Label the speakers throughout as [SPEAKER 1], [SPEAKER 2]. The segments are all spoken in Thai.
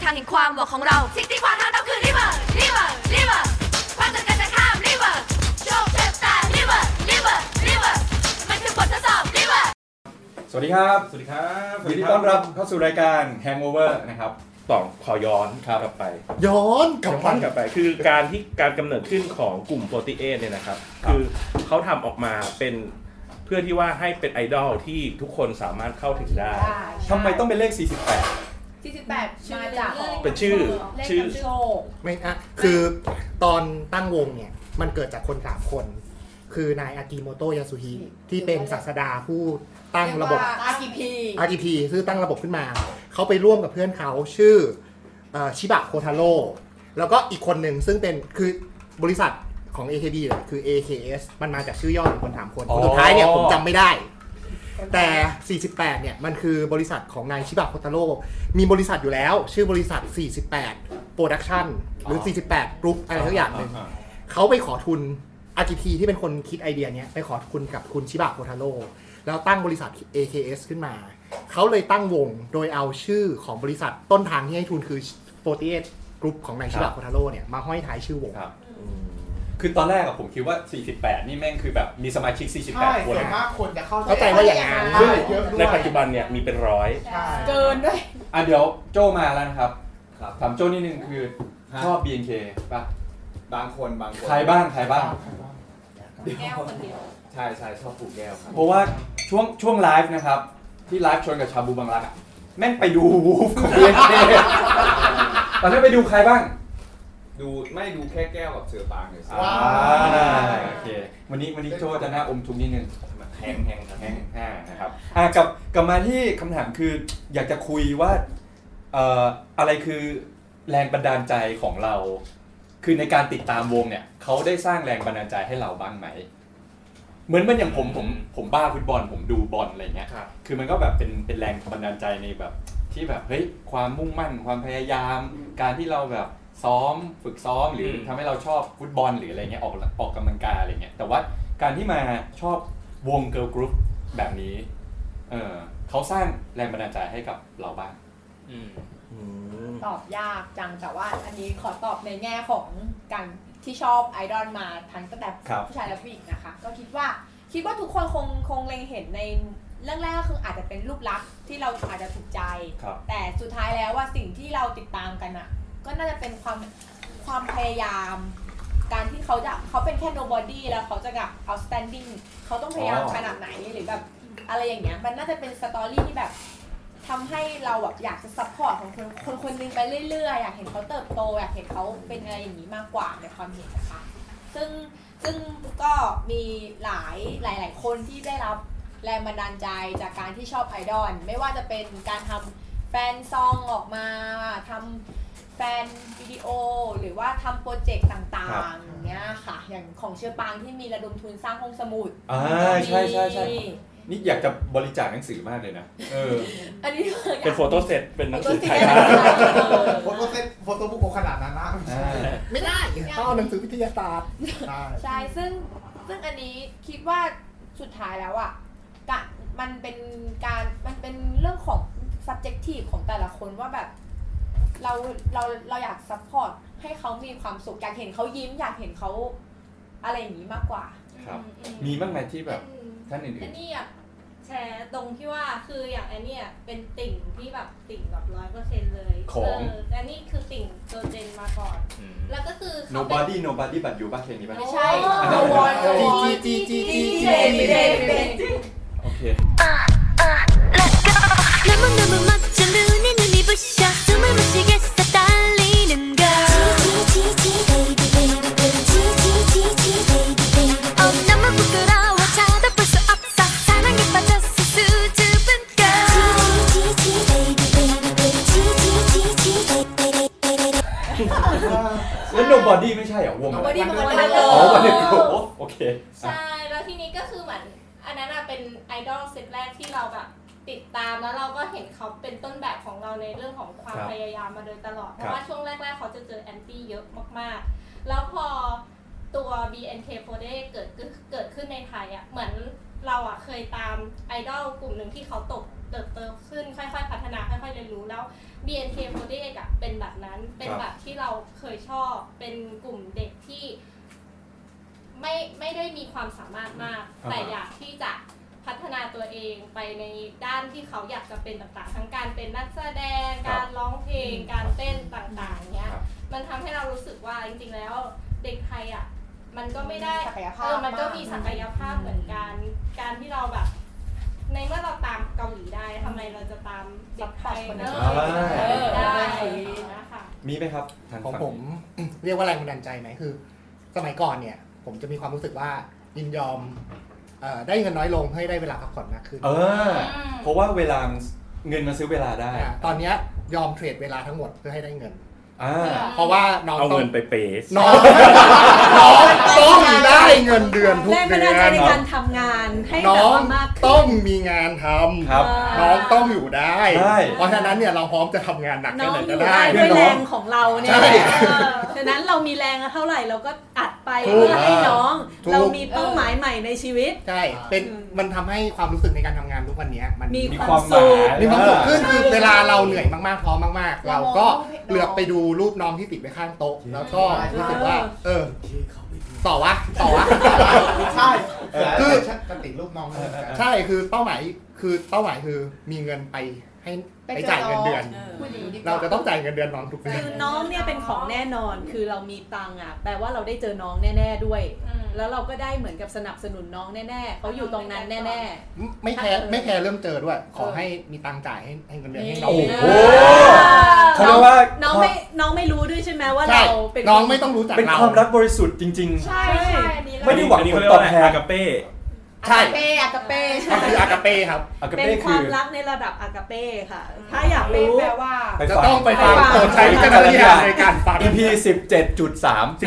[SPEAKER 1] กของเราสิ่งที่ขวางทางเราคือริเวอร์ริเวอร์ริเวอร์ความต้องการจะข้ามริเวอร์โชคเจ็บตาริเวอร์ริเวอร์ริเวอร์มันคือบททดสอบริเวอร์
[SPEAKER 2] สวัสดีครับ
[SPEAKER 3] สวัสดีครับ
[SPEAKER 2] ยินดีต้อนรับเข้าสู่รายการ Hangover นะครับ
[SPEAKER 3] ต่อขอย้อน
[SPEAKER 2] ครับ
[SPEAKER 3] กลับไป
[SPEAKER 4] ย้อนกลับ
[SPEAKER 3] ย้
[SPEAKER 4] มั
[SPEAKER 3] อน นกลับไป คือการที่การกำเนิดขึ้นของกลุ่มโปรตีเอเนี่ยนะครับ
[SPEAKER 2] ครับ
[SPEAKER 3] คือเขาทำออกมาเป็นเพื่อที่ว่าให้เป็นไอดอลที่ทุกคนสามารถเข้าถึงได้
[SPEAKER 2] ทำไมต้องเป็นเลข
[SPEAKER 5] 48 มาจาก
[SPEAKER 3] เป็นชื่อชื่อ
[SPEAKER 5] โชค
[SPEAKER 4] ไม่อะคือตอนตั้งวงเนี่ย มันเกิดจากคนสามคน คือนายอากิโมโตะยาสุฮิที่เป็นศาสดาผู้ตั้งระบบ
[SPEAKER 5] อากิพี
[SPEAKER 4] RTP ซึ่งตั้งระบบขึ้นมา เขาไปร่วมกับเพื่อนเขาชื่อชิบะโคทาโร่แล้วก็อีกคนหนึ่งซึ่งเป็นคือบริษัทของ AKB เนี่ยคือ AKS มันมาจากชื่อย่อของคนสามคน
[SPEAKER 2] อ๋
[SPEAKER 4] ค
[SPEAKER 2] อ
[SPEAKER 4] นสุดท้ายเนี่ยผมจำไม่ได้ แต่ 48 เนี่ย มันคือบริษัทของนายชิบะโคทาโร่มีบริษัทอยู่แล้ว ชื่อบริษัท 48 Production หรือ 48 Group อะไรทั้งอย่างหนึ่ง เขาไปขอทุนอากิทีที่เป็นคนคิดไอเดียเนี้ยไปขอทุนกับคุณชิบะโคทาโร่แล้วตั้งบริษัท AKS ขึ้นมา เขาเลยตั้งวงโดยเอาชื่อของบริษัทต้นทางที่ให้ทุนคือ 48 กรุ๊ปของนายชิบะโคทาโร่เนี่ย มาห้อยท้ายชื่อวง
[SPEAKER 2] 48 คือตอนแรกอะผมคิดว่า 48 นี่แม่งคือแบบมีสมาชิก
[SPEAKER 6] ใช่
[SPEAKER 2] 48 ค
[SPEAKER 6] ส่
[SPEAKER 2] น
[SPEAKER 6] วน
[SPEAKER 2] อะ
[SPEAKER 6] มากคนจะเข้า
[SPEAKER 4] เข้าใจว่าอย่างนั้น
[SPEAKER 6] ซึ่งเยอะด้วย
[SPEAKER 3] ในปัจจุบันเนี่ยมีเป็นร้อย
[SPEAKER 6] ใช่
[SPEAKER 5] เกินด้วย
[SPEAKER 2] อ่ะเดี๋ยวโจมาแล้วนะครับ ถามโจนิดนึงคือชอบ BNK ป่ะ
[SPEAKER 7] บางคนบางคน
[SPEAKER 2] ใครบ้าง ใครบ้าง
[SPEAKER 5] แก้วคนเดียว
[SPEAKER 7] ใช่ใช่ชอบผูกแก้วครับ
[SPEAKER 2] เพราะว่าช่วงช่วงไลฟ์นะครับ ที่ไลฟ์ชวนกับชาบูบางรักอะแม่งไปดูวูฟของ BNK ตอนนั้นไปดูใครบ้าง
[SPEAKER 7] ดูไม่ดูแค่แก้วกับเสือปางเลยสิ
[SPEAKER 2] อ่าโอเควันนี้วันนี้โจจะหน้าอมทุกนิดนึง
[SPEAKER 7] แหงแหงแห
[SPEAKER 2] แห้
[SPEAKER 7] ง
[SPEAKER 2] งห้านะครับอ่ะกลับกลับมาที่คำถามคืออยากจะคุยว่าเอ่ออะไรคือแรงบันดาลใจของเรา คือในการติดตามวงเนี่ยเขาได้สร้างแรงบันดาลใจให้เราบ้างไหม เหมือนมันอย่างผมผมผมบ้าฟุตบอลผมดูบอลอะไรเงี้ย
[SPEAKER 7] ครับ
[SPEAKER 2] คือมันก็แบบเป็นเป็นแรงบันดาลใจในแบบที่แบบเฮ้ยความมุ่งมั่นความพยายาม การที่เราแบบซ้อมฝึกซ้อมหรืออ
[SPEAKER 3] ม
[SPEAKER 2] ทำให้เราชอบฟุตบอลหรืออะไรเงี้ยออกออกกำลังกายอะไรเงี้ยแต่ว่าการที่มาชอบวงเกิร์ลกรุ๊ปแบบนี้เออเขาสร้างแรงบันดาลใจให้กับเราบ้าง
[SPEAKER 5] ตอบยากจังแต่ว่าอันนี้ขอตอบในแง่ของการที่ชอบไอดอลมาทั้งตั้งแต่
[SPEAKER 2] ครับ
[SPEAKER 5] ผู้ชายและผู้หญิงนะคะ ก็คิดว่าคิดว่าทุกคนคงคงเล็งเห็นในเรื่องแรกก็คืออาจจะเป็นรูปลักษณ์ที่เราอาจจะถูกใจ
[SPEAKER 2] ครับ
[SPEAKER 5] แต่สุดท้ายแล้วว่าสิ่งที่เราติดตามกันอะก็น่าจะเป็นความความพยายาม การที่เขาจะเขาเป็นแค่ nobody แล้วเขาจะแบบ outstanding เขาต้องพยายาม
[SPEAKER 2] อ๋อ
[SPEAKER 5] ขนาดไหนหรือแบบอะไรอย่างเงี้ยมันน่าจะเป็นสตอรี่ที่แบบทำให้เราแบบอยากจะซัพพอร์ตของคนคนคนหนึงไปเรื่อยๆอยากเห็นเขาเติบโต อยากเห็นเขาเป็นอะไรอย่างนี้มากกว่าในความเห็นนะคะ ซึ่งซึ่งก็มีหลายหลายหลายๆคนที่ได้รับแรงบันดาลใจจากการที่ชอบไอดอลไม่ว่าจะเป็นการทำแฟนซองออกมาทำแฟนวิดีโอ หรือว่าทำโปรเจกต์ต่า
[SPEAKER 2] ครับ
[SPEAKER 5] งๆอย่างเงี้ยค่ะ อย่างของเชือปางที่มีระดมทุนสร้างห้องสมุด
[SPEAKER 2] อ่าใช่ใช่ใช่
[SPEAKER 5] มี
[SPEAKER 2] นี่อยากจะบริจาคหนังสือมากเลยนะเออ
[SPEAKER 5] อันนี้คืออยาก
[SPEAKER 3] เป็นโฟโต้เซตเป็นหนัง
[SPEAKER 5] โฟ
[SPEAKER 3] สือ
[SPEAKER 5] โต้เซ
[SPEAKER 3] ถ่าย
[SPEAKER 5] ต
[SPEAKER 3] ภาพ
[SPEAKER 4] อ
[SPEAKER 6] โฟโต้เซตโฟโต้บุ๊กขนาดนั้นนะ
[SPEAKER 2] อ่า
[SPEAKER 4] ไม่ได้ต้องเอาหนังสือวิทยาศาสตร์
[SPEAKER 6] ใช่
[SPEAKER 5] ใช่ ซึ่งซึ่งอันนี้คิดว่าสุดท้ายแล้วอ่ะกะมันเป็นการมันเป็นเรื่องของ subjective ของแต่ละคนว่าแบบ เราเราเราอยาก support ให้เขามีความสุข อยากเห็นเขายิ้ม อยากเห็นเขาอะไรอย่างนี้มากกว่า
[SPEAKER 2] ครับ
[SPEAKER 5] อืม
[SPEAKER 2] มีบ้างไหมที่แบบ
[SPEAKER 8] อืม
[SPEAKER 2] ท่านอื่
[SPEAKER 8] อั
[SPEAKER 2] น
[SPEAKER 8] นนี้อ่ะแชร์ตรงที่ว่าคืออย่างอันเนี้ยเป็นติ่งที่แบบติ่งแบบร้อยเปอร์เซ็นต์เลย
[SPEAKER 2] ของ
[SPEAKER 8] เอออันนี้คือติ่งโดเจนมาก่อน แล้วก็คือเขาเป็น
[SPEAKER 2] nobody nobody but you ป่ะเพลงนี้ป่ะ
[SPEAKER 5] ไม่ใช่
[SPEAKER 8] อ๋อ
[SPEAKER 5] โนวอนโนวอน
[SPEAKER 4] จีจีจีจี
[SPEAKER 2] โอเค
[SPEAKER 9] 너무 너무 멋져 눈에 눈이 부셔 숨을 못 쉬겠어 떨리는 걸 Oh 너무 부끄러워 차도 볼수 없어 사랑에 빠졌어 수줍은 걸
[SPEAKER 2] แล้ว nobody ไม่ใช่เหรอวงอะไร
[SPEAKER 5] Nobody มันก็
[SPEAKER 8] ได้
[SPEAKER 5] ได้เล
[SPEAKER 2] อ๋อวัน
[SPEAKER 5] ย
[SPEAKER 2] เด็กโอ้โอเค
[SPEAKER 8] ใช่ แล้วทีนี้ก็คือเหมือนอันนั้นอะเป็นไอดอลเซตแรกที่เราแบบติดตามแล้วเราก็เห็นเขาเป็นต้นแบบของเราในเรื่องของความพยายามมาโดยตลอด เพราะว่าช่วงแรก ๆ เขาจะเจอแอนตี้เยอะมากๆ แล้วพอตัว BNK48 เกิดขึ้นเกิดขึ้นในไทยอะเหมือนเราอะเคยตามไอดอลกลุ่มหนึ่งที่เขาตกโด เติบโตขึ้นค่อยๆ พัฒนาค่อยๆเรียนรู้แล้ว BNK48 อะเป็นแบบนั้นเป็นแบบที่เราเคยชอบเป็นกลุ่มเด็กที่ ไม่ไม่ได้มีความสามารถมาก
[SPEAKER 2] อ่าฮะ
[SPEAKER 8] แต่อยากที่จะพัฒนาตัวเองไปในด้านที่เขาอยากจะเป็นต่างๆ ทั้งการเป็นนักแสดง การร้องเพลง การเต้นต่างๆเนี้ย
[SPEAKER 2] ครับ
[SPEAKER 8] มันทำให้เรารู้สึกว่าจริงๆแล้วเด็กไทยอ่ะมันก็ไม่ได้
[SPEAKER 5] ศักยภาพ
[SPEAKER 8] เออมันก็
[SPEAKER 5] มาก
[SPEAKER 8] มีศักยภาพเหมือนกัน การที่เราแบบ ในเมื่อเราตามเกาหลีได้ทำไมเราจะตามเด็กไทยเนอะ
[SPEAKER 2] อ่า
[SPEAKER 8] เออได้อะไรอย่างเงี้ยค่ะ
[SPEAKER 2] มีไหมครับทาง
[SPEAKER 4] ของ
[SPEAKER 2] ฝั่
[SPEAKER 4] ผม เรียกว่าแรงบันดาลใจไหมคือ สมัยก่อนเนี่ย ผมจะมีความรู้สึกว่ายินยอมเอ่อได้เงินน้อยลงให้ได้เวลาพักผ่อนมากขึ้น
[SPEAKER 2] เออ เพราะว่าเวลาเงินมาซื้อเวลาได้
[SPEAKER 4] อ่าตอนเนี้ยยอมเทรดเวลาทั้งหมดเพื่อให้ได้เงิน
[SPEAKER 2] อ่า
[SPEAKER 4] เพราะว่าน้อง
[SPEAKER 3] เอา
[SPEAKER 4] ต้อ
[SPEAKER 3] เงิ
[SPEAKER 4] ง
[SPEAKER 3] นไปเปย์
[SPEAKER 4] น้องน้องต้องได้เงินเดือนทุก
[SPEAKER 10] แรงบัน
[SPEAKER 4] เดื
[SPEAKER 10] ดาลใจ
[SPEAKER 4] อน
[SPEAKER 10] ในการทำงานให้
[SPEAKER 4] น้
[SPEAKER 10] แบ
[SPEAKER 4] อบ ง
[SPEAKER 10] ว่ามากขึ้
[SPEAKER 4] ต้อน งมีงานทำ
[SPEAKER 2] ครับ
[SPEAKER 4] น้องต้องอยู่ได้
[SPEAKER 2] ได้
[SPEAKER 4] เพราะฉะนั้นเนี่ยเราพร้อมจะทำงานหนัก
[SPEAKER 10] น้
[SPEAKER 4] แค่
[SPEAKER 10] อง
[SPEAKER 4] ไหน
[SPEAKER 10] อ
[SPEAKER 4] ก็
[SPEAKER 10] ยู่
[SPEAKER 4] ได้
[SPEAKER 10] ได้
[SPEAKER 2] เพื่
[SPEAKER 10] ด้วแร
[SPEAKER 2] อย นน้อง
[SPEAKER 10] งของเราเนี่ย
[SPEAKER 4] ใช่
[SPEAKER 10] เออฉะนั้นเรามีแรงเท่าไหร่เราก็อัดไป
[SPEAKER 4] ถูก
[SPEAKER 10] เพื่อให้น้อง
[SPEAKER 4] ถูก
[SPEAKER 10] เรามีเป้าหมายใหม่ในชีวิต
[SPEAKER 4] ใช่เป็นมันทำให้ความรู้สึกในการทำงานทุกวันเนี้ยมัน
[SPEAKER 10] มี
[SPEAKER 2] มี
[SPEAKER 10] ควา
[SPEAKER 2] ค
[SPEAKER 10] ม
[SPEAKER 2] วามห
[SPEAKER 10] สุ
[SPEAKER 2] มาย
[SPEAKER 10] ข
[SPEAKER 4] มีความสุขขึ้นคือเวลาเราเหนื่อยมากๆท้อมากๆ เราก็เหลือบไปดูรูปน้องที่ติดไว้ข้างโต๊ะ แล้วก็รู้สึกว่า เออ ต่อวะต่อวะ
[SPEAKER 6] ใช่
[SPEAKER 4] คื
[SPEAKER 6] คือ อฉันจะติดรูปน้องเหมือนกัน
[SPEAKER 4] ใช่คือเป้าหมายคือเป้าหมายคือมีเงินไปให้ไปจ่ายเงินเดือน
[SPEAKER 5] พูดอย่างนี้ดีกว่า
[SPEAKER 4] เราจะต้องจ่ายเงินเดือนน้องทุกเดือน
[SPEAKER 10] คือน้องเนี่ยเป็นของแน่นอน คือเรามีตังค์อ่ะ แปลว่าเราได้เจอน้องแน่ ๆด้วย
[SPEAKER 8] อืม
[SPEAKER 10] แล้วเราก็ได้เหมือนกับสนับสนุนน้องแน่ๆเขาอยู่ตรงนั้นแน่ๆ
[SPEAKER 4] ไม่ไม่แคร์ไม่แคร์เริ่มเจอด้วย ขอให้มีตังค์จ่ายให้ให้เงินเดือนให้น้อง
[SPEAKER 2] โอ้โห
[SPEAKER 10] น้
[SPEAKER 2] เขา
[SPEAKER 10] อง
[SPEAKER 2] เรียกว่า
[SPEAKER 10] น้องไม่น้องไม่รู้ด้วยใช่ไหมว่า
[SPEAKER 4] ใช่
[SPEAKER 10] เราเป็น
[SPEAKER 4] น้องไม่ต้องรู้จัก
[SPEAKER 2] เป็น
[SPEAKER 4] เรา
[SPEAKER 2] ความรักบริสุทธิ์จริง
[SPEAKER 8] ใช่ใช่อันนี้เรา
[SPEAKER 2] ไม่ได้หวังผลตอบแทน
[SPEAKER 3] อากาเป้
[SPEAKER 4] ใช่
[SPEAKER 5] อากาเป้อากาเป้ใช่
[SPEAKER 4] มันคืออากาเป้ครับ
[SPEAKER 2] ๆอากา
[SPEAKER 10] เป็น
[SPEAKER 2] เป้
[SPEAKER 10] ค
[SPEAKER 2] คื
[SPEAKER 10] วา
[SPEAKER 2] อ
[SPEAKER 10] มรักในระดับอากาเป้ค่ะ ถ้าอ
[SPEAKER 5] อาย
[SPEAKER 10] ยาก ก
[SPEAKER 5] เป้
[SPEAKER 10] รู้
[SPEAKER 5] แปลว่า
[SPEAKER 2] ไป
[SPEAKER 4] จะ
[SPEAKER 2] ฟัง
[SPEAKER 4] ต้องไปฟัง
[SPEAKER 10] ไปฟัง
[SPEAKER 4] โปรดใช้วิจารณญาณในการฟัง
[SPEAKER 2] EP 17.3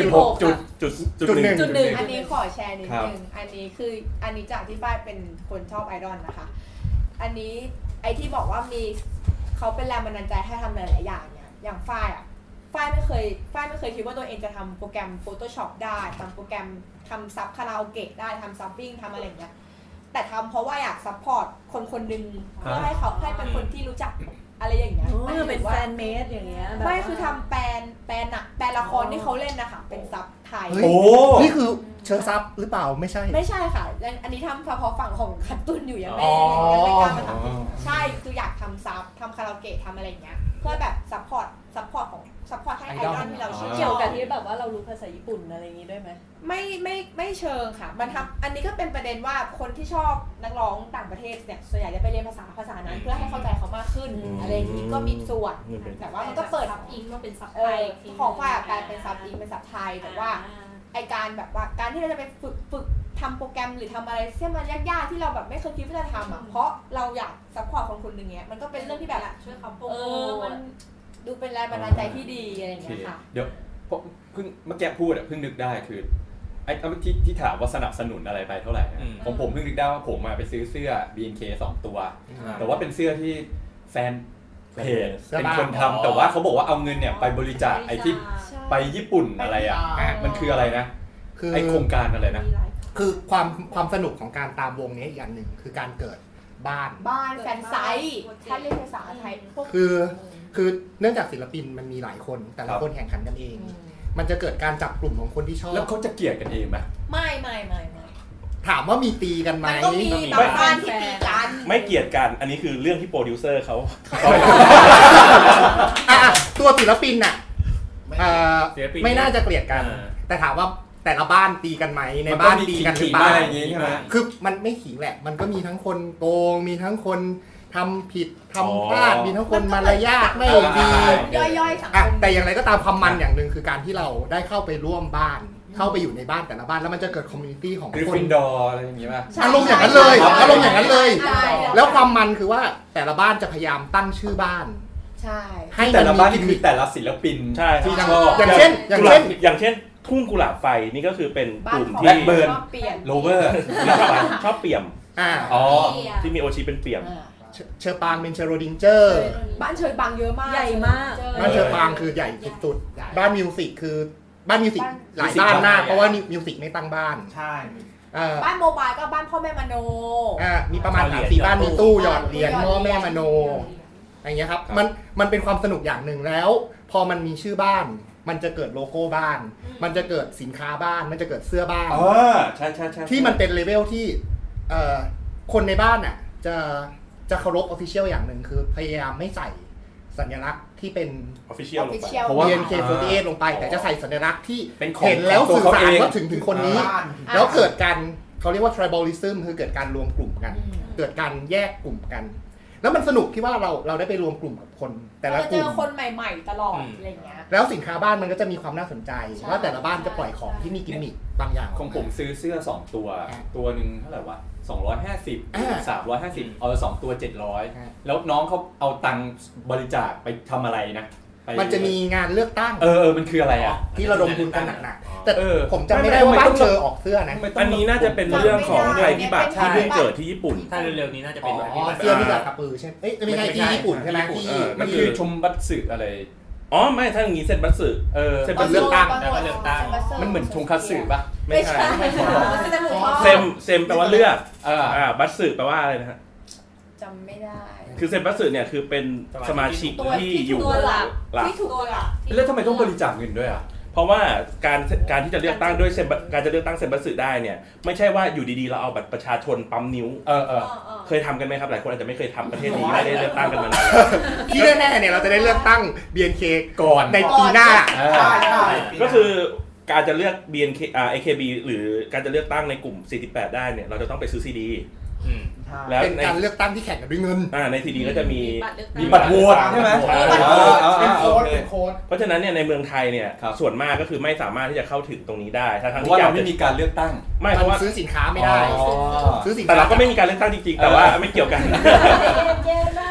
[SPEAKER 4] 16
[SPEAKER 2] 16จุด
[SPEAKER 3] จุด
[SPEAKER 4] จุดหนึ่ง
[SPEAKER 10] จุดหนึ่ง
[SPEAKER 5] อันนี้ขอแชร์นิด
[SPEAKER 2] ครับ
[SPEAKER 5] นึง อันนี้คืออันนี้จะอธิบายเป็นคนชอบไอดอลนะคะ อันนี้ไอที่บอกว่ามีเขาเป็นแรงบันดาลใจให้ทำหลาย ๆ อย่างเนี่ย อย่างฝ้ายอ่ะฝ้ายไม่เคยฝ้ายไม่เคยคิดว่าตัวเองจะทำโปรแกรม Photoshop ได้ทำโปรแกรมทำซับคาราโอเกะได้ทำซับบิ้งทำอะไรอย่างเงี้ย แต่ทำเพราะว่าอยากซัพพอร์ตคนคนหนึ่งเพื่อให้เขาให้เป็นคนที่รู้จักอะไรอย่างเงี้ย
[SPEAKER 10] เอ
[SPEAKER 5] หมา
[SPEAKER 10] อย เป็น
[SPEAKER 5] ถึง
[SPEAKER 10] แฟ
[SPEAKER 5] ว่าน
[SPEAKER 10] เมดอย่างเงี้ยแบบ
[SPEAKER 5] ไม่
[SPEAKER 10] ว่า
[SPEAKER 5] คือทำแปลนแปลนหนักแปลนละครที่เขาเล่นนะคะเป็นซับไทย
[SPEAKER 4] เฮ้ย
[SPEAKER 2] โอ้
[SPEAKER 4] นี่คือเชื้อซับหรือเปล่าไม่ใช่
[SPEAKER 5] ไม่ใช่ค่ะยังอันนี้ทำเฉพาะฝั่งของคัตตุนอยู่ยังไม่
[SPEAKER 4] อ๋อ
[SPEAKER 5] ยังไม่กล้ามาท
[SPEAKER 2] อ๋อ
[SPEAKER 5] ำใช่คืออยากทำซับทำคาราโอเกะทำอะไรอย่างเงี้ยเพื่อแบบซัพพอร์ตซัพพอร์ตของซัพพอร์ตให้ไอดอลที่เราชื่นช
[SPEAKER 10] เกี่ย
[SPEAKER 5] อ
[SPEAKER 10] ว
[SPEAKER 5] บ
[SPEAKER 10] กับที่แบบว่าเรารู้ภาษาญี่ปุ่นอะไรอย่างงี้ด้วยไหม
[SPEAKER 5] ไม่ไม่ไม่เชิงค่ะ มันทำอันนี้ก็เป็นประเด็นว่าคนที่ชอบนักร้องต่างประเทศเนี่ยส่วนใหญ่จะไปเรียนภาษาภาษานั้นเพื่อให้เข้าใจเขามากขึ้น
[SPEAKER 3] อืม
[SPEAKER 5] อะไรอย่างนี้ก็มีส่วน
[SPEAKER 3] อืม
[SPEAKER 5] แต่ว่ามันก็เปิด
[SPEAKER 8] ซับอิงมาเป็นซับ
[SPEAKER 5] เอ
[SPEAKER 8] ไทย
[SPEAKER 5] อก
[SPEAKER 8] ที
[SPEAKER 5] ของฝ่ายอะกลารเป็นซับอีกเป็นซับไทยแต่ว่า ไอการแบบว่าการที่เราจะไปฝึกฝึกทำโปรแกรมหรือทำอะไรที่มันยากๆที่เราแบบไม่เคยคิดว่าจะทำอ่ะเพราะเราอยากซัพพอร์ตคนคนหนึ่งเนี้ยมันก็เป็นเรื่องที่แบบ
[SPEAKER 8] ช่วยเขาโปร
[SPEAKER 5] เอ
[SPEAKER 8] โม
[SPEAKER 5] อ
[SPEAKER 8] ท
[SPEAKER 5] มันดูเป็นแรงบันดาลใจที่ดีอะไรอย่าง
[SPEAKER 2] โอเค
[SPEAKER 5] เงี้ยค่ะ
[SPEAKER 2] เดี๋ยวเพราะเพิ่งเมื่อกี้พูดอะเพิ่งนึกได้คือไอ้เมื่อที่ที่ถามว่าสนับสนุนอะไรไปเท่าไหร่นะ
[SPEAKER 3] อืม
[SPEAKER 2] ของผมเพิ่งนึกได้ว่าผมอะไปซื้อเสื้อ BNK สองตัว
[SPEAKER 3] อ่า
[SPEAKER 2] แต่ว่าเป็นเสื้อที่แฟนเพจ
[SPEAKER 4] เสื้อ
[SPEAKER 2] เป็น
[SPEAKER 4] บ้า
[SPEAKER 2] คนทำแต่ว่าเขาบอกว่าเอาเงินเนี่ยไปบริจาคไอ้ที่ไปญี่ปุ่นอะไรอะ
[SPEAKER 6] ใช่
[SPEAKER 2] อ่ะมันคืออะไรนะ
[SPEAKER 4] คือ
[SPEAKER 2] ไอ้โครงการอะไรนะ
[SPEAKER 4] คือความความสนุกของการตามวงนี้อีกอย่างหนึ่งคือการเกิดบ้าน
[SPEAKER 5] บ้านแฟนไซต์ถ้าเรียนภาษาไทยพวก
[SPEAKER 4] คือคือเนื่องจากศิลปินมันมีหลายคน แต่ละ
[SPEAKER 2] ครับ
[SPEAKER 4] คนแข่งขันกันเอง มันจะเกิดการจับกลุ่มของคนที่ชอบ
[SPEAKER 2] แล้วเขาจะเกลียดกันเองไหม
[SPEAKER 5] ไม่ไม่ไม่ไม่
[SPEAKER 4] ถามว่ามีตีกันไหม
[SPEAKER 5] มันก็มีบางบ้านที่ตีกัน
[SPEAKER 3] ไม่เกลียดกัน อันนี้คือเรื่องที่โปรดิวเซอร์เขา
[SPEAKER 4] อ่ะอ่ะตัวศิลปินน่ะเอ่อ
[SPEAKER 3] ศิลปิน
[SPEAKER 4] ไม่น่าจะเกลียดกัน
[SPEAKER 3] อ่า
[SPEAKER 4] แต่ถามว่าแต่ละบ้านตีกันไหมใน
[SPEAKER 2] มันก็
[SPEAKER 4] บ้าน
[SPEAKER 2] มี
[SPEAKER 4] ตีกันหรือเป
[SPEAKER 2] ขิ
[SPEAKER 4] ล่า
[SPEAKER 2] งๆบ้างอะไรอย่างงี้ใช่ไหม
[SPEAKER 4] คือมันไม่ขิงแหละ มันก็มีทั้งคนโกง มีทั้งคนทำผิดทำพลาด
[SPEAKER 2] อ๋อ
[SPEAKER 4] มีทั้งคนมารยาทไม่ดี
[SPEAKER 2] อ่า
[SPEAKER 5] ย่อยๆสังค
[SPEAKER 4] อ่ะ
[SPEAKER 5] ม
[SPEAKER 4] แต่อย่างไรก็ตามความมันอย่างหนึ่งคือการที่เราได้เข้าไปร่วมบ้าน เข้าไปอยู่ในบ้านแต่ละบ้านแล้วมันจะเกิดคอมมูนิตี้ของ
[SPEAKER 2] หรือ
[SPEAKER 4] ค
[SPEAKER 2] ฟิ
[SPEAKER 4] น
[SPEAKER 2] นดอร์อะไรอย่างงี้ป่ะ
[SPEAKER 4] อารมณ์อย่างนั้นเลย
[SPEAKER 2] ใช่
[SPEAKER 4] อารมณ์อย่างนั้นเลย
[SPEAKER 5] ใช่
[SPEAKER 4] แล้วความมันคือว่าแต่ละบ้านจะพยายามตั้งชื่อบ้าน
[SPEAKER 5] ใช่
[SPEAKER 4] ให้มั
[SPEAKER 2] แต่ละ
[SPEAKER 4] มี
[SPEAKER 2] บ้าน
[SPEAKER 4] กิม
[SPEAKER 2] นี่คือ
[SPEAKER 4] มิค
[SPEAKER 2] แต่ละศิลปิน
[SPEAKER 3] ใช่
[SPEAKER 2] ที่ชอบ
[SPEAKER 4] อย่างเช่น อย่างเช่น
[SPEAKER 3] กุหลบอย่างเช่น ทุ่งกุหลาบไฟนี่ก็คือเป็น
[SPEAKER 5] บ้าก น
[SPEAKER 3] ลุ่ม
[SPEAKER 5] ของ
[SPEAKER 3] ที่
[SPEAKER 2] แบล็คเบิร์น
[SPEAKER 5] ชอบเปลี่ยน
[SPEAKER 2] โลเวอร์
[SPEAKER 3] ชอบเปี่ยม
[SPEAKER 4] อ่า
[SPEAKER 2] อ๋อ
[SPEAKER 3] ที่มีโอชิเป็นเปี่ยม
[SPEAKER 5] อ่า
[SPEAKER 4] เชเชอปางเป็นเชอโรดิงเจอร์
[SPEAKER 5] บ้านเชยบางเยอะมาก
[SPEAKER 10] ใหญ่มาก
[SPEAKER 4] บ้านเชอปางคือใหญ่สุดๆบ้านมิวสิกคือบ้านมิวสิก
[SPEAKER 5] บ้าน
[SPEAKER 4] หลายบ้านมากเพราะว่ามิวสิกไม่ตั้งบ้าน
[SPEAKER 6] ใช่
[SPEAKER 4] เออ
[SPEAKER 5] บ้านโมบายก็บ้านพ่อแม่มโน
[SPEAKER 4] อ่ามีประมาณ
[SPEAKER 3] เอาเหรี
[SPEAKER 4] สาย มสี่
[SPEAKER 3] ญหยอด
[SPEAKER 4] บ้าน
[SPEAKER 3] ตู้
[SPEAKER 4] มีตู้หยอดเหรียญ
[SPEAKER 5] หยอด
[SPEAKER 4] พ่อแม่
[SPEAKER 5] เหรียญ
[SPEAKER 4] มโนอะไรอย่างเงี้ยครับ
[SPEAKER 3] ครับ
[SPEAKER 4] มันมันเป็นความสนุกอย่างหนึ่งแล้ว พอมันมีชื่อบ้าน มันจะเกิดโลโก้บ้าน มันจะเกิดสินค้าบ้าน มันจะเกิดเสื้อบ้าน
[SPEAKER 2] เออใช่ใช่ใช่
[SPEAKER 4] ที่มันเป็นเลเวลที่เอ่อคนในบ้านน่ะจะจะเคารพออฟฟิเชียลอย่างหนึ่งคือพยายามไม่ใส่สัญลักษณ์ที่เป็น
[SPEAKER 3] ออฟฟิเชียลลงไป
[SPEAKER 5] Official
[SPEAKER 2] เพราะว่า
[SPEAKER 4] BNK48 ลงไป แต่จะใส่สัญลักษณ์ที่
[SPEAKER 2] เป็นของ
[SPEAKER 4] เห็นแล้ว
[SPEAKER 2] ของ
[SPEAKER 4] สื่อ
[SPEAKER 2] ตัว
[SPEAKER 4] สาร
[SPEAKER 2] เขาเอง
[SPEAKER 4] ว่าถึงถึงคนนี้
[SPEAKER 6] บ้าน
[SPEAKER 4] แล้วเกิดการเขาเรียกว่า tribalism คือเกิดการรวมกลุ่มกัน
[SPEAKER 5] อืม
[SPEAKER 4] เกิดการแยกกลุ่มกัน แล้วมันสนุกที่ว่าเราเราได้ไปรวมกลุ่มกับคน แต่ละ
[SPEAKER 5] เราจะ
[SPEAKER 4] ก
[SPEAKER 5] เจ
[SPEAKER 4] ลุ่
[SPEAKER 5] อ
[SPEAKER 4] ม
[SPEAKER 5] คนใหม่ ๆ ตลอด
[SPEAKER 3] อืม
[SPEAKER 5] อะไรอย่างเงี้ย
[SPEAKER 4] แล้วสินค้าบ้านมันก็จะมีความน่าสนใจ
[SPEAKER 5] ใช่
[SPEAKER 4] ว่าแต่ละบ้านจะปล่อยของที่มีกิมมิคบางอย่าง
[SPEAKER 2] ของผมซื้อเสื้อ 2 ตัว
[SPEAKER 4] อ่ะ
[SPEAKER 2] ตัวหนึ่งเท่าไหร่วะ 250
[SPEAKER 4] อ่ะ
[SPEAKER 2] 350 เอาสองตัว
[SPEAKER 4] อ่ะ
[SPEAKER 2] 700 แล้วน้องเขาเอาตังค์บริจาคไปทำอะไรนะไป
[SPEAKER 4] มันจะมีงานเลือกตั้ง
[SPEAKER 2] เออเออมันคืออะไรอ่ะ
[SPEAKER 4] ที่ระดมทุนกันหนักๆแต่
[SPEAKER 2] เออ
[SPEAKER 4] ผมจำไม่ได้ว่าบ้านเชอออกเสื้อนะ
[SPEAKER 3] อันนี้น่าจะเป็นเรื่องของภัยพิบัติที่เพิ่งเกิดที่ญี่ปุ่น
[SPEAKER 11] ถ้าเร็วๆนี้น่าจะเป็
[SPEAKER 4] อ๋
[SPEAKER 11] น
[SPEAKER 4] อ
[SPEAKER 11] แบบนี้
[SPEAKER 4] เสื้อที่กับกระปือใช่ไหมเอ้ยไม่ใช่ที่ญี่ปุ่นใช่ไหมที่
[SPEAKER 11] เออ
[SPEAKER 2] มันคือชมบัตสึอะไร
[SPEAKER 3] อ๋อไม่ถ้าอย่างนี้เซ็นบัตสึ
[SPEAKER 2] เออ
[SPEAKER 3] เซ็นบัตสึ
[SPEAKER 11] แต่ว่าเลือกตั้ง
[SPEAKER 2] มันเหมือนชงคัตสึปะ
[SPEAKER 3] ไม่ใช่
[SPEAKER 5] ไม่ใช่จะถูกต้อง
[SPEAKER 3] เซมเซมแปลว่าเลือก
[SPEAKER 2] เออ
[SPEAKER 3] อ่าบัตสึแปลว่าอะไรนะฮะ
[SPEAKER 5] จำไม่ได้
[SPEAKER 3] คือเซ็นบัตสึเนี่ยคือเป็นสมาชิก
[SPEAKER 5] ตัว
[SPEAKER 3] ที่
[SPEAKER 5] ที่ถูก
[SPEAKER 3] อยู่
[SPEAKER 5] ตัวหลัก
[SPEAKER 3] หลัก
[SPEAKER 5] ที่ถูกตัวหลัก
[SPEAKER 2] แล้วทำไมต้องบริจาคเงินด้วยอ่ะ
[SPEAKER 3] เพราะว่าการการที่จะเลือกตั้งด้วยเซมบัการจะเลือกตั้งเซมบัตสึได้เนี่ยไม่ใช่ว่าอยู่ดีๆเราเอาบัตรประชาชนปั๊มนิ้ว
[SPEAKER 2] เออเออ
[SPEAKER 3] เคยทำกันไหมครับ หลายคนอาจจะไม่เคย ทำประเทศนี้ไม่ได้เลือกตั้งกันมานาน
[SPEAKER 4] ที่แน่ๆเนี่ยเราจะได้เลือกตั้ง BNK
[SPEAKER 2] ก่อน
[SPEAKER 4] ในปีหน้า
[SPEAKER 2] เออ
[SPEAKER 6] ใช่ใช่
[SPEAKER 3] ก็คือการจะเลือก BNK อ่า AKB หรือการจะเลือกตั้งในกลุ่ม 48 ได้เนี่ยเราจะต้องไปซื้อซีดี แล้ว
[SPEAKER 4] เป็น
[SPEAKER 3] ใน
[SPEAKER 4] การเลือกตั้งที่แข่งกันด้วยเงิน
[SPEAKER 3] อ่าในซีดีก็จะมี
[SPEAKER 10] บัตรเลือกตั้ง
[SPEAKER 2] มีบัตรโหวตใช่ไหม
[SPEAKER 3] บัตรโหวต
[SPEAKER 2] เออ
[SPEAKER 6] เป็น
[SPEAKER 2] เอ
[SPEAKER 6] โค้
[SPEAKER 2] อ
[SPEAKER 6] ด
[SPEAKER 2] เออ
[SPEAKER 6] เป็นโค้ด
[SPEAKER 2] เออ
[SPEAKER 6] เป็นโค้ด
[SPEAKER 3] เพราะฉะนั้นเนี่ยในเมืองไทยเนี่ย
[SPEAKER 2] ครับ
[SPEAKER 3] ส่วนมากก็คือไม่สามารถที่จะเข้าถึงตรงนี้ได้ทั้ง
[SPEAKER 2] เพ
[SPEAKER 3] ทั้งที่
[SPEAKER 2] ราะว่า
[SPEAKER 3] อยา
[SPEAKER 2] เรา
[SPEAKER 3] ก
[SPEAKER 2] ไม่
[SPEAKER 3] จะ
[SPEAKER 2] มีการเลือกตั้ง
[SPEAKER 3] ไม่เพ
[SPEAKER 4] มัน
[SPEAKER 3] ราะว่า
[SPEAKER 4] ซื้อสินค้าไม่ได้
[SPEAKER 2] อ๋อ
[SPEAKER 4] ซื้อสินค้า
[SPEAKER 3] แต่เราก็ไม่มีการเลือกตั้งจริงๆ แต่ว่าไม่เกี่ยวกัน
[SPEAKER 5] เย็นๆนะ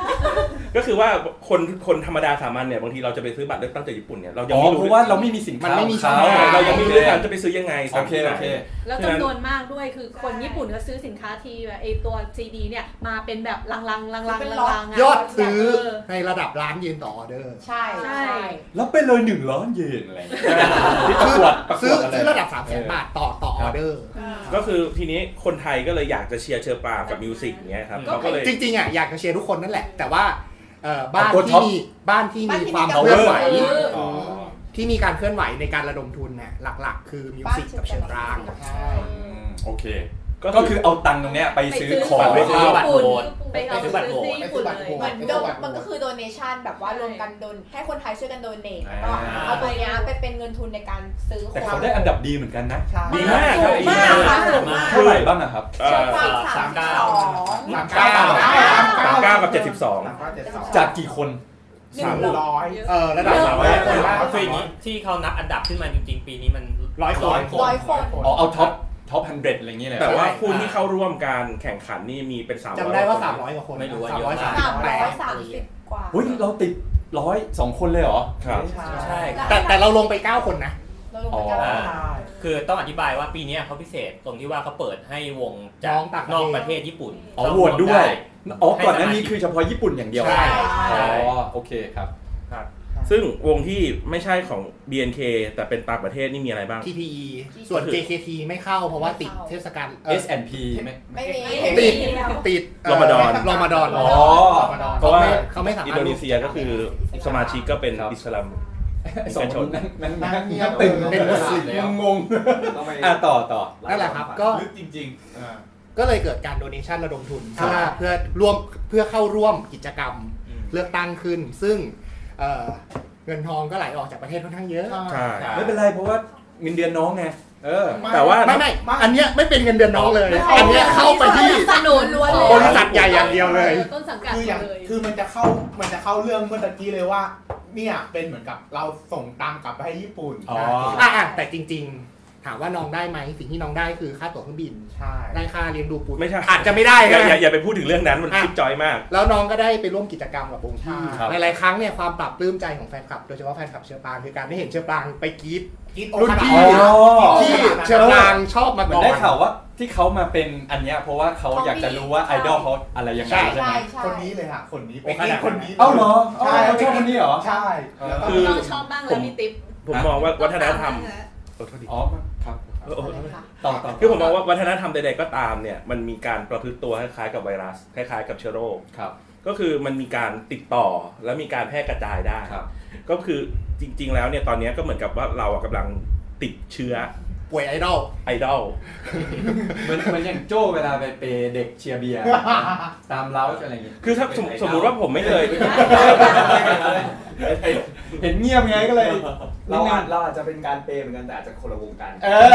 [SPEAKER 3] ก็คือว่าคนคนธรรมดาสามัญเนี่ยบางทีเราจะไปซื้อบัตรเลือกตั้งจากญี่ปุ่นเนี่ยเรายัง
[SPEAKER 2] อ๋อ
[SPEAKER 3] ไม่
[SPEAKER 2] เพ
[SPEAKER 3] รู้
[SPEAKER 2] ราะว่าเราไม่มีสิน
[SPEAKER 4] มั
[SPEAKER 2] ค้าน
[SPEAKER 4] ไม่มี
[SPEAKER 2] ของ
[SPEAKER 4] ช่องทาง
[SPEAKER 2] เขา
[SPEAKER 3] เรายังไม่รู้ด้วยกันจะไปซื้อยังไง
[SPEAKER 2] โอ
[SPEAKER 3] สั่ง
[SPEAKER 2] เค
[SPEAKER 3] ที่ไหน
[SPEAKER 2] โอเค
[SPEAKER 10] แล้วจำนวนมากด้วยคือคนญี่ปุ่นก็ซื้อสินค้าทีแบบไอตัวซีดีเนี่ยมาเป็นแบบลังๆลังๆลังๆลัง
[SPEAKER 5] เป็นล็อต
[SPEAKER 10] ลัง
[SPEAKER 4] ยอดซื้อในระดับล้านเยนต่อออเดอร์
[SPEAKER 5] ใช่
[SPEAKER 10] ใช่
[SPEAKER 5] ใช่
[SPEAKER 2] แล้วไปเลยหนึ่งล้านเยนอะไรอย่างเงี้ยที่
[SPEAKER 4] คื
[SPEAKER 2] ประก
[SPEAKER 4] อ
[SPEAKER 2] วดประก
[SPEAKER 4] ซื้อ
[SPEAKER 2] วดอะไร
[SPEAKER 4] ซื้อระดับ3ามแสนบาทต่อต่อออเดอร์
[SPEAKER 3] ก็คือทีนี้คนไทยก็เลยอยากจะเชียร์เชอร์ปรางกับมิวสิกอย่างเงี้ยครับ
[SPEAKER 10] ก็
[SPEAKER 3] เขาก็เลย
[SPEAKER 4] จริงๆอ่ะอยากจะเชียร์ทุกคนนั่นแหละ แต่ว่าเอ่อบ้าน
[SPEAKER 2] กดท็
[SPEAKER 4] ที่
[SPEAKER 2] อป
[SPEAKER 4] มีบ้านที่
[SPEAKER 5] บ้า
[SPEAKER 4] มี
[SPEAKER 5] นที่มี
[SPEAKER 4] ความ
[SPEAKER 5] การ
[SPEAKER 4] เคลื่อนไหว
[SPEAKER 5] เคลื่อนไหว
[SPEAKER 2] อ๋อ
[SPEAKER 4] ที่มีการเคลื่อนไหวในการระดมทุนน่ะหลักๆ คือมิวสิกกับเชียงราง
[SPEAKER 2] อืมโอเค
[SPEAKER 3] ก็
[SPEAKER 2] ก็
[SPEAKER 3] คื
[SPEAKER 2] คือ อเอาตังค์ตรงเนี้ยไปซื้อของ
[SPEAKER 4] ไป
[SPEAKER 2] ไป
[SPEAKER 4] ซื้
[SPEAKER 2] ซื้
[SPEAKER 4] อ
[SPEAKER 2] อ
[SPEAKER 4] บัตรโหวต
[SPEAKER 10] ไปเอาซื้อที่ญี่ปุ่นเลย
[SPEAKER 5] เหมือนโดนมันก็คือโดเนชันแบบว่ารวมกันโดนให้คนไทยช่วยกันโดเนทแล้วก็
[SPEAKER 2] อ่า
[SPEAKER 5] เอาตัวเนี้ยไปเป็นเงินทุนในการซื้อ
[SPEAKER 2] แต่เขาได้อันดับดีเหมือนกันนะ
[SPEAKER 6] ใช่
[SPEAKER 3] ดีมากครับดี
[SPEAKER 5] มาก
[SPEAKER 3] มาก
[SPEAKER 5] ค่ะสูงมาก
[SPEAKER 2] เท่าไหร่บ้างอะครับ
[SPEAKER 3] เอ่อ
[SPEAKER 5] สาม
[SPEAKER 11] สาม
[SPEAKER 5] สิบ
[SPEAKER 11] เก้า
[SPEAKER 5] สอง
[SPEAKER 4] หลัง
[SPEAKER 6] เก้า
[SPEAKER 4] เก้า
[SPEAKER 3] สามเก้ากับเจ็ดสิบสอง
[SPEAKER 6] หลังเก้าเจ็ดสอง
[SPEAKER 2] จากกี่คน
[SPEAKER 5] หนึ่
[SPEAKER 6] สาง ม
[SPEAKER 5] ร้อย
[SPEAKER 6] ร้อย
[SPEAKER 4] เออระดับ
[SPEAKER 11] แต่
[SPEAKER 4] สาม
[SPEAKER 11] ว่า
[SPEAKER 4] ร้อย
[SPEAKER 11] แต่ว่า
[SPEAKER 6] ร้อย
[SPEAKER 11] คืออย่างนี้ที่เขานับอันดับขึ้นมาจริงๆ ปีนี้มัน
[SPEAKER 4] ร้อยคน
[SPEAKER 5] ร้อยคน
[SPEAKER 2] อ๋อเอาท็อปท็อปพันเดอะไรอย่างเงี้ยเลย
[SPEAKER 3] แต่
[SPEAKER 2] เหรอ
[SPEAKER 3] ว่าคู่ที่เข้าร่วมการแข่งขันนี่มีเป็นสาม
[SPEAKER 4] จำได้ว่า
[SPEAKER 3] คน
[SPEAKER 4] 300 กว่าคน
[SPEAKER 11] ไม่รู้ว่า
[SPEAKER 4] สา
[SPEAKER 11] เย
[SPEAKER 4] ม
[SPEAKER 11] อะ
[SPEAKER 4] ร้อย
[SPEAKER 11] ามก
[SPEAKER 4] สาม
[SPEAKER 5] สาม
[SPEAKER 4] แป
[SPEAKER 5] ร้อ
[SPEAKER 4] ด
[SPEAKER 5] ยสามสิบกว่า
[SPEAKER 2] เฮ้ยเราติดร้อยสองคนเลยเหรอ
[SPEAKER 3] ครับ
[SPEAKER 11] ใช่ครับ
[SPEAKER 4] แต่แต่เราลงไป 9 คนนะ
[SPEAKER 5] เราลงมาเก้า
[SPEAKER 11] อ่า
[SPEAKER 5] คน
[SPEAKER 11] คือต้องอธิบายว่าปีเนี้ยเขาพิเศษตรงที่ว่าเขาเปิดให้วงจา
[SPEAKER 4] น้
[SPEAKER 11] ก
[SPEAKER 4] องต่างประเทศ
[SPEAKER 11] นอกประเทศญี่ปุ่น
[SPEAKER 2] อ๋อโหวตด้วย
[SPEAKER 11] ไ
[SPEAKER 2] อ๋อ ก่อนหน้านี้คือเฉพาะญี่ปุ่นอย่างเดียว
[SPEAKER 4] ใช่
[SPEAKER 2] อ๋
[SPEAKER 11] ใช่
[SPEAKER 2] อ โอเคครับ
[SPEAKER 3] ซึ่งวงที่ไม่ใช่ของ BNK แต่เป็นต่างประเทศนี่มีอะไรบ้าง
[SPEAKER 4] TPE ส่วน JKT ไม่เข้าเพราะว่าติดเทศกาลเอ่อ
[SPEAKER 2] S&P ไหม
[SPEAKER 5] ไม่มี
[SPEAKER 4] ติดติดเ
[SPEAKER 3] รอมฎอน
[SPEAKER 4] รอมฎอน
[SPEAKER 2] อ๋อ
[SPEAKER 4] มฎอน
[SPEAKER 3] เพราะว่า
[SPEAKER 4] เขาไม่สามารถ
[SPEAKER 3] อินโดนีเซียก็คือสมาชิกก็เป็น
[SPEAKER 2] ครับ
[SPEAKER 3] อิสลาม
[SPEAKER 2] สองคนนั่งนั่งนั่ง
[SPEAKER 6] เงีย
[SPEAKER 2] นั่
[SPEAKER 6] บ
[SPEAKER 2] งตึง
[SPEAKER 4] เป็นมุสลิม
[SPEAKER 2] งงๆอ่ะต่อต่อ
[SPEAKER 4] นั่นแหละครับก็
[SPEAKER 7] ลึกจริงๆอ่า
[SPEAKER 4] ก็เลยเกิดการโดเนชันระดมทุน
[SPEAKER 2] ครับ
[SPEAKER 4] เพื่อเพื่อร่วมเพื่อเข้าร่วมกิจกรรม
[SPEAKER 11] อืม
[SPEAKER 4] เลือกตั้งขึ้น ซึ่งเอ่อเงินทองก็ไหลออกจากประเทศค่อนข้างเยอะ
[SPEAKER 3] ใช่
[SPEAKER 11] ใช่
[SPEAKER 2] ไม่เป็นไรเพราะว่าเงินเดือนน้องไง เออ
[SPEAKER 3] แต่ว่า
[SPEAKER 4] ไม่ไม่อันเนี้ยไม่เป็นเงินเดือนน้องเลย
[SPEAKER 5] ไม่ใช่
[SPEAKER 4] อันเนี้ยเข้าไปที่
[SPEAKER 10] สนุนล้วนเลย
[SPEAKER 4] บริษัทใหญ่อย่างเดียวเลย
[SPEAKER 10] ต้นสังกัด
[SPEAKER 6] คืออย่าง
[SPEAKER 10] เลย
[SPEAKER 6] คือมันจะเข้ามันจะเข้าเรื่องเมื่อตะกี้เลยว่า เนี่ยเป็นเหมือนกับเราส่งตังกลับไปให้ญี่ปุ่น
[SPEAKER 2] อ๋อ
[SPEAKER 4] อ่ะอ่ะแต่จริง ๆ ถามว่าน้องได้ไหมสิ่งที่น้องได้คือค่าตั๋วเครื่องบิน
[SPEAKER 6] ใช่
[SPEAKER 4] ได้ค่าเลี้ยงดูปู
[SPEAKER 3] ไม่ใช่
[SPEAKER 4] อาจจะไม่ได้
[SPEAKER 3] อย่าอย่า
[SPEAKER 4] นะ
[SPEAKER 3] อย่าไปพูดถึงเรื่องนั้นมัน
[SPEAKER 4] อ่ะ
[SPEAKER 3] คลิปจอยมาก
[SPEAKER 4] แล้วน้องก็ได้ไปร่วมกิจกรรมกับวงที่
[SPEAKER 2] ครับ
[SPEAKER 4] หลายๆครั้งเนี่ยความปรับปลื้มใจของแฟนคลับ โดยเฉพาะแฟนคลับเชือปรางคือการได้เห็นเชือปรางไปกรีด
[SPEAKER 6] คิด
[SPEAKER 4] รุ่นพี่
[SPEAKER 2] อ๋อ
[SPEAKER 4] ที่เชือปรางชอบมา
[SPEAKER 2] เหมือ
[SPEAKER 4] ก่อน น
[SPEAKER 2] ได้ข่าวว่าที่เขามาเป็นอันเนี้ยเพราะว่าเขาอยากจะรู้ว่าไอดอลเขาอะไรยังไง
[SPEAKER 4] ใช่
[SPEAKER 2] ใช่ไห
[SPEAKER 5] ใช่
[SPEAKER 2] ม
[SPEAKER 5] ใช่
[SPEAKER 6] คนนี้เลยค่ะคนนี้
[SPEAKER 4] โอ้ขนาดนั้น
[SPEAKER 6] คนนี้
[SPEAKER 2] เอ้าเหรอเอ้า
[SPEAKER 6] ใช่
[SPEAKER 2] เขาชอบคนนี้เหรอ
[SPEAKER 6] ใช่แล้วก็
[SPEAKER 3] คือ
[SPEAKER 10] น้องชอบบ้างแล้วมีติ๊บ
[SPEAKER 3] ผมมองว่าวัฒนธรรม
[SPEAKER 10] บ้างแล้ว
[SPEAKER 2] อ๋อครับ ต่อต่อ
[SPEAKER 3] คือผมมองว่าวัฒนธรรมใดๆก็ตามเนี่ยมันมีการประพฤติตัวคล้ายๆกับไวรัส คล้ายๆกับเชื้อโรคก็คือมันมีการติดต่อและมีการแพร่กระจายได้ก็คือจริงๆแล้วเนี่ยตอนเนี้ยก็เหมือนกับว่าเราอะกำลังติดเชื้อ
[SPEAKER 4] ป่วยไอดอล
[SPEAKER 3] ไอดอล
[SPEAKER 2] เหมือนเหมือนอย่างโจ้เวลาไปเปย์เด็กเชียร์เบียร์ ตามเล้าอะไรอย่างเงี้ย
[SPEAKER 3] คือถ้าสมสมมุติว่าผมไม่เคย
[SPEAKER 2] เห็นเงียบไงก็เลย
[SPEAKER 7] เราอาจเราอาจจะเป็นการเปย์เหมือนกันแต่อาจจะคนละวงการ
[SPEAKER 2] เออ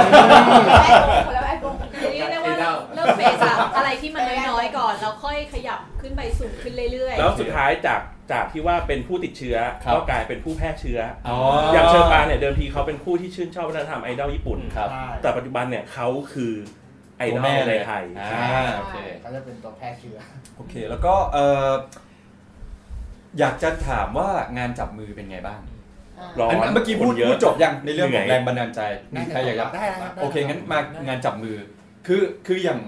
[SPEAKER 5] แล้วไอ้พวก
[SPEAKER 10] เรียกได้ว่าเริ่มเริ่มเฟสจากอะไรที่มันน้อยๆก่อน แล้วค่อยขยับขึ้นไปสูงขึ้นเรื่อยๆ
[SPEAKER 3] แล้วสุดท้ายจากจากที่ว่าเป็นผู้ติดเชื้อก็กลายเป็นผู้แพร่เชื้ออ
[SPEAKER 2] อ
[SPEAKER 3] อ
[SPEAKER 2] อ
[SPEAKER 3] ย่างเชอร์ปางเนี่ยเดิมทีเขาเป็นผู้ที่ชื่นชอบวัฒนธรรมไอดอลญี่ปุ่นครับ แต่ปัจจุบันเนี่ยเขาคือไอดอลในไทย
[SPEAKER 2] อ่าโอเค
[SPEAKER 6] เขาจะเป็นตัวแพร่เชื้อ
[SPEAKER 2] โอเค แล้วก็เอออยากจะถามว่างานจับมือเป็นไงบ้าง
[SPEAKER 3] ร้อน
[SPEAKER 2] อันเมื่อกี้พูด
[SPEAKER 3] คนเยอะ
[SPEAKER 2] พูดจบยังในเรื่อง
[SPEAKER 3] เหนื่
[SPEAKER 2] ข
[SPEAKER 3] อ
[SPEAKER 2] อย งแรงบันดาลใจมีใครอยากจะ
[SPEAKER 4] ได้ครับได้ครับ
[SPEAKER 2] โอเคงั้นมางานจับมือ คือคืออย่าง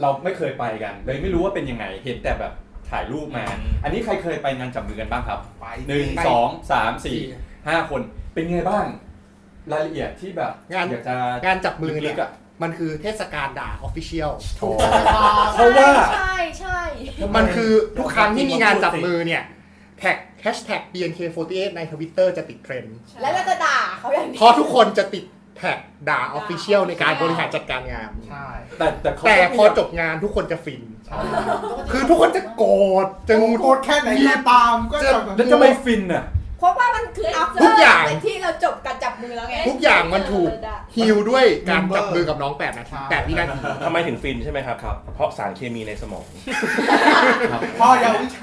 [SPEAKER 2] เราไม่เคยไปกัน เลยไม่รู้ว่าเป็นยังไงเห็นแต่แบบถ่ายรูปมา อันนี้ใครเคยไปงานจับมือกันบ้างครับ
[SPEAKER 6] ไป
[SPEAKER 2] หนึ่ง
[SPEAKER 6] ไป
[SPEAKER 2] สองสามสี่ห้าคนเป็นไงบ้าง รายละเอียดที่แบบ
[SPEAKER 4] งาน
[SPEAKER 2] อยากจะ
[SPEAKER 4] งานจับมือเนี่ย
[SPEAKER 2] ลึกๆอะ
[SPEAKER 4] มันคือเทศกาลด่าออฟฟิเชียล
[SPEAKER 2] เพราะว่า
[SPEAKER 5] ใช่ใช่
[SPEAKER 4] มันคือทุกครั้งที่มีงานจับมือเนี่ยแท็กแฮชแท็ก BNK48 ในทวิตเตอร์จะติดเทรนด์
[SPEAKER 5] แล้วเราจะด่าเขาอย่างนี้
[SPEAKER 4] เพราะทุกคนจะติดแท็กด่าออฟฟิเชียลในการบริหารจัดการงาน
[SPEAKER 6] ใช่
[SPEAKER 2] แต่แต่เขา
[SPEAKER 4] แต่
[SPEAKER 2] ก็
[SPEAKER 4] พอจบงานทุกคนจะฟิน คือทุกคนจะโกรธจะงุด
[SPEAKER 6] โกรธแค่ไหนก็ตามก็จะ
[SPEAKER 2] แล้วทำไมฟินอ่ะ
[SPEAKER 5] เพราะว่ามันคืออัพ
[SPEAKER 4] ทุกอย่าง
[SPEAKER 5] ที่เราจบการจับมือแล้วไง
[SPEAKER 4] ทุกอย่างมันถูกฮิวด้วยการจับมือกับน้องแปดนาทีแปดวินาที
[SPEAKER 3] ทำไมถึงฟินใช่ไหมครับ เพราะสารเคมีในสมอง
[SPEAKER 6] พ่อยาววิชา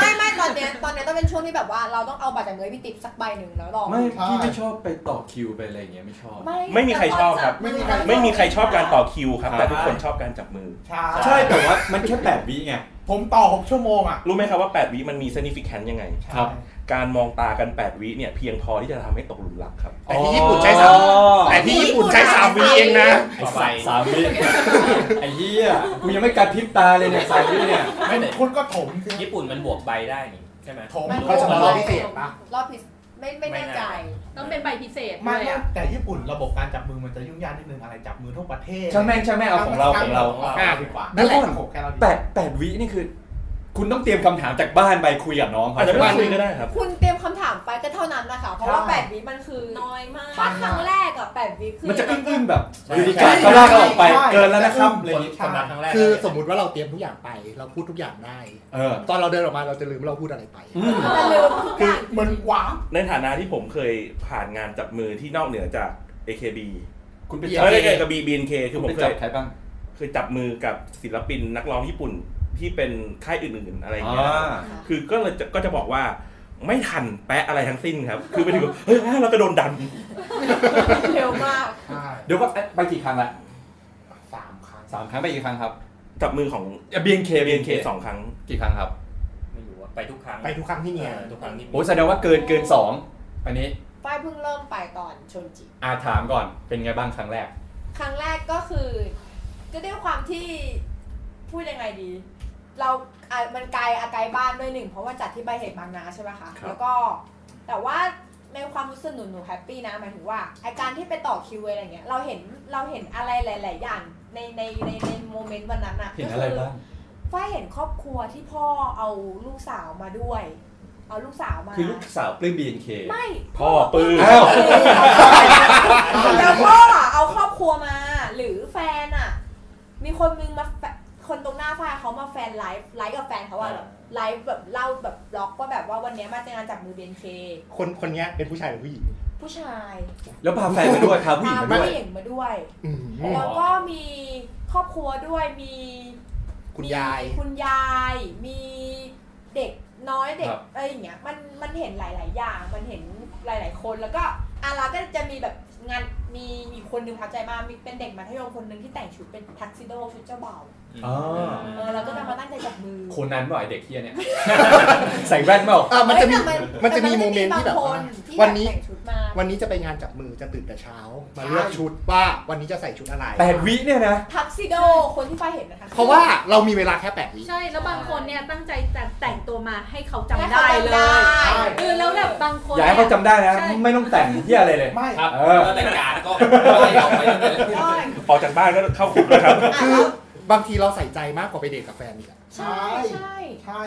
[SPEAKER 5] ไม่ไม่ตอนเนี้ยตอนเนี้ยต้องเป็นช่วงที่แบบว่าเราต้องเอาบัตรจากเงยพี่ติ๊บสักใบหนึ่งแล้วลอง
[SPEAKER 2] ไม่พี่ไม่ชอบไปต่อคิวไปอะไรอย่างเงี้ยไม่ชอบ
[SPEAKER 3] ไม่มีใครชอบครับ
[SPEAKER 5] ไม่มีใคร
[SPEAKER 3] ไม่มีใครชอบการต่อคิวครับ
[SPEAKER 2] ครับ
[SPEAKER 3] แต่ทุกคนชอบการจับมือ
[SPEAKER 6] ใช่
[SPEAKER 2] ใช่แต่ว่ามันแค่แปดวิไง
[SPEAKER 6] ผมต่อ 6 ชั่วโมงอ่ะ
[SPEAKER 3] รู้ไหมครับว่า 8 วิมันมี significant ยังไง
[SPEAKER 2] ครับ
[SPEAKER 3] การมองตากัน 8 วิเนี่ยเพียงพอที่จะทำให้ตกหลุมรักครับ
[SPEAKER 4] แต่ที่ญี่ปุ่นใช้สาม
[SPEAKER 2] อ๋อ
[SPEAKER 4] แต่ที่ญี่ปุ่นใช้สามวิเองนะ
[SPEAKER 2] ไอ้สายสามวิไอ้เหี้ยกูยังไม่กัดพริบตาเลยเนี่ยสามวิเนี่ย
[SPEAKER 6] ไม่คุณก็ถมสิ
[SPEAKER 11] ญี่ปุ่นมันบวกใบได้นี่ใช่ไหม
[SPEAKER 6] ถม
[SPEAKER 5] มัน
[SPEAKER 6] เขาจะมารอบพิเศษปะ
[SPEAKER 5] รอบพิเศษไม่ไม่แน่ใจ
[SPEAKER 10] ต้องเป็นใบพิเศษ
[SPEAKER 6] ไม่
[SPEAKER 10] ด้วย
[SPEAKER 6] ไม่
[SPEAKER 10] อะ
[SPEAKER 6] แต่ญี่ปุ่นระบบการจับมือมันจะยุ่งยากนิดนึงอะไรจับมือทั่วประเทศ
[SPEAKER 2] ช่างแม่งช่างแม่งเอาของเราของเรา
[SPEAKER 6] อ่ะดีกว่า
[SPEAKER 2] นั่นแหละ
[SPEAKER 6] ผมแค่เราดี
[SPEAKER 2] แปดแปดวินี่คือ คุณต้องเตรียมคำถามจากบ้านไปคุยกับน้องเขา
[SPEAKER 3] อาจจะไม่ต้องคุยก็ได้ครับ
[SPEAKER 5] คุณเตรียมคำถามไปก็เท่านั้นนะคะเพราะว่า8วิมันคือ
[SPEAKER 8] น้อยมาก
[SPEAKER 5] ถ้าครั้งแรกอะ8วิคือ
[SPEAKER 2] มันจะ
[SPEAKER 5] เรา
[SPEAKER 2] อึ้งๆแบบอยู่ดีๆก็ลากเราออกไป เกินแล้วนะครับอะไรอย่างงี้
[SPEAKER 6] ใช่
[SPEAKER 4] คือสมมติว่าเราเตรียมทุกอย่างไป เราพูดทุกอย่างได้
[SPEAKER 2] เออ
[SPEAKER 4] ตอนเราเดินออกมาเราจะลืมว่าเราพูดอะไรไป
[SPEAKER 2] อืม
[SPEAKER 5] จะลืมทุกอย่าง
[SPEAKER 6] เหมือนหวาง
[SPEAKER 3] ในฐานะที่ผมเคยผ่านงานจับมือที่นอกเหนือจาก AKB
[SPEAKER 2] คุณไป
[SPEAKER 4] เดี๋
[SPEAKER 2] จั
[SPEAKER 4] ยว
[SPEAKER 2] บ
[SPEAKER 3] ไม่ได้เกี่ยวกับ BNK คือ
[SPEAKER 2] คุ
[SPEAKER 3] ผม
[SPEAKER 2] ณไป
[SPEAKER 3] เค
[SPEAKER 2] จับ
[SPEAKER 3] ย
[SPEAKER 2] ใครบ้าง
[SPEAKER 3] เคยจับมือกับศิลปินนักร้องญี่ปุ่นที่เป็นค่ายอื่นๆอะไรอย่างเงี้ย
[SPEAKER 2] อ่า
[SPEAKER 3] คือก็เลยจะก็จะบอกว่าไม่ทันแปะอะไรทั้งสิ้นครับ คือไปถึงเฮ้ยเราจะโดนดัน
[SPEAKER 5] เร็วมาก
[SPEAKER 6] ใช่
[SPEAKER 2] เดี๋ยวก็ไปกี่ครั้งละ
[SPEAKER 6] สามครั้ง
[SPEAKER 2] สามครั้งไปกี่ครั้งครับ
[SPEAKER 3] จับมือของ
[SPEAKER 2] BNK
[SPEAKER 3] BNK สองครั้ง
[SPEAKER 2] กี่ครั้งครับ
[SPEAKER 11] ไม่รู้อะไปทุกครั้ง
[SPEAKER 4] ไปทุกครั้งที่เนี่ย
[SPEAKER 11] เออทุกครั้งที่มี
[SPEAKER 2] โอ้แสดงว่าเกินเกินสองอันนี้
[SPEAKER 5] ป้ายเพิ่งเริ่มไปตอนชนจิ
[SPEAKER 2] อาถามก่อนเป็นไงบ้างครั้งแรก
[SPEAKER 5] ครั้งแรกก็คือก็ด้วยความที่พูดยังไงดี เราอ่ะมันไกลอาไกลบ้านด้วยหนึ่งเพราะว่าจัดที่ใบเหตุบางนาใช่ไหมคะ
[SPEAKER 2] ครับ
[SPEAKER 5] แล้วก็ แต่ว่าในความรู้สึกหนูหนูแฮปปี้นะหมายถึงว่าไอาการที่ไปต่อคิวอะไรเงี้ยเราเห็นเราเห็นอะไรหลาย ๆ อย่างในในในในโมเมนต์วันนั้นอะ
[SPEAKER 2] เห็นอะไร
[SPEAKER 5] ก็คื
[SPEAKER 2] บ้าง
[SPEAKER 5] ฝ้ายเห็นครอบครัวที่พ่อเอาลูกสาวมาด้วย เอาลูกสาวมา
[SPEAKER 2] คือลูกสาวปลื้ม BNK
[SPEAKER 5] ไม่
[SPEAKER 3] พ่อปื้ม
[SPEAKER 2] อ้าว
[SPEAKER 5] แล้วพ่ออ่ะเอาครอบครัวมา หรือแฟนอ่ะ มีคนนึงมาแฟคนตรงหน้าฝ้ายเขามาแฟนไลฟ์ไลฟ์กับแฟนเขาอ่ะแบบไลฟ์แบบเล่าแบบบล็อกว่าแบบว่าวันเนี้ยมาเจองานจับมือเบนเค
[SPEAKER 4] คนคนเนี้ยเป็นผู้ชายหรือผู้หญิง
[SPEAKER 5] ผู้ชาย
[SPEAKER 2] แล้วพาแฟนมาด้วยพาผู้หญิง
[SPEAKER 5] พา
[SPEAKER 2] มาด้
[SPEAKER 5] ผู้
[SPEAKER 2] วย
[SPEAKER 5] หญิงมาด้วย
[SPEAKER 4] อืม
[SPEAKER 5] แล้วก็มีครอบครัวด้วยมี
[SPEAKER 4] คุณยาย
[SPEAKER 5] มีคุณยาย มีเด็กน้อยเด็ก
[SPEAKER 2] ครับ
[SPEAKER 5] อะไรอย่างเงี้ยมันมันเห็นหลาย ๆ อย่าง มันเห็นหลาย ๆ คนแล้วก็อาราก็จะมีแบบงานมีอีกคนนึงทับใจมากมีเป็นเด็กมัธยมคนนึงที่แต่งชุดเป็นทักซิโดชุดเจ้าบ่าว
[SPEAKER 2] อ๋อ
[SPEAKER 5] เออแล้วก็จะมาตั้งใจจับมือ
[SPEAKER 2] คนนั้นเปล่าไอเด็กเฮียเนี่ย ใส่แว่นเปล่า
[SPEAKER 4] อ่ะมันจะมี
[SPEAKER 5] เอ้ยแต่
[SPEAKER 4] มันจะมีโมเมนต์ที่แบบ
[SPEAKER 5] บางคที่
[SPEAKER 4] ว่านวันนี้
[SPEAKER 5] แบบแต่งชุดมา
[SPEAKER 4] วันนี้จะไปงานจับมือจะตื่นแต่เช้า มาเลือกชุดว่าวันนี้จะใส่ชุดอะไร
[SPEAKER 2] แปดวิเนี่ยนะ
[SPEAKER 5] ทักซิโดคนที่ฝ้ายเห็นนะคะ
[SPEAKER 4] เพราะว่าเรามีเวลาแค่แปดวิ
[SPEAKER 10] ใช่ แล้วบางคนเนี่ยตั้งใจแต่แต่งตัวมาให้เขาจำ
[SPEAKER 5] ให้ขา
[SPEAKER 10] ได้เล
[SPEAKER 5] จำ
[SPEAKER 10] ย
[SPEAKER 5] ได้
[SPEAKER 10] เออแล้วแบบบางคน
[SPEAKER 2] อ
[SPEAKER 10] นี่
[SPEAKER 2] ย่าให้เขาจำได้นะ
[SPEAKER 10] ใช่
[SPEAKER 2] ไม่ต้องแต่งเฮียอะไรเลย
[SPEAKER 6] ไม่
[SPEAKER 2] เออ
[SPEAKER 7] ก็แต่งงานก็
[SPEAKER 3] ออกจากบ้านก็เข้าคุกแล้วครับ
[SPEAKER 4] คือบางทีเราใส่ใจมากกว่าไปเดทกับแฟนอีกอะ
[SPEAKER 6] ใช่ใช่ใช่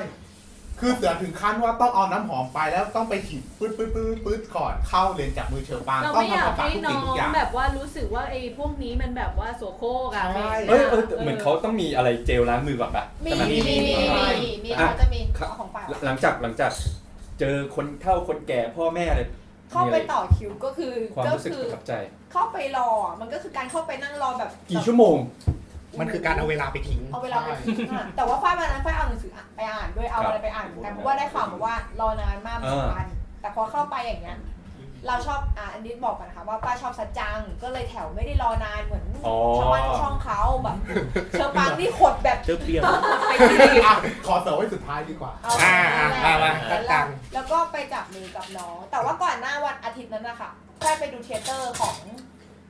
[SPEAKER 6] คือเสือถึงขั้นว่าต้องเอาน้ำหอมไปแล้วต้องไปฉีดปื๊ดปื๊ดปื๊ดปื๊ดก่อนเข้าเรียนจากมือเชอปาง
[SPEAKER 10] เรา
[SPEAKER 6] ต้อง
[SPEAKER 10] ไม่อยาก
[SPEAKER 6] ทำความสะอาด
[SPEAKER 10] ให้
[SPEAKER 6] ทุก
[SPEAKER 10] น้
[SPEAKER 6] สิ่ง
[SPEAKER 10] อ
[SPEAKER 6] ทุกอง ย่าง
[SPEAKER 10] แบบว่ารู้สึกว่าไอ้พวกนี้มันแบบว่าโสโครกอะ
[SPEAKER 6] ใช่
[SPEAKER 10] เป็น
[SPEAKER 2] เอ้ยเอ้ยแต่เหมือนเขาต้องมีอะไรเจลล้างมือแบบปะ
[SPEAKER 5] มี
[SPEAKER 2] ใช่
[SPEAKER 5] มี
[SPEAKER 2] ไห
[SPEAKER 5] มีมีมี
[SPEAKER 2] อ่ะ
[SPEAKER 5] เขาจะมีเอาของฝาก
[SPEAKER 2] หลังจากหลังจากเจอคนเฒ่าคนแก่พ่อแม่อะไร
[SPEAKER 5] เข้าไป
[SPEAKER 2] มีะร
[SPEAKER 5] ต่อคิวก็คือ
[SPEAKER 2] ความ
[SPEAKER 5] ก็
[SPEAKER 2] รู้สึก
[SPEAKER 5] คื
[SPEAKER 2] ป
[SPEAKER 5] อ
[SPEAKER 2] ระทับใจ
[SPEAKER 5] เข้าไปรออ่ะมันก็คือการเข้าไปนั่งรอแบบ
[SPEAKER 2] กี่ชั่วโมง
[SPEAKER 4] มันคือการเอาเวลาไปทิ้ง
[SPEAKER 5] เอาเวลาไปทิ้งอะแต่ว่าฝ้ายวันนั้นฝ้ายเอาหนังสืออ่ะไปอ่านด้วย เอาอะไรไปอ่านเหมือนกันเพราะว่าได้ข่าวมาว่ารอนานมากเหมือนกันแต่พอเข้าไปอย่างเงี้ย เราชอบ อ่ะอันนี้บอกก่อนนะคะว่าป้าชอบสัจจัง ก็เลยแถวไม่ได้รอนานเหมือน
[SPEAKER 3] อ๋อ
[SPEAKER 5] ชาวบ้านช่องเขาแบบ เชอปางนี่ขดแบบ
[SPEAKER 3] เจอเปรี้ยว
[SPEAKER 5] ขดไปเลย
[SPEAKER 6] อ่ะขอเสริมไว้สุดท้ายดีกว่า
[SPEAKER 5] เอา
[SPEAKER 4] อ่า
[SPEAKER 5] แล้
[SPEAKER 4] อ่าว มา
[SPEAKER 5] แล้ว
[SPEAKER 4] จัดการ
[SPEAKER 5] แล้วก็ไปจับมือกับน้อง แต่ว่าก่อนหน้าวันอาทิตย์นั้นนะคะฝ้ายไปดูเทยเตอร์ของ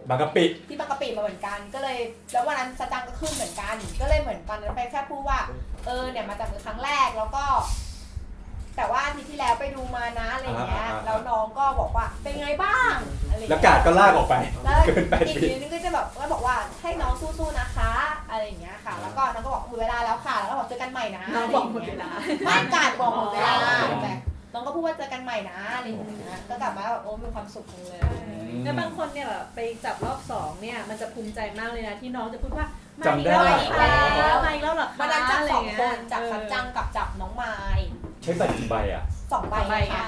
[SPEAKER 2] บางกะปิ
[SPEAKER 5] ที่บางกะปิมาเหมือนกัน ก็เลยแล้ววันนั้นสตังค์ก็ขึ้นเหมือนกัน ก็เลยเหมือนตอนนั้นไปแค่พูดว่า เออเนี่ยมาจากมือครั้งแรกแล้วก็ แต่ว่าอาทีที่แล้วไปดูมานะอะไรเงี้ย
[SPEAKER 2] อ่าอ่าอ่า
[SPEAKER 5] แล้วน้องก็บอกว่าเป็นไงบ้างอะไร
[SPEAKER 2] แล้ว
[SPEAKER 5] เงี้ย
[SPEAKER 2] กาดก็ลากออกไป
[SPEAKER 5] แล้ว
[SPEAKER 2] เกินแปด
[SPEAKER 5] อีก
[SPEAKER 2] ปี
[SPEAKER 5] ทีนึงก็จะแบบก็บอกว่าให้น้องสู้ๆนะคะ อะไรอย่างเงี้ยค่ะ แล้วก็น้องก็บอกหมดเวลาแล้วค่ะ แล้วก็บอกเจอกันใหม่นะ
[SPEAKER 10] น้องบอกหมด
[SPEAKER 5] ะไร
[SPEAKER 10] เว
[SPEAKER 5] ย่างงี้ย
[SPEAKER 10] ลา
[SPEAKER 5] ไม่กาดบอกหมดเวลา
[SPEAKER 10] อ๋อ
[SPEAKER 5] แต่น้องก็พูดว่าเจอกันใหม่นะอะไรอย่างเงี้ยก็กลับมาแบบโอ้มีความสุขจังเลย
[SPEAKER 10] แล้วบางคนเนี่ยแบบไปจับรอบสองเนี่ยมันจะภูมิใจมากเลยนะที่น้องจะพูดว่า
[SPEAKER 2] จำได้
[SPEAKER 10] มาอีกแล้วมาอีกแล้วเหรอ
[SPEAKER 5] วั
[SPEAKER 10] คะ
[SPEAKER 5] นนั้นจับ
[SPEAKER 10] ะไร
[SPEAKER 5] สอง
[SPEAKER 10] เย
[SPEAKER 5] คนจับ
[SPEAKER 10] เออ
[SPEAKER 5] สัจจังกับจับน้องไม้
[SPEAKER 2] ใช้ใส่กี่ใบอ่ะ
[SPEAKER 5] สองใบ
[SPEAKER 10] ใบไ
[SPEAKER 5] นะค่ะ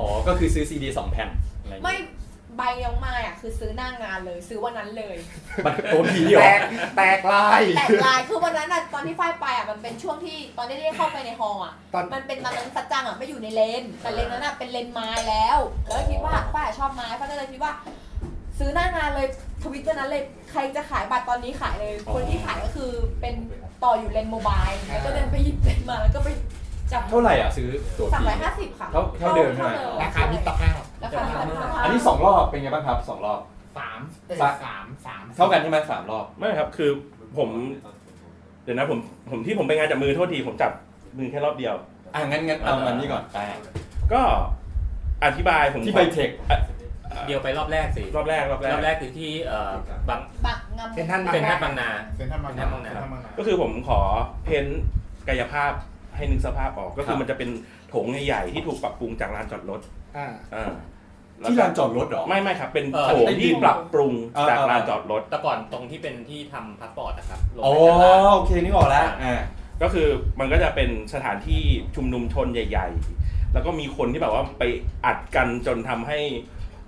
[SPEAKER 2] อ๋อ ก็คือซื้อซีดีสองแผ่นอะไรอย่าง
[SPEAKER 5] ไม่
[SPEAKER 2] เงี้ย
[SPEAKER 5] ใบน้องไม้อ่ะคือซื้อหน้างงานเลยซื้อวันนั้นเลย
[SPEAKER 2] บัตรโอ้ผีเหรอ
[SPEAKER 4] แตกแตกลาย
[SPEAKER 5] แต่ลายคือวันนั้นอ่ะตอนที่ฝ้ายไปอ่ะมันเป็นช่วงที่ตอนที่ได้เข้าไปในฮอลล์อ่ะ
[SPEAKER 4] ตอน
[SPEAKER 5] มันเป็นตอนนั้นสัจจังอ่ะไม่อยู่ในเลนแต่เลนนั้นอ่ะเป็นเลนไม้แล้ว แล้วก็คิดว่าฝ้ายอ่ะชอบไม้ฝ้ายก็เลยคิดว่า ซื้อหน้างานเลยทวิตวันนั้นเลยใครจะขายบัตรตอนนี้ขายเลย คนที่ขายก็คือเป็นต่ออยู่เลนโมบายแล้วก็เดินไปหยิบเลนมาแล้วก็ไปจับ
[SPEAKER 2] เท่าไหร่อ่ะซื้อตั๋ว
[SPEAKER 5] สาม
[SPEAKER 2] ผี
[SPEAKER 5] ร้อยห้าสิบค่ะ
[SPEAKER 2] เท่าเท่าเดิมใช่ไหม
[SPEAKER 4] ราคามิตรภาพ
[SPEAKER 5] ราคามิตรภาพ
[SPEAKER 2] อันนี้สองรอบเป็นไงบ้างครับสองรอบ
[SPEAKER 6] สามเอ้ย
[SPEAKER 2] สาม
[SPEAKER 6] สามสาม
[SPEAKER 2] เท่ากันใช่ไหมสามรอบ
[SPEAKER 3] ไม่ครับคือผมเดี๋ยวนะผมผมที่ผมไปงานจับมือโทษทีผมจับมือแค่รอบเดียว
[SPEAKER 2] อ่ะงั้นงั้นเอามันนี้ก่อนไป
[SPEAKER 3] ก็อธิบายผม
[SPEAKER 2] ที่ไบเทค
[SPEAKER 11] เดียวไปรอบแรกสิ
[SPEAKER 3] รอบแรกรอบแรก
[SPEAKER 11] รอบแรกคือที่เอ่อบาง
[SPEAKER 5] บักงำ
[SPEAKER 4] เป็นท่านมา
[SPEAKER 11] เป็นท่าบางนา
[SPEAKER 6] เซ็นทรัลบางนา
[SPEAKER 11] เซ็นทรัล
[SPEAKER 6] เซ็นทรัลบา
[SPEAKER 11] บาง ง
[SPEAKER 6] นา
[SPEAKER 11] นา
[SPEAKER 3] ก็คือผมขอเพ้นท์กายภาพให้นึกสภาพออกก็คือมันจะเป็นโถงใหญ่ๆที่ถูกปรับปรุงจากลานจอดรถ
[SPEAKER 4] อ่า
[SPEAKER 3] อ่า
[SPEAKER 2] ที่ลานจอดรถเหรอ
[SPEAKER 3] ไม่ไม่ครับ เป็น
[SPEAKER 11] เอ่อ
[SPEAKER 3] โถงที่ปรับปรุงจากลานจอดรถ
[SPEAKER 11] แต่ก่อนตรงที่เป็นที่ทำพาสปอร์ตนะครับลง
[SPEAKER 2] อ๋อ
[SPEAKER 11] ไปชั้นล่าง
[SPEAKER 2] โอเคนึกออกแล้วอ่า
[SPEAKER 3] ก็คือมันก็จะเป็นสถานที่ชุมนุมชนใหญ่ ๆ แล้วก็มีคนที่แบบว่าไปอัดกันจนทำให้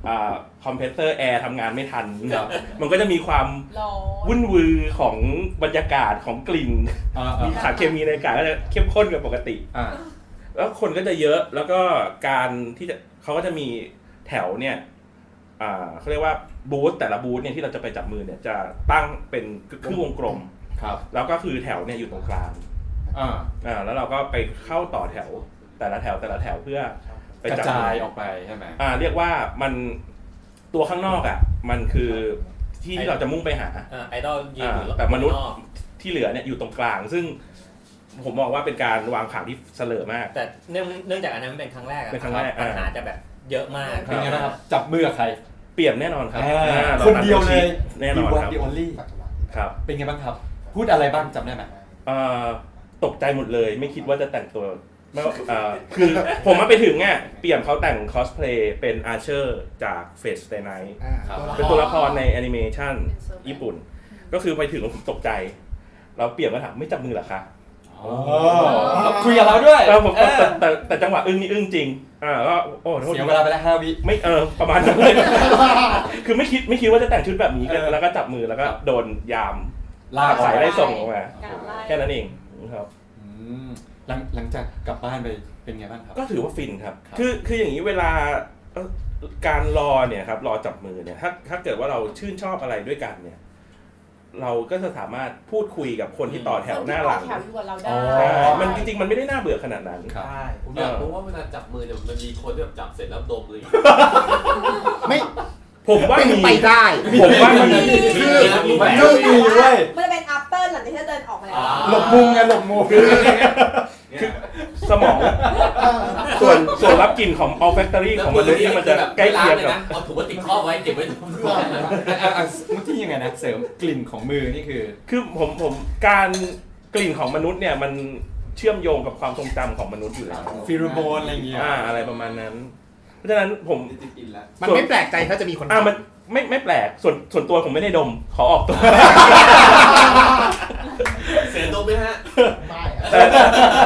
[SPEAKER 3] อ่าคอมเพรสเซอร์แอร์ทำงานไม่ทัน
[SPEAKER 2] ครับ
[SPEAKER 3] มันก็จะมีความ
[SPEAKER 5] ร้อน
[SPEAKER 3] วุ่นวือของบรรยากาศของกลิ่น
[SPEAKER 2] อ่า
[SPEAKER 3] มีสารเคมีในอากาศก็จะเข้มข้นกว่าปกติ
[SPEAKER 2] อ่า
[SPEAKER 3] แล้วคนก็จะเยอะแล้วก็การที่จะเขาก็จะมีแถวเนี่ยอ่าเขาเรียกว่าบูธแต่ละบูธเนี่ยที่เราจะไปจับมือเนี่ยจะตั้งเป็นครึ่งวงกลม
[SPEAKER 2] ครับ
[SPEAKER 3] แล้วก็คือแถวเนี่ยอยู่ตรงกลาง
[SPEAKER 2] อ่า
[SPEAKER 3] อ่าแล้วเราก็ไปเข้าต่อแถวแต่ละแถวแต่ละแถวเพื่อไป
[SPEAKER 2] กระ
[SPEAKER 3] จับ
[SPEAKER 2] จายออกไปใช่ไหม
[SPEAKER 3] อ่าเรียกว่ามันตัวข้างนอกอ่ะมันคือที่ที่เราจะมุ่งไปหา
[SPEAKER 11] เอ่อไอดอลยืน
[SPEAKER 3] อ่า
[SPEAKER 11] อยู่
[SPEAKER 3] แต่มนุษย์
[SPEAKER 11] ข้างอก
[SPEAKER 3] ที่เหลือเนี่ยอยู่ตรงกลาง ซึ่งผมมองว่าเป็นการวางผังที่เสลอมาก
[SPEAKER 11] แต่เนื่องเนื่องจากอันนั้นมันเป็นครั้งแรกอะ
[SPEAKER 3] เป็นครั้งแรก
[SPEAKER 11] ปัญหา
[SPEAKER 3] อ่า
[SPEAKER 11] จะแบบเยอะมาก
[SPEAKER 2] เป็นไงบ้างครับ จับมือกับใคร
[SPEAKER 3] เปรียบแน่นอนครับ
[SPEAKER 2] อ่า
[SPEAKER 3] อ่ารา
[SPEAKER 2] คนเดียวเลย
[SPEAKER 3] แน่นอนค
[SPEAKER 2] The one
[SPEAKER 3] รับ
[SPEAKER 2] the only
[SPEAKER 3] ครับ
[SPEAKER 2] เป็นไงบ้างครับ พูดอะไรบ้างจำได้ไหม
[SPEAKER 3] อ่าตกใจหมดเลย ไม่คิดว่าจะแต่งตัวไม่ว่าอ่าคือผมมาไปถึงอ่ะเปี่ยมเขาแต่งคอสเพลย์เป็นอาเชอร์จากเฟสไนไน
[SPEAKER 4] อ่า
[SPEAKER 2] ครับ
[SPEAKER 4] ตัวละค
[SPEAKER 3] เป็นตัว
[SPEAKER 4] ร
[SPEAKER 3] ละครในแอนิเมชันญี่ปุ่น ก็คือไปถึงผมตกใจ เราเปลี่ยนมาถามไม่จับมือเหรอคะ
[SPEAKER 2] อ๋อคุยกับเราด้วย
[SPEAKER 3] แล้วผม
[SPEAKER 2] เอ
[SPEAKER 3] ก็
[SPEAKER 2] อ
[SPEAKER 3] แต่แต่แต่จังหวะอึ้งนี่อึ้งจริง อ่าก็โอ้โทษ
[SPEAKER 2] เสียเวลาไปแล้วห้าวิ
[SPEAKER 3] ไม่เออประมาณ นั้นเลย คือไม่คิดไม่คิดว่าจะแต่งชุดแบบนี้ก็
[SPEAKER 2] เออ
[SPEAKER 3] แล้วก็จับมือแล้วก็
[SPEAKER 2] ครับ
[SPEAKER 3] โดนยาม
[SPEAKER 2] ลากออก
[SPEAKER 3] สาย
[SPEAKER 2] ไป
[SPEAKER 3] ได้ส่งออกมา
[SPEAKER 10] การไล่
[SPEAKER 3] แค่นั้นเองครับ
[SPEAKER 2] อืมหลังหลังจากกลับบ้านไปเป็นไงบ้างครับ
[SPEAKER 3] ก็ถือว่าฟินครับ
[SPEAKER 2] ครับ
[SPEAKER 3] คือคืออย่างนี้เวลาเอ่อการรอเนี่ยครับรอจับมือเนี่ยถ้าถ้าเกิดว่าเราชื่นชอบอะไรด้วยกันเนี่ย เราก็จะสามารถพูดคุยกับคนที่ต่อแถวหน้าหลัง
[SPEAKER 5] คนที่ต่อแถวอยู่กับเราได้
[SPEAKER 2] อ๋อ
[SPEAKER 3] ใช่มันจริงๆ มันไม่ได้น่าเบื่อขนาดนั้น
[SPEAKER 2] ครับ
[SPEAKER 6] ใช่
[SPEAKER 12] ผมอยากรู้ว่าเวลาจับมือเนี่ยมันมีคนที่แบบจับเสร็จแล้วดมเลย
[SPEAKER 4] ไม่
[SPEAKER 3] ผมว่า
[SPEAKER 4] เป็น
[SPEAKER 3] มี
[SPEAKER 4] ไปได้
[SPEAKER 3] ผมว่ามี
[SPEAKER 2] มี
[SPEAKER 12] คือ
[SPEAKER 2] มี
[SPEAKER 12] มี
[SPEAKER 2] เรื่องดีเว้ย
[SPEAKER 5] มันจะเป็น after หลังจากที่เธอเดินออกมาแล้ว
[SPEAKER 12] อ่า
[SPEAKER 2] หลบมุมไงหลบมุม
[SPEAKER 3] คือส สมอง ส่วนส่วนรับกลิ่นของ all factory ของมนุษย์เนี่ยมันจะใกล้เคียงกับ
[SPEAKER 12] เอาถุงพลาสติกครอบไว้เก็บไว้ถุงมือ
[SPEAKER 2] เมื่อกี้ยังไงนะเสริมกลิ่นของมือนี่คือ
[SPEAKER 3] คือผมผมการกลิ่นของมนุษย์เนี่ยมันเชื่อมโยงกับความทรงจำของมนุษย์อยู่แล้ว
[SPEAKER 2] ฟีโรโมนอะไรอย่างเงี้ย
[SPEAKER 3] อ่าอะไรประมาณนั้น เพราะฉะนั้นผม
[SPEAKER 4] มันไม่แปลกใจถ้าจะมีคน
[SPEAKER 3] อ่ามันไม่ไม่แปลกส่วนส่วนตัวผมไม่ได้ดม ขอออกตัว
[SPEAKER 12] เสือดมไหมฮะ
[SPEAKER 6] ไม่
[SPEAKER 3] แต่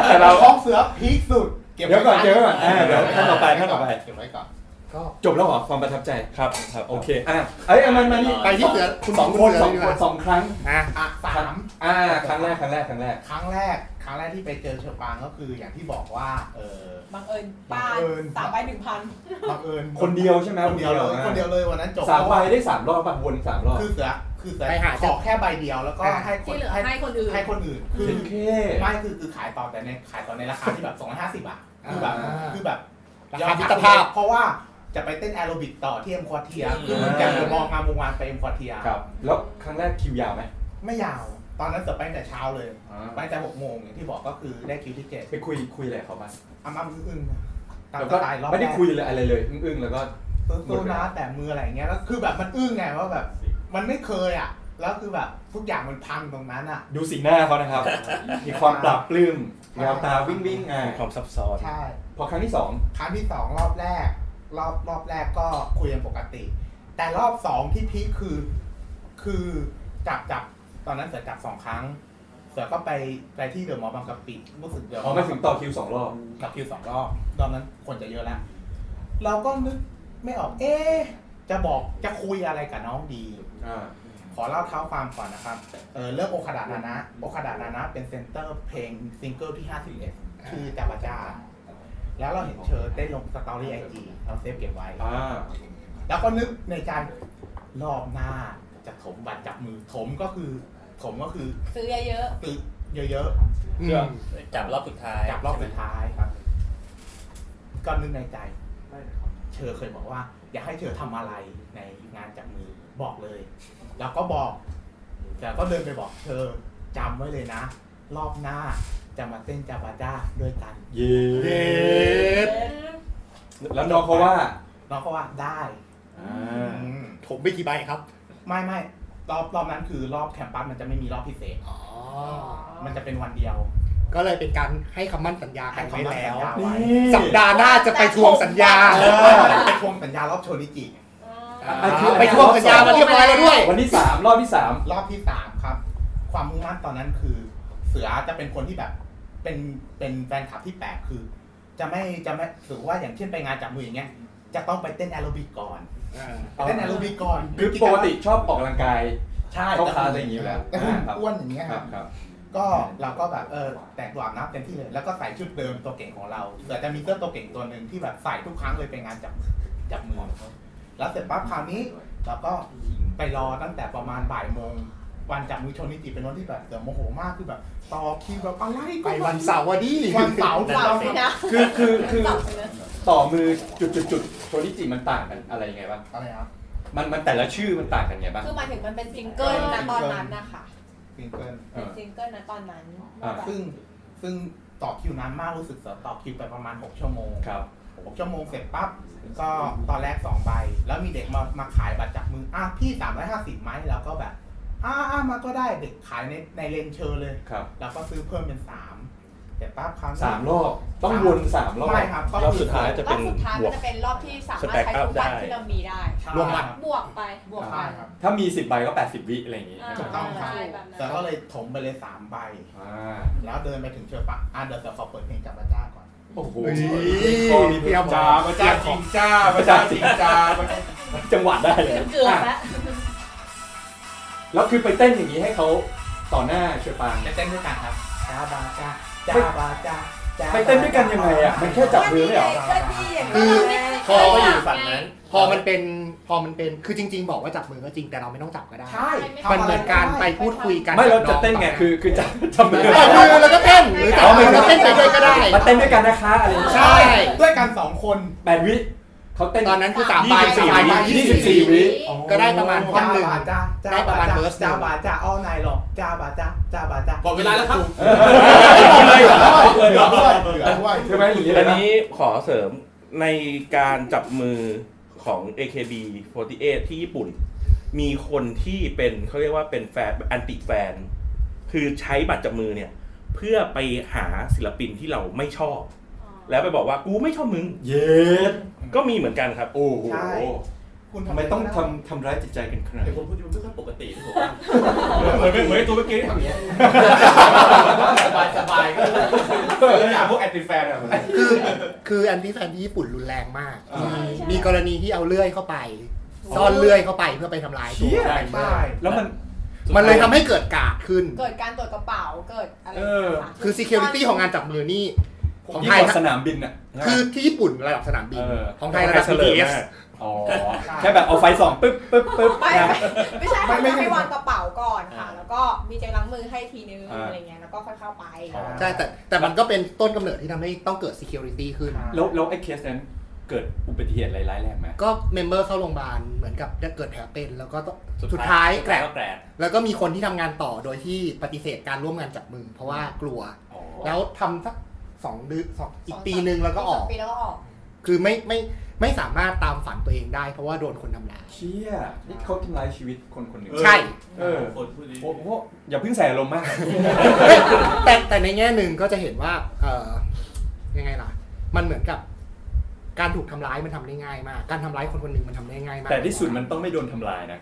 [SPEAKER 3] แต่เรา
[SPEAKER 6] ของเสือพีคสุด
[SPEAKER 2] เดี๋ยวก่อนเดี๋ยวก่อนอ่าเดี๋ยวท่านต่อไปท่านต่อไป
[SPEAKER 6] เก็บไว้ก่อน
[SPEAKER 2] จบแล้วเหรอความประทับใจ
[SPEAKER 3] ครับครับ
[SPEAKER 2] โอเคอ่ะเอ้ยเอามันมานี่
[SPEAKER 6] ไปที่เสือคุณ
[SPEAKER 2] สอง
[SPEAKER 6] คุ
[SPEAKER 2] คน
[SPEAKER 6] ณเสือ
[SPEAKER 2] สอง
[SPEAKER 6] ดีก
[SPEAKER 2] คน
[SPEAKER 6] ว่า
[SPEAKER 2] สองครั้ง
[SPEAKER 4] อ่ะ
[SPEAKER 6] อ่ะสาม
[SPEAKER 2] อ่าครั้งแรกครั้งแรกครั้งแรก
[SPEAKER 6] ครั้งแรก ครั้งแรกที่ไปเจอเชอปางก็คืออย่างที่บอกว่าเออ
[SPEAKER 5] บังเอิญป้า
[SPEAKER 6] บังเอิญ
[SPEAKER 5] สามใบหนึ่งพัน
[SPEAKER 6] บังเอิญ
[SPEAKER 2] คนเดียวใช่ไหม
[SPEAKER 6] คนเดียวเลยคนเดียวเลยวันนั้นจบ
[SPEAKER 2] สาม
[SPEAKER 6] เพระ
[SPEAKER 2] ใบ
[SPEAKER 6] ว่
[SPEAKER 2] ได้สามรอบป่ะวนสามรอบ
[SPEAKER 6] คือเสือคือเสือ
[SPEAKER 2] ไปหา
[SPEAKER 6] ขอแค่ใบเดียวแล้วก็
[SPEAKER 2] อ่า
[SPEAKER 6] ให้ค
[SPEAKER 10] ที่
[SPEAKER 6] น
[SPEAKER 10] เหลือให้คนอื่น
[SPEAKER 6] ให้คนอื่นคือ
[SPEAKER 2] โอเค
[SPEAKER 6] ไม่คือคือขายต่อแต่ในขายต่อในราคาที่แบบ 250 บาทคือแบบ
[SPEAKER 2] อ่า
[SPEAKER 6] คือแบบ
[SPEAKER 4] ราคามิตรภาพ
[SPEAKER 6] เพราะว่าจะไปเต้นแอโรบิกต่อที่เอ็มควอเทียคือมัน
[SPEAKER 2] อ่า
[SPEAKER 6] จากเดอะมองงามวงวานไปเอ็มควอเทีย
[SPEAKER 2] ครับแล้วครั้งแรกคิวยาวไหม
[SPEAKER 6] ไม่ยาว ตอนนั้นเสือไปตั้งแต่เช้าเลยไปตั้งแต่หกโมงอย่างที่บอกก็คือได้คิวที่เจ็ด
[SPEAKER 2] ไปคุยคุยอะไรกับเขาบ้าง
[SPEAKER 6] อ้ำอ้ำอึ้งๆตาม
[SPEAKER 2] แล้ว
[SPEAKER 6] ส
[SPEAKER 2] ก็
[SPEAKER 6] ไตล์รอบ
[SPEAKER 2] ไม่ได้
[SPEAKER 6] แรก
[SPEAKER 2] คุยเลยอะไรเลยอึ้งๆแล้วก็
[SPEAKER 6] เออโซนาแต่มืออะไรอย่างเงี้ยแล้วคือแบบมันอึ้งไงว่าแบบ มันไม่เคยอ่ะ แล้วคือแบบทุกอย่างมันพังตรงนั้นอ่ะ
[SPEAKER 2] ดูสีหน้าเขา นะครับ มีความปรับปลื้มแววตาวิ่งวิ่งๆอ่ะ
[SPEAKER 3] ความซับซ้อน
[SPEAKER 6] ใช่
[SPEAKER 2] พอครั้งที่สอง
[SPEAKER 6] ครั้งที่สองรอบแรก รอบรอบแรกก็คุยกันปกติ แต่รอบสองที่พีคคือ คือจับจับตอนนั้นเสือจับสองครั้ง เสือก็ไปไปที่เดอะมอลล์บางกะปิรู้สึกเดอะ
[SPEAKER 2] อ๋อไม่ถึงต่อคิวสองรอบ
[SPEAKER 6] กับคิวสองรอบตอนนั้นคนจะเยอะแล้ว เราก็นึกไม่ออก เอ๊ะจะบอกจะคุยอะไรกับน้องดี
[SPEAKER 2] อ่า
[SPEAKER 6] ขอเล่าเท้าความก่อนนะครับ เออเรื่องโอคาดานานะ โอคาดานานะ เป็นเซนเตอร์เพลงซิงเกิลที่ 51 ชื่อจาวาจา แล้วเราเห็นเชอได้ลงสตอรี่ไอจีเราเซฟเก็บไว้
[SPEAKER 2] อ่า
[SPEAKER 6] แล้วก็นึกในการรอบหน้าจะถมบัตรจับมือ ถมก็คือ ถมก็คือ
[SPEAKER 5] ซื้อเยอะ
[SPEAKER 6] ตึกเยอะ
[SPEAKER 4] อืม
[SPEAKER 11] จับรอบสุดท้าย
[SPEAKER 6] ๆ จับรอบสุดท้ายครับ ก็นึกในใจ เชอเคยบอกว่า อยากให้เชอทำอะไรในงานจับมือบอกเลย แล้วก็บอก แต่ก็เดินไปบอกเธอจำไว้เลยนะ รอบหน้าจะมาเต้นจาบาด้าด้วยกัน
[SPEAKER 2] เย้แล้วน้องเขาว่า
[SPEAKER 6] น้องก็ว่าได้
[SPEAKER 2] อ่า
[SPEAKER 6] อืม
[SPEAKER 4] ผมไม่กี่ใบครับ
[SPEAKER 6] ไม่ไม่รอบรอบนั้นคือรอบแคมปัสมันจะไม่มีรอบพิเศษ มันจะเป็นวันเดียว
[SPEAKER 4] ก็เลยเป็นการให้คำมั่นสัญญากันไว้แล้ว
[SPEAKER 6] ให้คำมั่นสัญญาไว้
[SPEAKER 4] สัปดาห์หน้าจะไปทวงสัญญา
[SPEAKER 6] เออไปทวงสัญญารอบโชนิจิ
[SPEAKER 4] ไปทวงสัญญามาเรียบร้อยแล้วด้วย
[SPEAKER 2] วันที่สามรอบที่สาม
[SPEAKER 6] รอบที่สามครับ ความมุ่งมั่นตอนนั้นคือ เสือจะเป็นคนที่แบบ เป็นเป็นแฟนคลับที่แปลกคือ จะไม่จะไม่ถือว่าอย่างเช่นไปงานจับมืออย่างเงี้ยจะต้องไปเต้นแอโรบิกก่อน ไปเต้นแอโรบิกก่อน
[SPEAKER 2] คือปกติชอบออกกำลังกาย
[SPEAKER 6] ใช่
[SPEAKER 2] เข้าคลาสอะไรอย่างงี้อยู่แล้ว
[SPEAKER 6] ต่คุณ
[SPEAKER 2] ครับ
[SPEAKER 6] อ้วนอย่างเงี้ย
[SPEAKER 2] ค
[SPEAKER 6] ค
[SPEAKER 2] รั
[SPEAKER 6] รั
[SPEAKER 2] บบ ครับ
[SPEAKER 6] ก็เราก็แบบเออแต่งตัวอาบน้ำเต็มที่เลยแล้วก็ใส่ชุดเดิมตัวเก่งของเราเดี๋ยวจะมีเสื้อตัวเก่งตัวหนึ่งที่แบบใส่ทุกครั้งเลยไปงานจับจับมือแล้วเสร็จปั๊บคราวนี้เราก็ไปรอตั้งแต่ประมาณบ่ายโมงวันจับมือชนนิติเป็นวันที่แบบเดี๋ยวโมโหมากคือแบบต่อคิวแบบอะไรก็
[SPEAKER 4] ไปวันเสาร์วะดิ
[SPEAKER 6] วันเสาร์เรา
[SPEAKER 5] ๆนี่นะ
[SPEAKER 2] คือคือคือ
[SPEAKER 5] จับไปเลย
[SPEAKER 2] ต่อมือจุดจุดจุดโชนิจิมันต่างกันอะไรยังไงบ้าง
[SPEAKER 6] อะไรครับ
[SPEAKER 2] มันมันแต่ละชื่อมันต่างกันไงบ้าง
[SPEAKER 5] คือหมายถึงมันเป็นซิงเกิลนะตอนนั้นนะคะ
[SPEAKER 6] ซิงเกิล
[SPEAKER 2] เอ
[SPEAKER 5] เป็น
[SPEAKER 2] อ
[SPEAKER 5] ซิงเกิลนะตอนนั้น
[SPEAKER 2] อ่า
[SPEAKER 6] ซึ่งซึ่งต่อคิวนานมากรู้สึกเสียต่อคิวไปประมาณหกชั่วโมง
[SPEAKER 2] ครับ
[SPEAKER 6] หกชั่วโมงเสร็จปั๊บก็ตอนแรกสองใบ แล้วมีเด็กมามาขายบัตรจับมืออ่ะพี่สามร้อยห้าสิบไหมแล้วก็แบบอ่าอ่ามาก็ได้เด็กขายในในเลนเชอร์เลย
[SPEAKER 2] ครับ
[SPEAKER 6] แล้วก็ซื้อเพิ่มเป็นสามเสร็จปั๊บครั้ง
[SPEAKER 2] สามรอบต้องวนสามรอบ
[SPEAKER 6] ไม่ครับก็
[SPEAKER 3] รอบ
[SPEAKER 6] คือ
[SPEAKER 3] สุดท้ายจะ
[SPEAKER 5] รอ
[SPEAKER 3] เป็
[SPEAKER 5] บ
[SPEAKER 3] น
[SPEAKER 5] สุดท้าย
[SPEAKER 3] บ
[SPEAKER 5] มั
[SPEAKER 3] วน ก
[SPEAKER 5] จะเป็นรอบที่สามารถ
[SPEAKER 3] Stack
[SPEAKER 5] ใช้ทุก
[SPEAKER 3] up
[SPEAKER 5] บัตร
[SPEAKER 3] ได้
[SPEAKER 5] ที่เรามีได้
[SPEAKER 6] ใช่
[SPEAKER 4] รวมบัตร
[SPEAKER 5] บวกไปบวกไป
[SPEAKER 6] ใช่ครับ
[SPEAKER 2] ถ้ามีสิบใบก็แปดสิบวิอะไรอย่างงี้
[SPEAKER 10] อ่า
[SPEAKER 6] ถูกต้องครับ
[SPEAKER 5] ใช่แบบนั้น
[SPEAKER 6] แต่ก็เลยถมไปเลยสามใบ
[SPEAKER 2] อ่า
[SPEAKER 6] แล้วเดินไปถึงเชอร์ปั๊บอ่ะเดี๋ยวจะขอเปิดเพลงจับบัตรจ้าก่อน
[SPEAKER 2] โอ้โห
[SPEAKER 4] เฮ้ย
[SPEAKER 2] พอมีเพลงจ้าประจ้าจริงจ้าประจ้าจริงจ้าจังหวะได้เลย
[SPEAKER 10] เกือบ
[SPEAKER 2] อ่ะ
[SPEAKER 10] แล้ว
[SPEAKER 2] แล้วคือไปเต้นอย่างนี้ให้เขาต่อหน้าเชอปาง
[SPEAKER 6] ไปเต้นด้วยกันครับจ้าบาจ้าจ้าบาจ้าจ้า
[SPEAKER 2] ไปเต้นด้วยกันยังไงอ่ะมันแค่จับมือไม่เหรอ
[SPEAKER 5] ก็นี่อย่าง
[SPEAKER 4] คื
[SPEAKER 5] นี้
[SPEAKER 4] อ
[SPEAKER 5] แหละ
[SPEAKER 4] พอ
[SPEAKER 11] เราก็
[SPEAKER 4] อ
[SPEAKER 11] อยู่ ยู่ฝั่งนั้น
[SPEAKER 4] พอมันเป็นพอมันเป็นคือจริง ๆ บอกว่าจับมือก็จริงแต่เราไม่ต้องจับก็ได้
[SPEAKER 6] ใช่
[SPEAKER 4] มันเหมือนการไปพูดคุยกัน
[SPEAKER 2] ไม่เรา
[SPEAKER 4] กั
[SPEAKER 2] จะ
[SPEAKER 4] บอง
[SPEAKER 2] เต้นไงคือคือจับจับมือ
[SPEAKER 4] จับมือแล้วก็เต้นหรือจับ
[SPEAKER 2] อ๋อห
[SPEAKER 4] มื
[SPEAKER 2] มา
[SPEAKER 4] อย
[SPEAKER 2] ถึง
[SPEAKER 4] แล้วเต้นไปด้วยก็ได้
[SPEAKER 2] มาเต้นด้วยกันนะคะอะไรอย่างเงี้ย
[SPEAKER 4] ใช่
[SPEAKER 6] ด้วยกันสองคน
[SPEAKER 2] แปดวิ เขาเต้น
[SPEAKER 4] ตอนนั้นคือสามใบ
[SPEAKER 2] 24
[SPEAKER 4] สามใบ
[SPEAKER 2] วิ24วิ
[SPEAKER 4] ก็ได้ประมาณท่อนหนึ่ง
[SPEAKER 6] จ้าจ้า
[SPEAKER 4] ได้ประมาณ
[SPEAKER 6] จ้
[SPEAKER 4] เวิร์สหนึ่ง
[SPEAKER 6] จ้าบาจ้าอ้อนายหรอกจ้าบาจ้าจ้าบาจ้า
[SPEAKER 12] หมดเวลาแล้วครับ
[SPEAKER 6] เลยเหรอ
[SPEAKER 3] ใช่ไหมอันนี้ขอเสริมในการจับมือของ AKB48 ที่ญี่ปุ่น มีคนที่เป็นเขาเรียกว่าเป็นแฟนอันติแฟน คือใช้บัตรจับมือเนี่ย เพื่อไปหาศิลปินที่เราไม่ชอบ แล้วไปบอกว่ากูไม่ชอบมึง
[SPEAKER 2] เยส
[SPEAKER 3] ก็มีเหมือนกันครับ
[SPEAKER 2] โอ้โห
[SPEAKER 6] ใช่
[SPEAKER 2] ทำไมต้องทำทำร้ายจิตใจกันขนาด
[SPEAKER 12] เดี๋ยวผม
[SPEAKER 2] นี้
[SPEAKER 12] พูดอยู่ไม่ค่อยปกตินะผม
[SPEAKER 2] เหมือนเหมือนตัวเมื่อกี้ที่ทำอย่างนี้
[SPEAKER 12] สบายสบายก็
[SPEAKER 7] อยากพวกแอนติแฟนอะ
[SPEAKER 4] คือคืออันที่แฟนที่ญี่ปุ่นรุนแรงมาก
[SPEAKER 7] อ่า
[SPEAKER 4] มีกรณีที่เอาเลื่อยเข้าไป ซ่อนเลื่อยเข้าไปเพื่อไปทำลายตัว
[SPEAKER 2] เชี่ย
[SPEAKER 4] แฟนเลื่อย
[SPEAKER 2] แล้วมัน
[SPEAKER 4] มันเลยทำให้เกิดกาดขึ้น
[SPEAKER 5] เกิดการตรวจกระเป๋าเกิดอะไร
[SPEAKER 2] เออ
[SPEAKER 5] ต่างๆ
[SPEAKER 4] คือ security ของงานจับมือนี่ ของ
[SPEAKER 2] ยิ่ง
[SPEAKER 4] ไทย
[SPEAKER 2] กว่าสนามบินอ่ะ
[SPEAKER 4] คือที่ญี่ปุ่นระดับสนามบิน
[SPEAKER 2] เออ
[SPEAKER 4] ของไทยระดับ
[SPEAKER 3] ของไทยเสลอ
[SPEAKER 4] BTS
[SPEAKER 3] มาก
[SPEAKER 2] อ๋อแค่แบบเอาไฟส่องปึ๊บปึ๊บปึ๊บ
[SPEAKER 5] ไม่
[SPEAKER 2] นะ
[SPEAKER 5] ไม่ไม่ใช่
[SPEAKER 2] ไม่
[SPEAKER 5] ค่ะจะ
[SPEAKER 2] ไม่ไม่
[SPEAKER 5] ให้วางกระเป๋าก่อนค่ะ
[SPEAKER 2] อ่า
[SPEAKER 5] แล้วก็มีเจลล้างมือให้ทีนึง
[SPEAKER 2] อ่า
[SPEAKER 5] อะไรเงี้ยแล้วก็ค่อยเข้าไป
[SPEAKER 4] ใช่แต่แต่มันก็เป็นต้นกำเนิดที่ทำให้ต้องเกิด security ขึ้น
[SPEAKER 2] แล้วแล้วไอ้เคสนั้นเกิดอุบัติเหตุอะไรร้ายแรงไหม
[SPEAKER 4] ก็เมมเบอร์เข้าโรงพยาบาลเหมือนกับได้เกิดแผลเป็น แล้วก็ต้องสุดท้ายแกร
[SPEAKER 11] ก็แกร
[SPEAKER 4] ก
[SPEAKER 11] ก
[SPEAKER 4] แล้วก็มีคนที่ทำงานต่อโดยที่ปฏิเสธการร่วมงานจับมือ เพราะว่ากลัว แล้วทำสักสองเดือนสองอีกปีหนึ่งแล้วก็ออก
[SPEAKER 5] ปีแล้วก็ออก
[SPEAKER 4] คือไม่ไม่ไม่สามารถตามฝันตัวเองได้ เพราะว่าโดนคนทำร้าย
[SPEAKER 2] เชี่ยนี่เขาทำลายชีวิตคนคนหนึ่ง
[SPEAKER 4] ใช่
[SPEAKER 2] เออ
[SPEAKER 12] คนพูดดี
[SPEAKER 2] โอ้โหอย่าเพิ่งใส่อารมณ์มาก
[SPEAKER 4] แต่แต่ในแง่หนึ่งก็จะเห็นว่าเออยังไงล่ะ มันเหมือนกับ การถูกทำร้ายมันทำได้ง่ายมาก การทำร้ายคนคนหนึ่งมันทำได้ง่ายมาก
[SPEAKER 2] แต่ที่สุดมันต้องไม่โดนทำลายนะ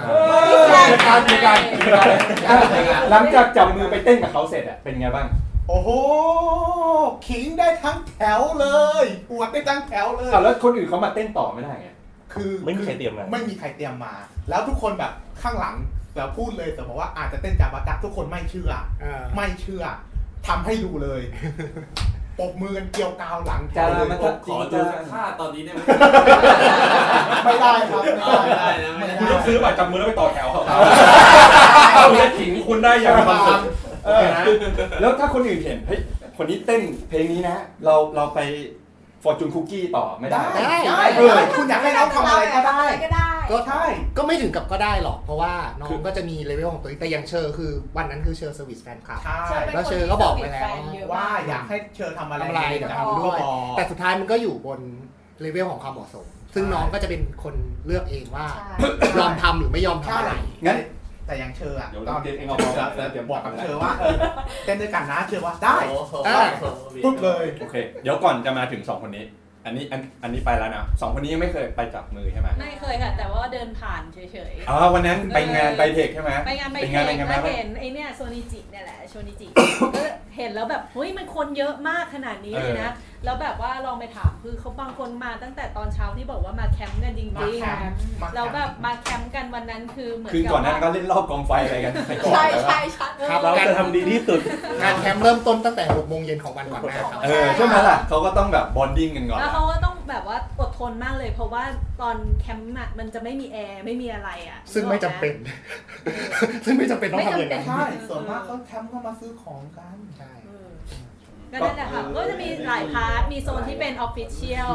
[SPEAKER 4] อ่า
[SPEAKER 2] การการหลังจากจับมือไปเต้นกับเขาเสร็จอะเป็นไงบ้าง
[SPEAKER 6] โอ้โหขิงได้ทั้งแถวเลยปวดได้ทั้งแถวเลย
[SPEAKER 2] อ้าวแล้วคนอื่นเขามาเต้นต่อไม่ได้ไง
[SPEAKER 6] คือ
[SPEAKER 3] ไม่มีใครเตรียมมา
[SPEAKER 6] ไม่มีใครเตรียมมา แล้วทุกคนแบบข้างหลังแบบพูดเลยแต่บอกว่าอาจจะเต้นจาบาตักทุกคนไม่เชื่อ
[SPEAKER 4] อ่า
[SPEAKER 6] ไม่เชื่อทำให้ดูเลยปกมือกันเกลี่ยวกาวหลังแถวเลย
[SPEAKER 2] จ้ามา
[SPEAKER 6] ป
[SPEAKER 2] จ้า
[SPEAKER 6] ก
[SPEAKER 12] ขอดูสักค่าตอนนี้ได้ไหม
[SPEAKER 6] ไม่ได้ครับไม่ได้
[SPEAKER 12] ได้นะไม่ได้
[SPEAKER 2] คุณต้องซื้อบัตรจับมือแล้วไปต่อแถวเขา
[SPEAKER 3] เอาและขิงคุณได้อย่างความสุข
[SPEAKER 2] เออแล้วถ้าคนอื่นเห็นเฮ้ยคนนี้เต้นเพลงนี้นะ เราเราไปฟอร์จูนคุกกี้ต่อไม่ได้
[SPEAKER 6] ได้
[SPEAKER 4] ได้
[SPEAKER 6] ได้เออคุณอยากให้น้องทำอะไรก็ได้
[SPEAKER 5] ก็ได้
[SPEAKER 4] ก็
[SPEAKER 6] ใช่
[SPEAKER 4] ก็ไม่ถึงกับก็ได้หรอก เพราะว่าน้องก็จะมีเลเวลของตัวเองแต่อยังเชอร์คือวันนั้นคือเชอร์เซอร์วิสแฟนคลับ
[SPEAKER 6] ใช่
[SPEAKER 5] ใช่
[SPEAKER 4] แล้วเชอร์ก็บอกไปแล้ว
[SPEAKER 6] ว่าอยากให้เชิญทำอะไร
[SPEAKER 4] ทำลายเดี๋ยว
[SPEAKER 6] จะ
[SPEAKER 4] ทำด้วย
[SPEAKER 6] ก็บอก
[SPEAKER 4] แต่สุดท้ายมันก็อยู่บนเลเวลของความเหมาะสม ซึ่งน้องก็จะเป็นคนเลือกเองว่า
[SPEAKER 6] ช่
[SPEAKER 4] ยอมทำหรือไม่ยอมทำ
[SPEAKER 6] ใช่
[SPEAKER 4] อะไร
[SPEAKER 2] งั้น
[SPEAKER 6] แต่ยังเชิญอะ
[SPEAKER 2] เดี๋ยว
[SPEAKER 6] ตอน
[SPEAKER 2] เดี๋ยวเองเอามาบอกนะเดี๋ยวบอกกันนะ
[SPEAKER 6] เชิญว่าเออเต้นด้วยกันนะเชิญว่าได้
[SPEAKER 12] โอ้โห
[SPEAKER 4] อ่ะ
[SPEAKER 6] ปุ๊บเลย
[SPEAKER 2] โอเค เดี๋ยวก่อนจะมาถึงสองคนนี้ อันนี้อันอันนี้ไปแล้วนะสองคนนี้ยังไม่เคยไปจับมือใช่ไหม
[SPEAKER 10] ไม่เคยค่ะ แต่ว่าเดินผ่านเฉย
[SPEAKER 2] อ๋อวันนั้นไปงาน
[SPEAKER 10] เออ
[SPEAKER 2] ไปเทคใช่ไหม
[SPEAKER 10] ๆ ไปงานไป
[SPEAKER 2] เป็น
[SPEAKER 10] เท
[SPEAKER 2] งาน
[SPEAKER 10] ค
[SPEAKER 2] เป็นไง
[SPEAKER 10] แล้ว
[SPEAKER 2] บ้าง
[SPEAKER 10] เห็นไอเนี่ยโซนิจิเนี่ยแหละโซนิจิ ก็เห็นแล้วแบบเฮ้ยมันคนเยอะมากขนาดนี้เลยนะ แล้วแบบว่าลองไปถามคือเขาบางคนมาตั้งแต่ตอนเช้าที่บอกว่ามาแคมป์กันจริง
[SPEAKER 6] มาแคมป์
[SPEAKER 10] ๆ
[SPEAKER 6] มาคมป์
[SPEAKER 10] แล้วแบบมาแคมป์กันวันนั้นคือเหมือน
[SPEAKER 2] คืน
[SPEAKER 10] กับ
[SPEAKER 2] ก่อนหนั้า
[SPEAKER 10] ว่า
[SPEAKER 2] นก็เล่นรอบกองไฟอะไรกันไปก่อน
[SPEAKER 5] ใช่
[SPEAKER 2] แล้ว
[SPEAKER 5] ใช่ใช่
[SPEAKER 4] ครับ
[SPEAKER 3] เราจะทำดีที่สุด
[SPEAKER 4] งานแคมป์เริ่มต้นตั้งแต่6โมงเย็นของวันก่อนหน้าครับ
[SPEAKER 2] เออใช่ไหมล่ะเขาก็ต้องแบบบอนดิ้งกันก่อน
[SPEAKER 10] แล้ว
[SPEAKER 2] อะ
[SPEAKER 10] เขาก็ต้องแบบว่าอดทนมากเลย เพราะว่าตอนแคมป์อะมันจะไม่มีแอร์ไม่มีอะไรอ่ะ
[SPEAKER 4] ซึ่งไม่จำเป็น ซึ่งไม่จำเป็นต้องทำอย่างนั้น
[SPEAKER 6] ใช่ส่วนมากเขาแคมป์ก็มาซื้อของกัน
[SPEAKER 4] ใช่
[SPEAKER 10] เออก็นั่นแหละค่ะ ก็จะมีหลายพาร์ท มีโซนที่เป็นออฟฟิเชียล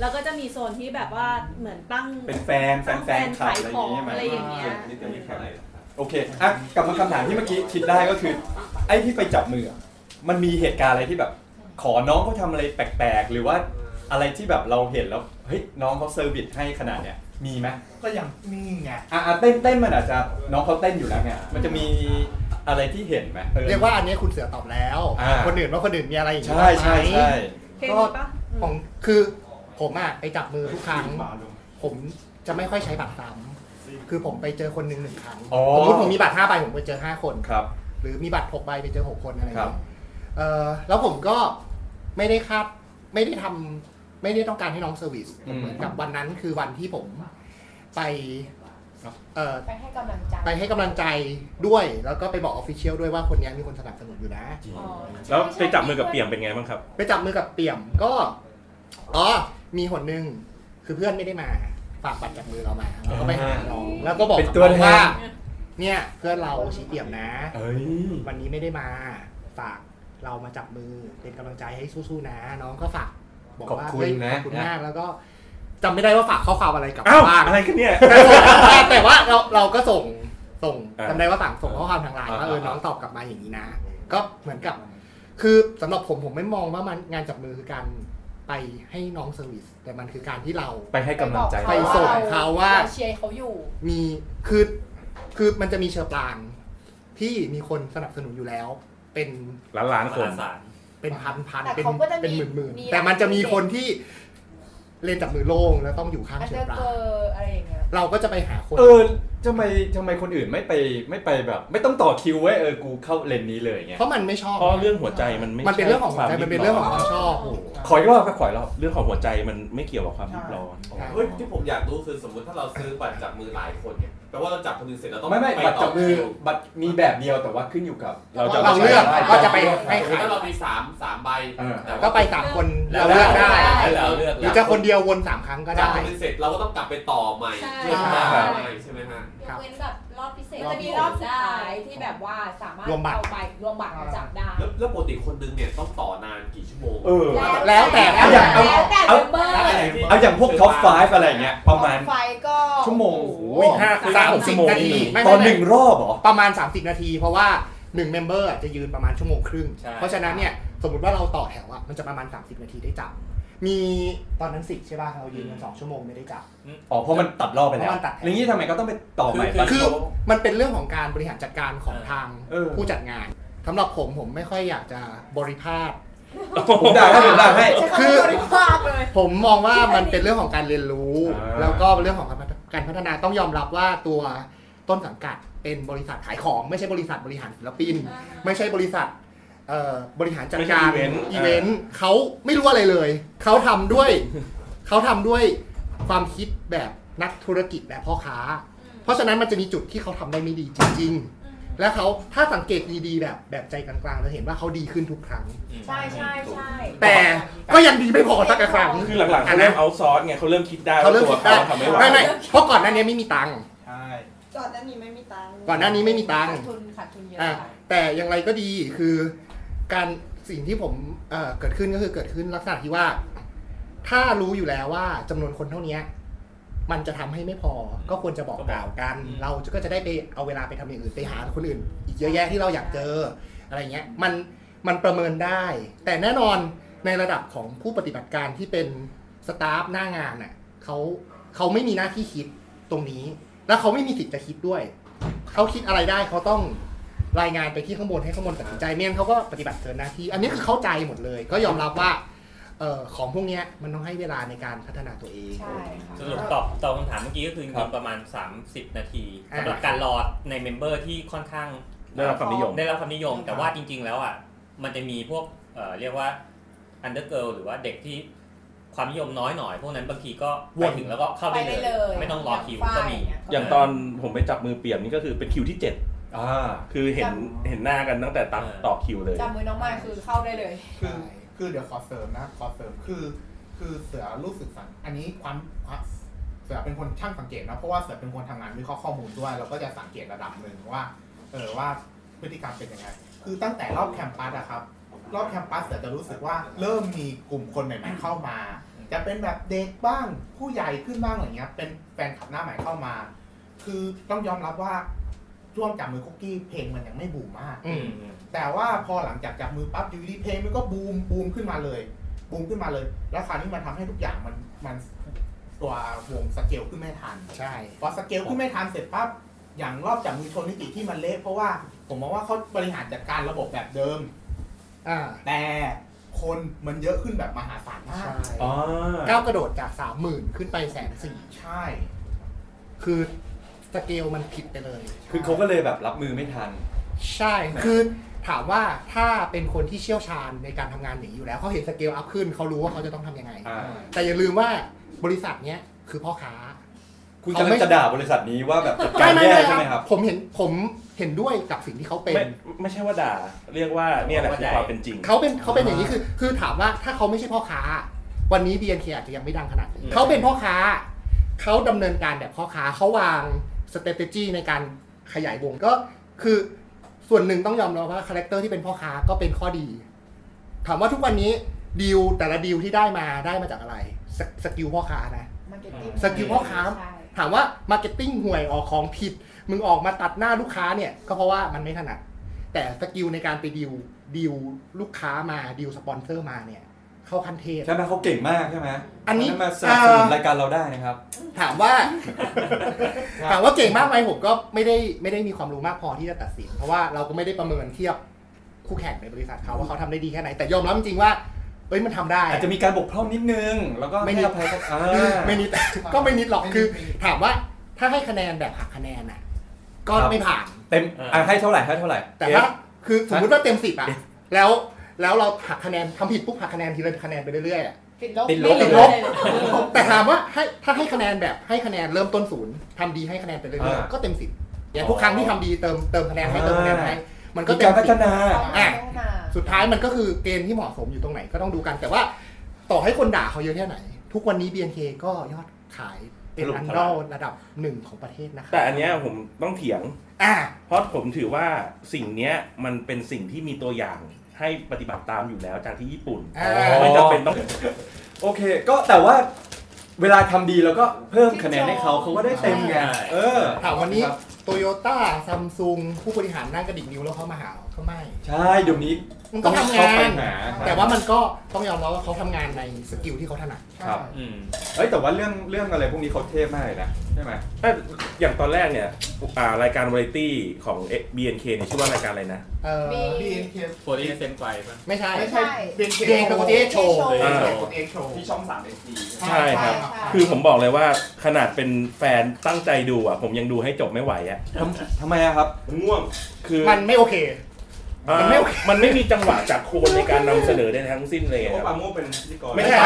[SPEAKER 10] แล้วก็จะมีโซนที่แบบว่าเหมือนตั้ง
[SPEAKER 2] เป็นแฟนแฟนแฟนขับอะไรอย่างเงี้ยใช่ไห
[SPEAKER 10] อะไรอย่างเงี้ย
[SPEAKER 2] มนี่จะมีใครโอเคอ่ะกลับมาคำถามที่เมื่อกี้คิดได้ก็คือ ไอ้ที่ไปจับมืออะมันมีเหตุการณ์อะไรที่แบบ ขอน้องเขาทำอะไรแปลกๆ หรือว่าอะไรที่แบบเราเห็นแล้วเฮ้ยน้องเขาเซอร์วิสให้ขนาดเนี้ยมีไหม
[SPEAKER 6] ก็อย่างนี่ไง
[SPEAKER 2] อ่ะอ่ะเต้นเต้นมันอาจจะน้องเขาเต้นอยู่แล้วไงมันจะมีอะไรที่เห็นไหมออ
[SPEAKER 4] เรียกว่าอันนี้คุณเสือตอบแล้ว
[SPEAKER 2] อ่า
[SPEAKER 4] คนอื่นว่าคนอื่นมีอะไรอย่างนี้
[SPEAKER 2] ใช่ใช่
[SPEAKER 4] บ้างไหม
[SPEAKER 2] ใช่
[SPEAKER 10] เพลงนี้ปะ
[SPEAKER 4] ของคือผมอะไปจับมือทุกครั้ง ผมจะไม่ค่อยใช้บัตรซ้ำคือผมไปเจอคนหนึ่งหนึ่งครั้ง
[SPEAKER 2] อ๋อ
[SPEAKER 4] สมมติผมมีบัตรห้าใบผมไปเจอห้าคน
[SPEAKER 2] ครับ
[SPEAKER 4] หรือมีบัตรหกใบไปเจอหกคนอะไร
[SPEAKER 2] ครั
[SPEAKER 4] เงี้
[SPEAKER 2] บ
[SPEAKER 4] ยเออแล้วผมก็ไม่ได้คาดไม่ได้ทำไม่ได้ต้องการให้น้องเซอร์วิส
[SPEAKER 2] อืม
[SPEAKER 4] เหมือนกับวันนั้นคือวันที่ผมไปเอ่อ
[SPEAKER 5] ไปให้กำลังใจ
[SPEAKER 4] ไปให้กำลังใจด้วย แล้วก็ไปบอกออฟฟิเชียลด้วยว่าคนเนี้ยมีคนสนับสนุนอยู่นะ
[SPEAKER 5] อ๋อ
[SPEAKER 3] แล้วไปจับมือกับเปี่ยมเป็นไงบ้างครับ
[SPEAKER 4] ไปจับมือกับเปี่ยมก็อ๋อมีหนหนึ่งคือเพื่อนไม่ได้มาฝากบัตรจับมือเรามาแล้วก็ไปหาน้องแล้วก็บอก
[SPEAKER 2] เป็น
[SPEAKER 4] กับ
[SPEAKER 2] ตัวแทน
[SPEAKER 4] ว่า เนี่ยเพื่อนเราชี้เปี่ยมนะ
[SPEAKER 2] เอ้ย
[SPEAKER 4] วันนี้ไม่ได้มาฝากเรามาจับมือเป็นกำลังใจให้สู้ๆนะ น้องก็ฝากบอกว่า
[SPEAKER 2] ขอบคุณ
[SPEAKER 4] เฮ้ย
[SPEAKER 2] นะ
[SPEAKER 4] ขอบคุณมากแล้วก็ จำไม่ได้ว่าฝากข้อความอะไรกลับ
[SPEAKER 3] อ้าว
[SPEAKER 4] บ้าง
[SPEAKER 3] อะไรกันเนี่ย
[SPEAKER 4] แต่ส่ง แต่แต่ว่าเราเราก็ส่งส่งจำได้ว่าสั่งส่งข้อความทางไลน์ว่า
[SPEAKER 3] อ่า
[SPEAKER 4] เออน้องตอบกลับมาอย่างนี้นะ ก็เหมือนกับ คือสำหรับผมผมไม่มองว่ามันงานจับมือคือการไปให้น้องเซอร์วิส แต่มันคือการที่เรา
[SPEAKER 2] ไปให้กำลังใจ
[SPEAKER 4] ไปส่งเขาว่า
[SPEAKER 5] เรเชียร์เขาอยู่
[SPEAKER 4] มีคือคือมันจะมีเชอร์ปรางที่มีคนสนับสนุนอยู่แล้ว เป็น
[SPEAKER 3] ล้านล้านคน
[SPEAKER 4] เป็นพันพัน
[SPEAKER 5] แต่
[SPEAKER 4] เป็น
[SPEAKER 5] เขาก็จะมี
[SPEAKER 4] เป็นหมื่นหมื่น
[SPEAKER 5] มี
[SPEAKER 4] แต่มันจะมีคนที่เล่นจับมือโล่งแล้วต้องอยู่ข้าง
[SPEAKER 5] อัน
[SPEAKER 4] เช
[SPEAKER 5] เดอร์
[SPEAKER 4] อร์ปรา
[SPEAKER 5] เก
[SPEAKER 4] ง
[SPEAKER 5] อร์อะไรอย่างเงี้ย
[SPEAKER 4] เราก็จะไปหาคน
[SPEAKER 2] เออทำไมทำไมคนอื่นไม่ไปไม่ไปแบบ ไม่ต้องต่อคิวไว้เออกูเข้าเลนนี้เลยเงี้ย
[SPEAKER 4] เพราะมันไม่ชอบ
[SPEAKER 3] เพราะเรื่องหัวใจมันไม่
[SPEAKER 4] มันเป็น
[SPEAKER 3] ใช่
[SPEAKER 4] เรื่องของหัวใจ
[SPEAKER 3] ควา
[SPEAKER 4] มันเป็นเรื่องของความชอบ
[SPEAKER 2] ขออีกรอบครับขออีกรอบ
[SPEAKER 3] เรื่องของหัวใจมันไม่เกี่ยวกับความรีบร้อน
[SPEAKER 12] เฮ้ยที่ผมอยากรู้คือสมมติถ้าเราซื้อบัตรจับมือหลายคนเนี่ยแปลว่าเราจับคนอื่นเสร็จเราต้อง
[SPEAKER 2] ไม่ไม่บัตรจับมือ
[SPEAKER 12] คิว
[SPEAKER 2] บัตรมีแบบเดียวแต่ว่าขึ้นอยู่กับ
[SPEAKER 4] เราจะเราเลือก
[SPEAKER 2] ใช้
[SPEAKER 4] ว่าจะไปให้ใคร
[SPEAKER 12] ถ้าเรามีสามสามใบ
[SPEAKER 2] เออ
[SPEAKER 12] แต่ว่า
[SPEAKER 4] ก็ไปสามคน
[SPEAKER 2] แล้
[SPEAKER 4] เรา
[SPEAKER 2] ว
[SPEAKER 4] เลือกได้
[SPEAKER 2] ได้
[SPEAKER 12] แล้วเลือก
[SPEAKER 4] หรือจะคนเดียววนสามครั้งก็
[SPEAKER 12] จับ
[SPEAKER 4] ได้
[SPEAKER 12] คนอื่นเสร็จเราก็ต้องกลับไปต่อใหม่
[SPEAKER 8] ใช่
[SPEAKER 12] เพื่อหาใหม่ใช่ไหมฮะ
[SPEAKER 8] ยกเว้นแบบรอบพิเศษ
[SPEAKER 5] มันจะมีรอบสุดท้ายที่แบบว่าสามารถ
[SPEAKER 4] รวมบัตร
[SPEAKER 5] เอาใบรวมบัตรแล้วจับได้
[SPEAKER 12] แล้วแล้วปกติคนนึงเนี่ยต้องต่อนานกี่ชั่วโมง
[SPEAKER 2] เออ
[SPEAKER 4] แล้วแต่
[SPEAKER 5] แล้ว
[SPEAKER 2] อย่าง
[SPEAKER 5] แต่
[SPEAKER 2] เอา
[SPEAKER 5] แล้วแต่
[SPEAKER 2] เอา
[SPEAKER 5] เมมเบอร์
[SPEAKER 2] เอาอย่างพวกท็อปไฟฟ์อะไรเงี้ยประมาณ
[SPEAKER 5] ไฟก็
[SPEAKER 2] ชั่วโมง
[SPEAKER 4] โอ้โหสามสิบนาทีไม่ไม่ไม่
[SPEAKER 2] ตอนหนึ่งรอบเหรอ
[SPEAKER 4] ประมาณ 30 นาที เพราะว่า1เมมเบอร์จะยืนประมาณชั่วโมงครึ่ง
[SPEAKER 11] ใช่
[SPEAKER 4] เพราะฉะนั้นเนี่ยสมมติว่าเราต่อแถวอ่ะมันจะประมาณ 30 นาทีได้จับ มีตอนนั้นสิใช่ป่ะเรายืนกันสองชั่วโมงไม่ได้จับ
[SPEAKER 2] อ๋อเพราะมันตัดรอบไปแล้ว
[SPEAKER 4] เพราะมันตัดแล้ว
[SPEAKER 2] แล้วงี้ทำไมก็ต้องไปต่อใหม่ปะ
[SPEAKER 4] คือมันเป็นเรื่องของการบริหารจัดการของทาง
[SPEAKER 2] เออ
[SPEAKER 4] ผู้จัดงานสำหรับผมผมไม่ค่อยอยากจะบริภาค
[SPEAKER 2] ผมด่าให้ผมด่าให้
[SPEAKER 4] คือ
[SPEAKER 5] ริภาพเลย
[SPEAKER 4] ผมมองว่ามันเป็นเรื่องของการเรียนรู้
[SPEAKER 2] อ่า
[SPEAKER 4] แล้วก็เรื่องของการพัฒการพัฒนาต้องยอมรับว่าตัวต้นสังกัดเป็นบริษัทขายของไม่ใช่บริษัทบริหารศิลปิน ไม่ใช่บริษัทเอ่อบริหารจัดการ
[SPEAKER 3] ไม่ใช่ event
[SPEAKER 4] อีเวนต์เขาไม่รู้อะไรเลย เขาทำด้วย เขาทำด้วยความคิดแบบนักธุรกิจแบบพ่อค้า เพราะฉะนั้นมันจะมีจุดที่เขาทำได้ไม่ดีจริง ๆ และเขาถ้าสังเกตดีๆแบบแบบใจกลางๆจะเห็นว่าเขาดีขึ้นทุกครั้ง
[SPEAKER 5] ใช่ใช่ใช่
[SPEAKER 4] แต่ก็ยังดีไม่พอสักครั้ง
[SPEAKER 3] คือหลังๆเขาเริ่มเอาซอสไงเขาเริ่มคิดได้
[SPEAKER 4] เขา
[SPEAKER 3] ว่า
[SPEAKER 4] เริ่ม
[SPEAKER 3] ตัว
[SPEAKER 4] คิดได้
[SPEAKER 3] เขาทำไม่ไหว
[SPEAKER 4] ไม่ไม่เพราะก่อนหน้านี้ไม่มีตังค์
[SPEAKER 6] ใช่
[SPEAKER 5] ก่อนหน้านี้ไม่มีตังค์
[SPEAKER 4] ก่อนหน้านี้ไม่มีตังค์
[SPEAKER 5] ขาดทุนขาดทุนเยอะ
[SPEAKER 4] อ่ะ
[SPEAKER 5] ค่ะ
[SPEAKER 4] แต่อย่างไรก็ดีคือการสิ่งที่ผมเอ่อเกิดขึ้นก็คือเกิดขึ้นลักษณะที่ว่า ถ้ารู้อยู่แล้วว่าจำนวนคนเท่าเนี้ยมันจะทำให้ไม่พอก็ควรจะบอกกล่าวกัน เราก็จะได้ไปเอาเวลาไปทำอย่างอื่นไปหาคนอื่น อีกเยอะแยะที่เราอยากเจออะไรเงี้ยมันมันประเมินได้ แต่แน่นอนในระดับของผู้ปฏิบัติการที่เป็นสตาฟหน้างานน่ะเขาเขาไม่มีหน้าที่คิดตรงนี้ แล้วเขาไม่มีสิทธิ์จะคิดด้วยเขาคิดอะไรได้เขาต้อง รายงานไปที่ข้างบนให้ข้างบนตัดสินใจเมียนเขาก็ปฏิบัติเกินหน้าที่ อันนี้คือเข้าใจหมดเลย ก็ยอมรับว่าเอ่อของพวกเนี้ยมันต้องให้เวลาในการพัฒนาตัวเอง
[SPEAKER 5] ใช่ค่ะ
[SPEAKER 11] สรุปตอบตอบคำถามเมื่อกี้ก็คือมีประมาณ 30 นาที
[SPEAKER 4] อ่า
[SPEAKER 11] สำหรับการรอในเมมเบอร์ที่ค่อนข้าง
[SPEAKER 3] ได้รับความนิยม
[SPEAKER 11] ได้รับความนิยม แต่ว่าจริง ๆ แล้วอ่ะมันจะมีพวกเอ่อเรียกว่าอันเดอร์เกิลหรือว่าเด็กที่ความนิยมน้อยหน่อย พวกนั้นบางทีก็ไปถึงแล้วก็เข้า
[SPEAKER 5] ไป
[SPEAKER 11] ได้
[SPEAKER 5] ได้
[SPEAKER 11] เล
[SPEAKER 5] เลย ย
[SPEAKER 11] ไม่ต้องรอคิวก็มี
[SPEAKER 3] อย่างตอนผมไปจับมือเปี่ยมนี่ก็คือเป็นคิวที่เจ็ด
[SPEAKER 2] อ่า
[SPEAKER 3] คือเห็นเห็นหน้ากันตั้งแต่ตัดต่อคิวเลย
[SPEAKER 5] จับมือน้องมายคือเข้าได้เลย
[SPEAKER 6] คือคือเดี๋ยวขอเสริมนะขอเสริมคือ คือเสือรู้สึกสันอันนี้ความความเสือเป็นคนช่างสังเกตนะเพราะว่าเสือเป็นคนทำงานวิเคราะห์ข้อมูลด้วยเราก็จะสังเกตระดับหนึ่งว่าเออว่าพฤติกรรมเป็นยังไงคือตั้งแต่รอบแคมปัสอะครับรอบแคมปัสเสือจะรู้สึกว่าเริ่มมีกลุ่มคนใหม่ๆเข้ามา จะเป็นแบบเด็กบ้างผู้ใหญ่ขึ้นบ้างอะไรเงี้ยเป็นแฟนคลับหน้าใหม่เข้ามา คือต้องยอมรับว่าช่วงจับมือคุกกี้เพลงมันยังไม่บูมมาก
[SPEAKER 4] อืม
[SPEAKER 6] แต่ว่าพอหลังจากจับมือปั๊บอยู่ดีเพลงมันก็บูมบูมขึ้นมาเลย บูมขึ้นมาเลย แล้วคราวนี้มันทำให้ทุกอย่างมันมันตัววงสเกลขึ้นไม่ทัน
[SPEAKER 4] ใช่
[SPEAKER 6] พอสเกลขึ้นไม่ทันเสร็จปั๊บอย่างรอบจับมือชนนิติที่มันเละเพราะว่าผมมองว่าเขาบริหารจัดการระบบแบบเดิม
[SPEAKER 4] อ่า
[SPEAKER 6] แต่คนมันเยอะขึ้นแบบมหาศาลมาก
[SPEAKER 4] ใช่
[SPEAKER 2] อ๋อ
[SPEAKER 4] ก้าวกระโดดจากสามหมื่นขึ้นไปแสนสี่
[SPEAKER 6] ใช่
[SPEAKER 4] คือสเกลมันผิดไปเลย
[SPEAKER 2] คือเขาก็เลยแบบรับมือไม่ทัน
[SPEAKER 4] ใช่ คือถามว่าถ้าเป็นคนที่เชี่ยวชาญในการทำงานอย่างนี้อยู่แล้วเขาเห็นสเกลอัพขึ้นเขารู้ว่าเขาจะต้องทำยังไง
[SPEAKER 2] อ่า
[SPEAKER 4] แต่อย่าลืมว่าบริษัทเนี้ยคือพ่อค้า
[SPEAKER 2] คุณกำลังจะด่าบริษัทนี้ว่าแบบจัดกา
[SPEAKER 4] ไม่
[SPEAKER 2] ร
[SPEAKER 4] ไม่
[SPEAKER 2] แย่
[SPEAKER 4] ไม่ค
[SPEAKER 2] ใช่
[SPEAKER 4] รับ
[SPEAKER 2] ไหมครับ
[SPEAKER 4] ผมเห็นผมเห็นด้วยกับสิ่งที่เขาเป็น
[SPEAKER 3] ไม่ไม่ใช่ว่าด่า เรียกว่าเนี่ยแหละคือความเป็นจริง
[SPEAKER 4] เขาเป็นเขาเป็นอย่างนี้คือ คือถามว่าถ้าเขาไม่ใช่พ่อค้า วันนี้ BNK อาจจะยังไม่ดังขนาดนี้
[SPEAKER 3] อืม
[SPEAKER 4] เขาเป็นพ่อค้า เขาดำเนินการแบบพ่อค้าเขาวางสเต t e g y ในการขยายวงก็คือส่วนหนึ่งต้องยอมรับว่าคาแรคเตอร์ที่เป็นพ่อค้าก็เป็นข้อดี ถามว่าทุกวันนี้ดีลแต่ละดีลที่ได้มาได้มาจากอะไรสสกิลพ่อค้านะ
[SPEAKER 5] marketing
[SPEAKER 4] สกิลพ่อค้า
[SPEAKER 5] ใช่
[SPEAKER 4] ถามว่ามาร์เก็ตติ้งห่วยออกของผิด มึงออกมาตัดหน้าลูกค้าเนี่ย ก็เพราะว่ามันไม่ถนัด แต่สกิลในการไปดิวดิวลูกค้ามาดิวสปอนเซอร์มาเนี่ย เข้าคันเทพ
[SPEAKER 2] ใช่ไหมเขาเก่งมากใช่ไหม
[SPEAKER 4] อันนี้
[SPEAKER 2] มาสนับสนุนรายการเราได้นะครับ
[SPEAKER 4] ถาม ว่า ถามว่าเก่งมากไหมผมก็ไม่ได้ไม่ได้มีความรู้มากพอที่จะตัดสิน เพราะว่าเราก็ไม่ได้ประเมินเทียบคู่แข่งในบริษัทเขาว่าเขาทำได้ดีแค่ไหน แต่ยอมรับจริงๆว่าเอ้ยมันทำได้
[SPEAKER 2] อาจจะมีการบกพร่องนิดนึง แล้วก็
[SPEAKER 4] ไม่
[SPEAKER 2] ให้
[SPEAKER 4] นิด
[SPEAKER 2] อภัยกันอ่า
[SPEAKER 4] ไม่นิด ก็ไม่นิดหรอกคือ ถามว่าถ้าให้คะแนนแบบหักคะแนนอ่ะ ก็
[SPEAKER 2] ครับ
[SPEAKER 4] ไม่ผ่าน
[SPEAKER 2] เต็มอ่ะให้เท่าไหร่ให้เท่าไหร่
[SPEAKER 4] แต่
[SPEAKER 2] เอ
[SPEAKER 4] ถ้า
[SPEAKER 2] ฟ
[SPEAKER 4] คือสมมติ
[SPEAKER 2] ฮะ
[SPEAKER 4] ว่าเต็มสิบอ่ะ แล้วแล้วเราหักคะแนนทำผิดปุ๊บหักคะแนนทีละคะแนนไปเรื่อยๆอะ
[SPEAKER 5] ติดลบ
[SPEAKER 4] ติดลบ
[SPEAKER 5] ไม่
[SPEAKER 4] ติด
[SPEAKER 5] เห
[SPEAKER 4] ล
[SPEAKER 5] อบ เลยเหรอ
[SPEAKER 4] แต่ถามว่าให้ถ้าให้คะแนนแบบให้คะแนนเริ่มต้นศูนย์ทำดีให้คะแนนไปเรื่อย
[SPEAKER 2] อ่า
[SPEAKER 4] ๆก็เต็มสิบอย่างทุกครั้งที่ทำดีเติมเติมคะแนนให้
[SPEAKER 2] อ่า
[SPEAKER 4] เติมคะแนนให้มันก็
[SPEAKER 2] มี
[SPEAKER 4] เต็
[SPEAKER 2] การ
[SPEAKER 4] ม10
[SPEAKER 2] พัฒนา
[SPEAKER 4] อ่ะ
[SPEAKER 5] อ่า
[SPEAKER 4] สุดท้ายมันก็คือเกณฑ์ที่เหมาะสมอยู่ตรงไหนก็ต้องดูกัน แต่ว่าต่อให้คนด่าเขาเยอะแค่ไหน ทุกวันนี้ BNK ก็ยอดขายเป็น
[SPEAKER 3] ถล่ม
[SPEAKER 4] อัน
[SPEAKER 3] ท
[SPEAKER 4] ด
[SPEAKER 3] ลา
[SPEAKER 4] อย ลระดับหนึ่งของประเทศนะคะ
[SPEAKER 3] แต่อันเนี้ยผมต้องเถียง
[SPEAKER 4] อ่ะ
[SPEAKER 3] เพราะผมถือว่าสิ่งเนี้ยมันเป็นสิ่งที่มีตัวอย่างให้ปฏิบัติตามอยู่แล้วจากที่ญี่ปุ่น
[SPEAKER 2] อ่า
[SPEAKER 3] ไม่จำเป็นต้อง
[SPEAKER 2] โอเค ก็แต่ว่าเวลาทำดีแล้วก็เพิ่มคะแนนให้เขาเขาก็ได้เต็มไง
[SPEAKER 4] ใช่
[SPEAKER 2] เออ
[SPEAKER 4] ถามวันนี้โตโยต้าซัมซุงผู้บริหารนั่งกระดิกนิ้วแล้วเขามาหาเราก็ไม่
[SPEAKER 2] ใช่เดี๋ยวนี้
[SPEAKER 4] มันก็ทำงาน
[SPEAKER 2] ครับ
[SPEAKER 4] แต่ว่ามันก็ต้องยอมรับว่าเขาทำงานในสกิลที่เขาถนัด
[SPEAKER 2] ครับเอ้ยแต่ว่าเรื่องเรื่องอะไรพวกนี้เขาเทพมากเลยนะใช่ไหม
[SPEAKER 3] แต่อย่างตอนแรกเนี่ยอ่ารายการวาไรตี้ของ BNK เนี่ยชื่อว่ารายการอะไรนะ
[SPEAKER 4] เออ
[SPEAKER 6] BNK
[SPEAKER 11] โพลีเซนไกวป่ะ
[SPEAKER 4] ไม่ใช่
[SPEAKER 6] ไม่ใช่เป็น
[SPEAKER 4] BNK ปกติโชว์
[SPEAKER 3] อ่า
[SPEAKER 6] เอกโชว์ที่ช่องสามเอ็กซี
[SPEAKER 3] ใช่ครับ คือผมบอกเลยว่าขนาดเป็นแฟนตั้งใจดูอ่ะ ผมยังดูให้จบไม่ไหวอ่ะ
[SPEAKER 2] ทำไมอะครับ
[SPEAKER 3] ง่วงคือ
[SPEAKER 4] มันไม่โอเค
[SPEAKER 3] อ่า
[SPEAKER 4] มันไม่โอเค
[SPEAKER 3] มันไม่มีจังหวะจากโคนในการนำเสนอได้ทั้งสิ้นเลย
[SPEAKER 12] โอ
[SPEAKER 3] อะค
[SPEAKER 12] ปา
[SPEAKER 3] รับ
[SPEAKER 12] โมเป็นพิธีกร
[SPEAKER 3] ไม่ใช่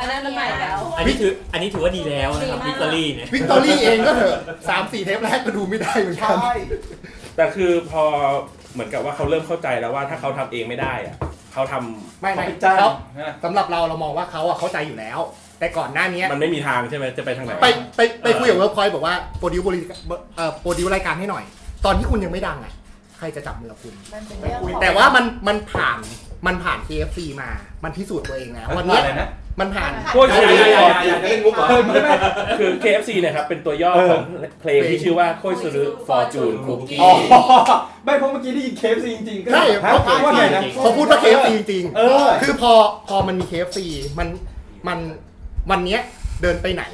[SPEAKER 10] อันนั้นมันใหม่แล้ว
[SPEAKER 11] อันนี้ถืออันนี้ถือว่าดีแล้วนะครับ
[SPEAKER 10] ดีมาก
[SPEAKER 11] วิกตอรี่เนี่ย
[SPEAKER 4] วิกตอรี่เองก็เถอะสามสี่เทปแรกก็ดูไม่ได้เหมือนกัน
[SPEAKER 3] แต่คือพอเหมือนกับว่าเขาเริ่มเข้าใจแล้วว่าถ้าเขาทำเองไม่ได้อ่ะเขาทำ
[SPEAKER 4] ไม่ไม่เขาสำหรับเราเรามองว่าเขาอะเข้าใจอยู่แล้ว แต่ก่อนหน้านี้
[SPEAKER 3] มันไม่มีทางใช่ไหมจะไปทางไหน
[SPEAKER 4] ไปไปไปคุยกับเวิร์คพอยต์บอกว่าโปรดิวบริเอ่อโปรดิวรายการให้หน่อย ตอนที่คุณยังไม่ดังอะใครจะจับมือคุณ
[SPEAKER 5] มันเป็นเรื่องของ
[SPEAKER 4] แต่ว่ามันมันผ่านมันผ่าน KFC มา มันพิสูจน์ตัวเองแล้ววันเนี้ย
[SPEAKER 2] มันผ่านอะไรนะ
[SPEAKER 4] มันผ่าน
[SPEAKER 3] โอ้ยอย่าอย่าอย่าอ
[SPEAKER 12] อ
[SPEAKER 3] ย่า
[SPEAKER 12] ยากเล่นมุกเหรอ
[SPEAKER 3] คือ KFC เนะครับเป็นตัวย่อของเพลงที่ชื่อว่าโคยสุรุฟอร์จูนคุกกี้
[SPEAKER 2] อ๋อ ไม่เพราะเมื่อกี้ได้ยินเคฟจริงๆก็
[SPEAKER 4] ใช่
[SPEAKER 2] ฮะ
[SPEAKER 4] เขาพูด
[SPEAKER 2] ว่า
[SPEAKER 4] ว่า
[SPEAKER 2] ไง
[SPEAKER 4] ไง
[SPEAKER 2] นะ
[SPEAKER 4] นะเขาพูดว่า KFC จริงๆ
[SPEAKER 2] เออ
[SPEAKER 4] คือพอพอมันมี KFC มันมันวันเนี้ยเดินไปไหน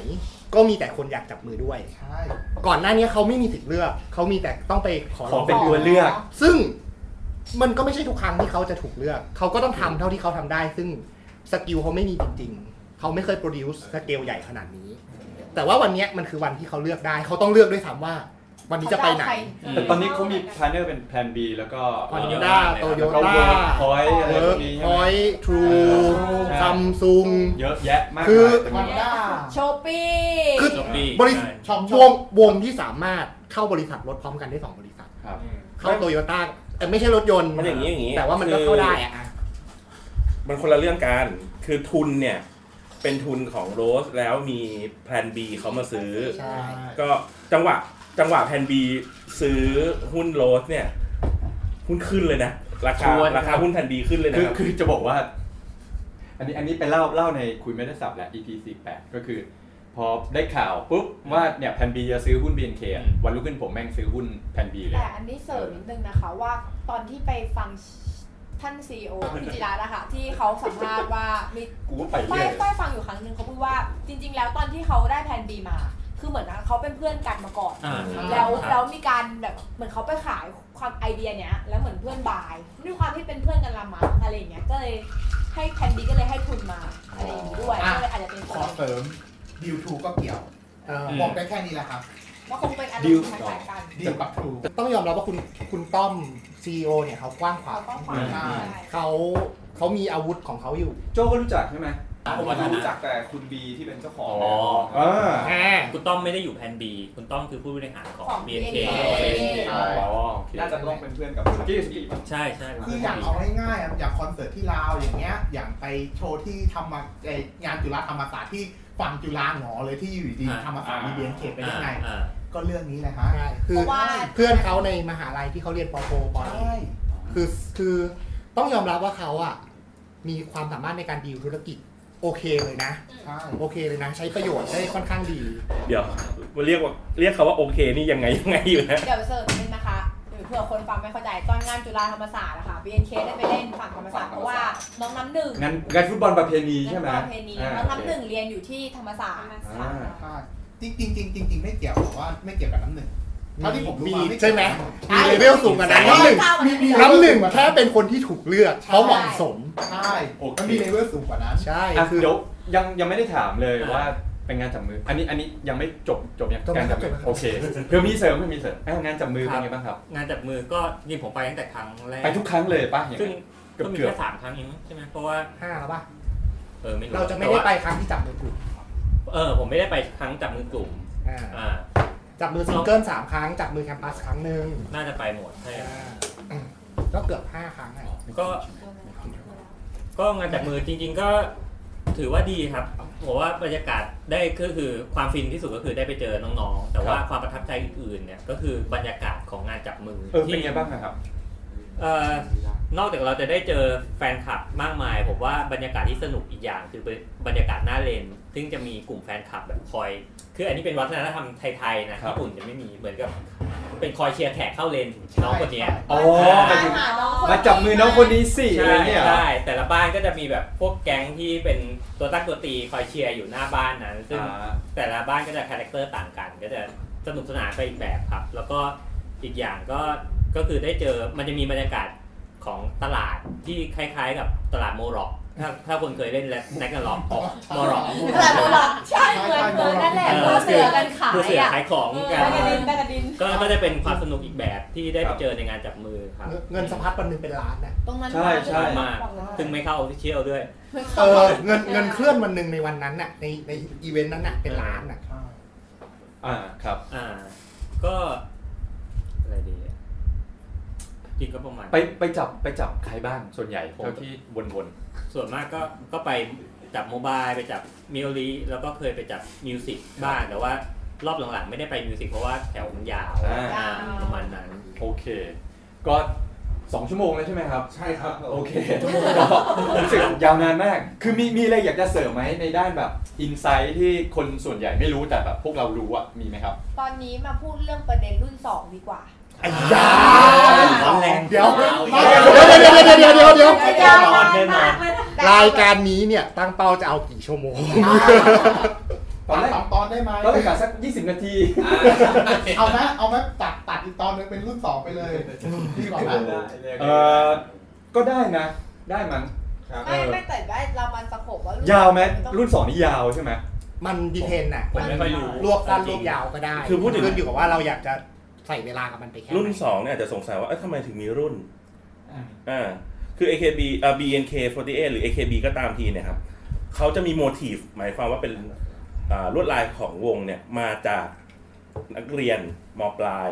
[SPEAKER 4] ก็มีแต่คนอยากจับมือด้วย
[SPEAKER 6] ใช่
[SPEAKER 4] ก่อนหน้าเนี้ยเขาไม่มีสิทธิ์เลือก เขามีแต่ต้องไปขอ
[SPEAKER 2] ขอเป็นตัวเลือก
[SPEAKER 4] ซึ่งมันก็ไม่ใช่ทุกครั้งที่เขาจะถูกเลือก เขาก็ต้องทำเท่าที่เขาทำได้ ซึ่งสกิลเขาไม่มีจริงๆ เขาไม่เคยโปรดิวซ์สเกลใหญ่ขนาดนี้ แต่ว่าวันเนี้ยมันคือวันที่เขาเลือกได้ เขาต้องเลือกด้วยซ้ำว่า วันนี้จะไปไหน
[SPEAKER 2] แต่ตอนนี้เขามีพาร์เนอร์เป็นแพลน B แล้วก็
[SPEAKER 4] ฮอนด้าโตโย
[SPEAKER 2] แล้วก็
[SPEAKER 4] ต้า
[SPEAKER 2] เวิร์คพอยต์อะไร
[SPEAKER 4] เวิ
[SPEAKER 2] พ
[SPEAKER 4] ร์
[SPEAKER 2] ว
[SPEAKER 4] ก
[SPEAKER 2] กนี้
[SPEAKER 4] พ
[SPEAKER 2] ใช่ไหม
[SPEAKER 4] อยทรู
[SPEAKER 2] ใช่
[SPEAKER 4] ซัมซุง
[SPEAKER 2] เยอะแยะมาก
[SPEAKER 4] คือ
[SPEAKER 2] มายเต็มไปหมด
[SPEAKER 6] ด้า
[SPEAKER 5] โชปี้
[SPEAKER 4] คือ
[SPEAKER 11] จบดี
[SPEAKER 4] บริษ
[SPEAKER 11] ใช่
[SPEAKER 4] ทวงวงที่สามารถเข้าบริษัทรถพร้อมกันได้สองบริษัท
[SPEAKER 2] ครับ
[SPEAKER 4] เข้าโตโยต้าแต่อไม่ใช่รถยนต์
[SPEAKER 3] มันอย่างนี้อย่างนี้
[SPEAKER 4] แต่ว่ามันก็เข้าได้อะ
[SPEAKER 3] มันคนละเรื่องกัน คือทุนเนี่ย เป็นทุนของโรสแล้วมีแพลน B เขามาซื้อ
[SPEAKER 4] ใช่
[SPEAKER 3] ก็จังหวะจังหวะแพลน B ซื้อหุ้นโรสเนี่ย หุ้นขึ้นเลยนะ ราคา
[SPEAKER 11] ชวน
[SPEAKER 3] ราคาหุ้นแพลน B ขึ้นเลยนะ
[SPEAKER 2] คือ
[SPEAKER 3] ครับ
[SPEAKER 2] คือจะบอกว่า อันนี้อันนี้ไปเล่าเล่าในคุยไม่ได้สับแหละ EP 48ก็คือ พอได้ข่าวปุ๊บว่าเนี่ยแพนบีจะซื้อหุ้น BNK อะวันรุ่งขึ้นผมแม่งซื้อหุ้นแพนบีเลย
[SPEAKER 5] แต่อันนี้เสริมนิดนึงนะคะว่าตอนที่ไปฟังท่านซีโอพี่จิรัตน์อะค่ะที่เขาสัมภาษณ์ว่ามี
[SPEAKER 2] กูก็ไปเรื่
[SPEAKER 5] ไม่
[SPEAKER 2] อย
[SPEAKER 5] ไม่ฟังอยู่ครั้งหนึ่งเขาพูดว่าจริง ๆ แล้วตอนที่เขาได้แพลนบีมา คือเหมือนนะเขาเป็นเพื่อนกันมาก่อน
[SPEAKER 11] อ่า
[SPEAKER 5] แล้วแล้วมีการแบบเหมือนเขาไปขายความไอเดียเนี้ยแล้วเหมือนเพื่อนบายด้วยความที่เป็นเพื่อนกันละมั้งอะไรอย่างเงี้ยก็เลยให้แพลนบีก็เลยให้ทุนมาอะไรอย่างงี้ด้วย
[SPEAKER 6] อ่ะ
[SPEAKER 5] ก็เลยอาจจะเป็น
[SPEAKER 6] ขอเสริมดิวทูก็เกี่ยว
[SPEAKER 4] เออ
[SPEAKER 6] บอกได้แค่นี้แหละครับ
[SPEAKER 5] ว่าคงเป็นอัน
[SPEAKER 2] ดิว
[SPEAKER 5] คล้ายๆกัน
[SPEAKER 6] ดิวกับทู
[SPEAKER 4] ต้องยอมรับว่าคุณคุณต้อมซีอเนี่ยเขากว้างขวา
[SPEAKER 5] เขา
[SPEAKER 4] ง
[SPEAKER 5] ก็ขวางได้
[SPEAKER 4] เขาเขามีอาวุธของเขาอยู่
[SPEAKER 2] โจก็รู้จักใช่ไหม
[SPEAKER 7] ผมรู้จักแต่คุณบีที่เป็นเจ้าของ
[SPEAKER 11] อ๋อ
[SPEAKER 2] อ่า
[SPEAKER 4] อ่า
[SPEAKER 11] คุณต้อมไม่ได้อยู่แพนบีคุณต้อมคือผู้บริหารของ
[SPEAKER 5] ของ
[SPEAKER 11] BNK
[SPEAKER 5] BNK
[SPEAKER 2] อ๋อโอเค
[SPEAKER 7] น่าจะต้องเป็นเพื่อนกับ
[SPEAKER 2] สกี้สกี้ป่ะ
[SPEAKER 11] ใช่ใช่รับ
[SPEAKER 6] คืออย่างเอาง่ายๆอ่ะอย่างคอนเสิร์ตที่ลาวอย่างเงี้ย อย่างไปโชว์ที่ธรรมะเอ่องานจุฬาธรรมศาสตร์ที่ฝั่งจุฬาหงอเลยที่อยู่ดี
[SPEAKER 11] อ่า
[SPEAKER 6] ธรรมศาสตร์มีเบียนเขตไปได้ไง
[SPEAKER 11] อ่า
[SPEAKER 6] ก็เรื่องนี้แหละฮะ
[SPEAKER 4] ใช่คือ
[SPEAKER 5] เพราะว่า
[SPEAKER 4] เพื่อนเขาในมหาลัยที่เขาเรียนปโทปเอก
[SPEAKER 6] ใช่
[SPEAKER 4] คือคือต้องยอมรับว่าเขาอ่ะมีความสามารถในการดีลธุรกิจ โอเคเลยนะโอเคเลยนะ ใช้ประโยชน์ได้ค่อนข้างดี
[SPEAKER 3] เดี๋ยวเรียกว่าเรียกเขาว่าโอเคนี่ยังไงยังไงอยู่นะ
[SPEAKER 5] เดี๋ยวเสริร์ฟนิดนึงนะคะหรือเผื่อคนฟังไม่เข้าใจตอนงานจุฬาธรรมศาสตร์นะคะ BNK ได้ไปเล่นฝั่งธรรมศาสตร์เพราะว่าน้องน้ำหนึ่ง
[SPEAKER 2] งานงานฟุตบอลประเพณีใช่ไหม
[SPEAKER 5] ประเพณีน้องน้ำหนึ่งเรียนอยู่ที่ธรรมศาสตร์
[SPEAKER 2] อ่า
[SPEAKER 6] จริงจริงจริงจริงจริงไม่เกี่ยวกับว่าไม่เกี่ยวกับน้ำหนึ่งเท่าที่ผมรู้
[SPEAKER 4] มี
[SPEAKER 6] มาเกี่ยว
[SPEAKER 4] ใช่ไหม
[SPEAKER 6] ใช่
[SPEAKER 4] มีเลเวลสูงกว่านั้น
[SPEAKER 6] ใช่
[SPEAKER 4] น้ำหนึ่ง
[SPEAKER 6] มีมี
[SPEAKER 4] น้ำหนึ่งแค่เป็นคนที่ถูกเลือกเพราะเหมาะสม
[SPEAKER 6] ใช่
[SPEAKER 2] โอเค
[SPEAKER 6] มันมีเลเวลสูงกว่านั้น
[SPEAKER 4] ใช่
[SPEAKER 2] อ่ะเดี๋ยวยังยังไม่ได้ถามเลยว่าเป็นงานจับมือ อันนี้อันนี้ยังไม่จบจบยัง
[SPEAKER 6] จบแล้ว
[SPEAKER 2] การจับมือ
[SPEAKER 6] ครับจบแล้ว
[SPEAKER 2] โอเคเพื่อมีเสริมเพื่อมีเสริมอ่ะงานจับมือเป็นไงบ้างครับ
[SPEAKER 11] งานจับมือก็ยิงผมไปตั้งแต่ครั้งแรก
[SPEAKER 2] ไปทุกครั้งเลยป่ะ
[SPEAKER 11] ซึ่ง
[SPEAKER 2] เกื
[SPEAKER 11] ก็
[SPEAKER 2] อบ
[SPEAKER 11] มี
[SPEAKER 2] เกือบ
[SPEAKER 11] แค่สามครั้งเองใช่ไหมเพราะว่า
[SPEAKER 4] ห้าแล้วป่ะ
[SPEAKER 11] เออไม่รู้
[SPEAKER 4] เราจะไม่
[SPEAKER 11] แต่
[SPEAKER 4] ได้
[SPEAKER 11] ว่า
[SPEAKER 4] ไปครั้งที่จับมือกลุ่ม
[SPEAKER 11] เออผมไม่ได้ไปครั้งจับมือกลุ่ม
[SPEAKER 4] อ่า
[SPEAKER 11] อ่า
[SPEAKER 4] จับมือซิงเกิลสามครั้งจับมือแคมปัสครั้งหนึ่ง
[SPEAKER 11] น่าจะไปหมดใช่
[SPEAKER 4] ก็เกือบห้าครั้งอะ
[SPEAKER 11] ก็ ก็งานจับมือจริง ๆ ก็ถือว่าดีครับผมว่าบรรยากาศได้ก็คือความฟินที่สุดก็คือได้ไปเจอน้องๆ แต่ว่า
[SPEAKER 2] ครับ
[SPEAKER 11] ความประทับใจอื่นๆเนี่ยก็คือบรรยากาศของงานจับมือ
[SPEAKER 2] เออเป็น
[SPEAKER 11] ที่
[SPEAKER 2] ไงบ้างอะครับ
[SPEAKER 11] เอ่อนอกจากเราจะได้เจอแฟนคลับมากมาย ผมว่าบรรยากาศที่สนุกอีกอย่าง คือบรรยากาศหน้าเลน ซึ่งจะมีกลุ่มแฟนคลับแบบคอย คืออันนี้เป็นวัฒนธรรมไทยๆนะญี่ปุ่นจะไม่มีเหมือนกับเป็นคอยเชียร์แขกเข้าเลนน้องคนเนี้ย
[SPEAKER 2] อ๋อมาอยู่
[SPEAKER 11] อ่า
[SPEAKER 2] มาจับมือน้องคนนี้สิอะไร
[SPEAKER 11] ใช่
[SPEAKER 2] เงี้ยเหรอ
[SPEAKER 11] ใช่แต่ละบ้านก็จะมีแบบพวกแก๊งที่เป็นตัวตั้งตัวตีคอยเชียร์อยู่หน้าบ้านนั้นซึ่ง
[SPEAKER 2] อ่า
[SPEAKER 11] แต่ละบ้านก็จะคาแรคเตอร์ต่างกัน ก็จะสนุกสนานไปอีกแบบครับ แล้วก็อีกอย่างก็ก็คือได้เจอมันจะมีบรรยากาศของตลาดที่คล้ายๆ กับตลาดโมร็อกถ้าถ้าคนเคยเล่นแน็กนาล็อกโมร็อก
[SPEAKER 5] ตลาดโบราณใช่เหมือนเหมือนนั่นแหละผู้เสือกันขาย
[SPEAKER 11] ผู้เสือ
[SPEAKER 5] อะ
[SPEAKER 11] ขายของ
[SPEAKER 5] เออ
[SPEAKER 11] กัน
[SPEAKER 5] แบกระดินแบกระดิน
[SPEAKER 11] ก็ก็จะเป็นความสนุกอีกแบบที่ได้ไปเจอในงานจับมือครับ
[SPEAKER 4] เงินสะพัดวันหนึ่งเป็นล้านนะ
[SPEAKER 5] ตรงนั้น
[SPEAKER 11] ใช่ใช่มากถึงไม่เข้าออฟฟิเชียลด้วย
[SPEAKER 4] เออเงินเงินเคลื่อนวันหนึ่งในวันนั้นน่ะในในอีเวนต์นั้นน่ะเป็นล้านน่ะ
[SPEAKER 2] อ่าครับ
[SPEAKER 11] อ่า ก็อะไรดีอะจริงก็ประมาณ
[SPEAKER 2] ไปไปจับไปจับใครบ้างส่วนใหญ่เท่าที่วน
[SPEAKER 11] ส่วนมากก็ก็ไปจับโมบายไปจับมิโอรีแล้วก็เคยไปจับมิวสิกบ้างแต่ว่ารอบหลังๆไม่ได้ไปมิวสิกเพราะว่าแถวมันยาว
[SPEAKER 2] ๆอ่า
[SPEAKER 11] อ่าประมาณนั้น
[SPEAKER 2] โอเค ก็สองชั่วโมงแล้วใช่ไหมครับ ใช่ครับ โอเคก็รู้สึกยาวนานมาก คือมีมีอะไรอยากจะเสริมไหมในด้านแบบอินไซต์ที่คนส่วนใหญ่ไม่รู้แต่แบบพวกเรารู้อ่ะมีไหมครับ
[SPEAKER 5] ตอนนี้มาพูดเรื่องประเด็นรุ่นสองดีกว่า
[SPEAKER 2] ร้อนแรง
[SPEAKER 4] เดี๋ยวเดี๋ยวเดี๋ยวเดี๋ยวเดี๋ยวเดี๋ยวเดี๋ยว
[SPEAKER 5] เดี๋ยวร้อนมากเลยนะ
[SPEAKER 4] รายการนี้เนี่ยตั้งเป้าจะเอากี่ชั่วโมง
[SPEAKER 2] ตอนแรก
[SPEAKER 6] สองตอนได้ไหม
[SPEAKER 2] ก็เป็นการสัก 20 นาที
[SPEAKER 6] เอาไหมเอาไหมตัดตัดอีกตอนนึงเป็นรุ่นสองไปเลยดีกว่าไหม
[SPEAKER 2] เออก็ได้นะ ได้มั้งเอ
[SPEAKER 5] ไม่
[SPEAKER 2] อ
[SPEAKER 5] ไม่แต่ว่าเรามันสะกบว่ารุ่น
[SPEAKER 2] ยาวไหม
[SPEAKER 5] นต้อง
[SPEAKER 2] รุ่นสองนี่ยาวใช่ไหม
[SPEAKER 4] มันดีเทนน่ะ
[SPEAKER 11] ผมไม่ค่อยรู้
[SPEAKER 4] ลวกสั้น
[SPEAKER 11] จ
[SPEAKER 4] ล
[SPEAKER 11] ริ
[SPEAKER 4] ว
[SPEAKER 11] ง
[SPEAKER 4] ก
[SPEAKER 11] ๆ
[SPEAKER 4] ยาวก็ได้
[SPEAKER 3] คือพูดถึง
[SPEAKER 4] ขึ้นอยู่กับว่าเราอยากจะใส่เวลากับมันไปแค่ไห
[SPEAKER 3] รุ่น
[SPEAKER 4] น
[SPEAKER 3] สองเนี่ยอาจจะสงสัยว่าเอ้ยทำไมถึงมีรุ่นอ่าคือ AKB เอ่อ BNK48 หรือ AKB ก็ตามทีเนี่ยครับเขาจะมีโมทีฟหมายความว่าเป็นอ่าลวดลายของวงเนี่ยมาจากนักเรียนมปลาย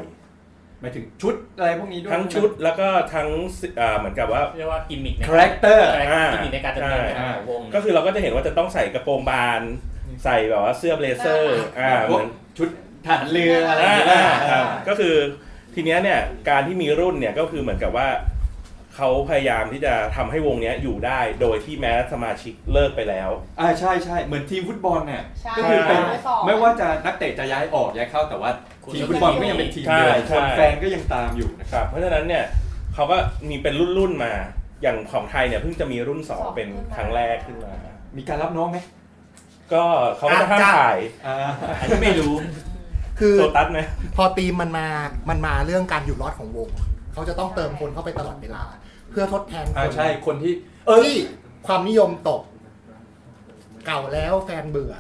[SPEAKER 2] หมายถึงชุดอะไรพวกนี้ด้วย
[SPEAKER 3] ทั้งชุดแล้วก็ทั้งสิอ่าเหมือนกับว่า
[SPEAKER 11] เรียกว่ากิมมิกนะ
[SPEAKER 2] Character
[SPEAKER 3] อ่า
[SPEAKER 11] กิมมิกในการดำเนินงานของวง
[SPEAKER 3] ก็คือเราก็จะเห็นว่าจะต้องใส่กระโปรงบาน ใส่แบบว่าเสื้อเบลเซอร์อ่าเหมือน
[SPEAKER 2] ชุดฐานเรืออะไรอย่าง
[SPEAKER 3] อ่า
[SPEAKER 2] เงี้ยนะ
[SPEAKER 3] อ่าครับก็คือทีเนี้ยเนี่ยการที่มีรุ่นเนี่ยก็คือเหมือนกับว่าเขาพยายามที่จะทำให้วงเนี้ยอยู่ได้โดยที่แม้สมาชิกเลิกไปแล้ว
[SPEAKER 2] อ่าใช่ใช่เหมือนทีมฟุตบอลเนี่ย
[SPEAKER 5] ใช่
[SPEAKER 2] ก็คือเป็น
[SPEAKER 5] ไม่สอบ
[SPEAKER 2] ไม่ว่าจะนักเตะจะย้ายออกย้ายเข้าแต่ว่าทีมฟุตบอลก็ยังเป็นทีมเดิม
[SPEAKER 3] ใช่
[SPEAKER 2] ค
[SPEAKER 3] ใช่
[SPEAKER 2] นแฟนก็ยังตามอยู่นะครั
[SPEAKER 3] ค
[SPEAKER 2] บ
[SPEAKER 3] รับเพราะฉะนั้นเนี่ยเขาก็มีเป็นรุ่นรุ่นๆมาอย่างของไทยเนี่ยเพิ่งจะมีรุ่นสองเป็นครั้งแรกขึ้นมา
[SPEAKER 2] มีการรับน้องไหม
[SPEAKER 3] ก็เขาก็จะห้ามถ่าย
[SPEAKER 2] อ่า
[SPEAKER 11] อันนี้ไม่รู้
[SPEAKER 4] คือ
[SPEAKER 3] โซตัสไหม
[SPEAKER 4] พอตีมมันมา มันมาเรื่องการอยู่รอดของวง เขาจะต้องเติมคนเข้าไปตลอดเวลา เพื่อทดแทนค
[SPEAKER 2] อ่าน ใช่คนที่ เอ
[SPEAKER 4] เอย
[SPEAKER 2] อ
[SPEAKER 4] ความนิยมตก เก่าแล้วแฟนเบื่อ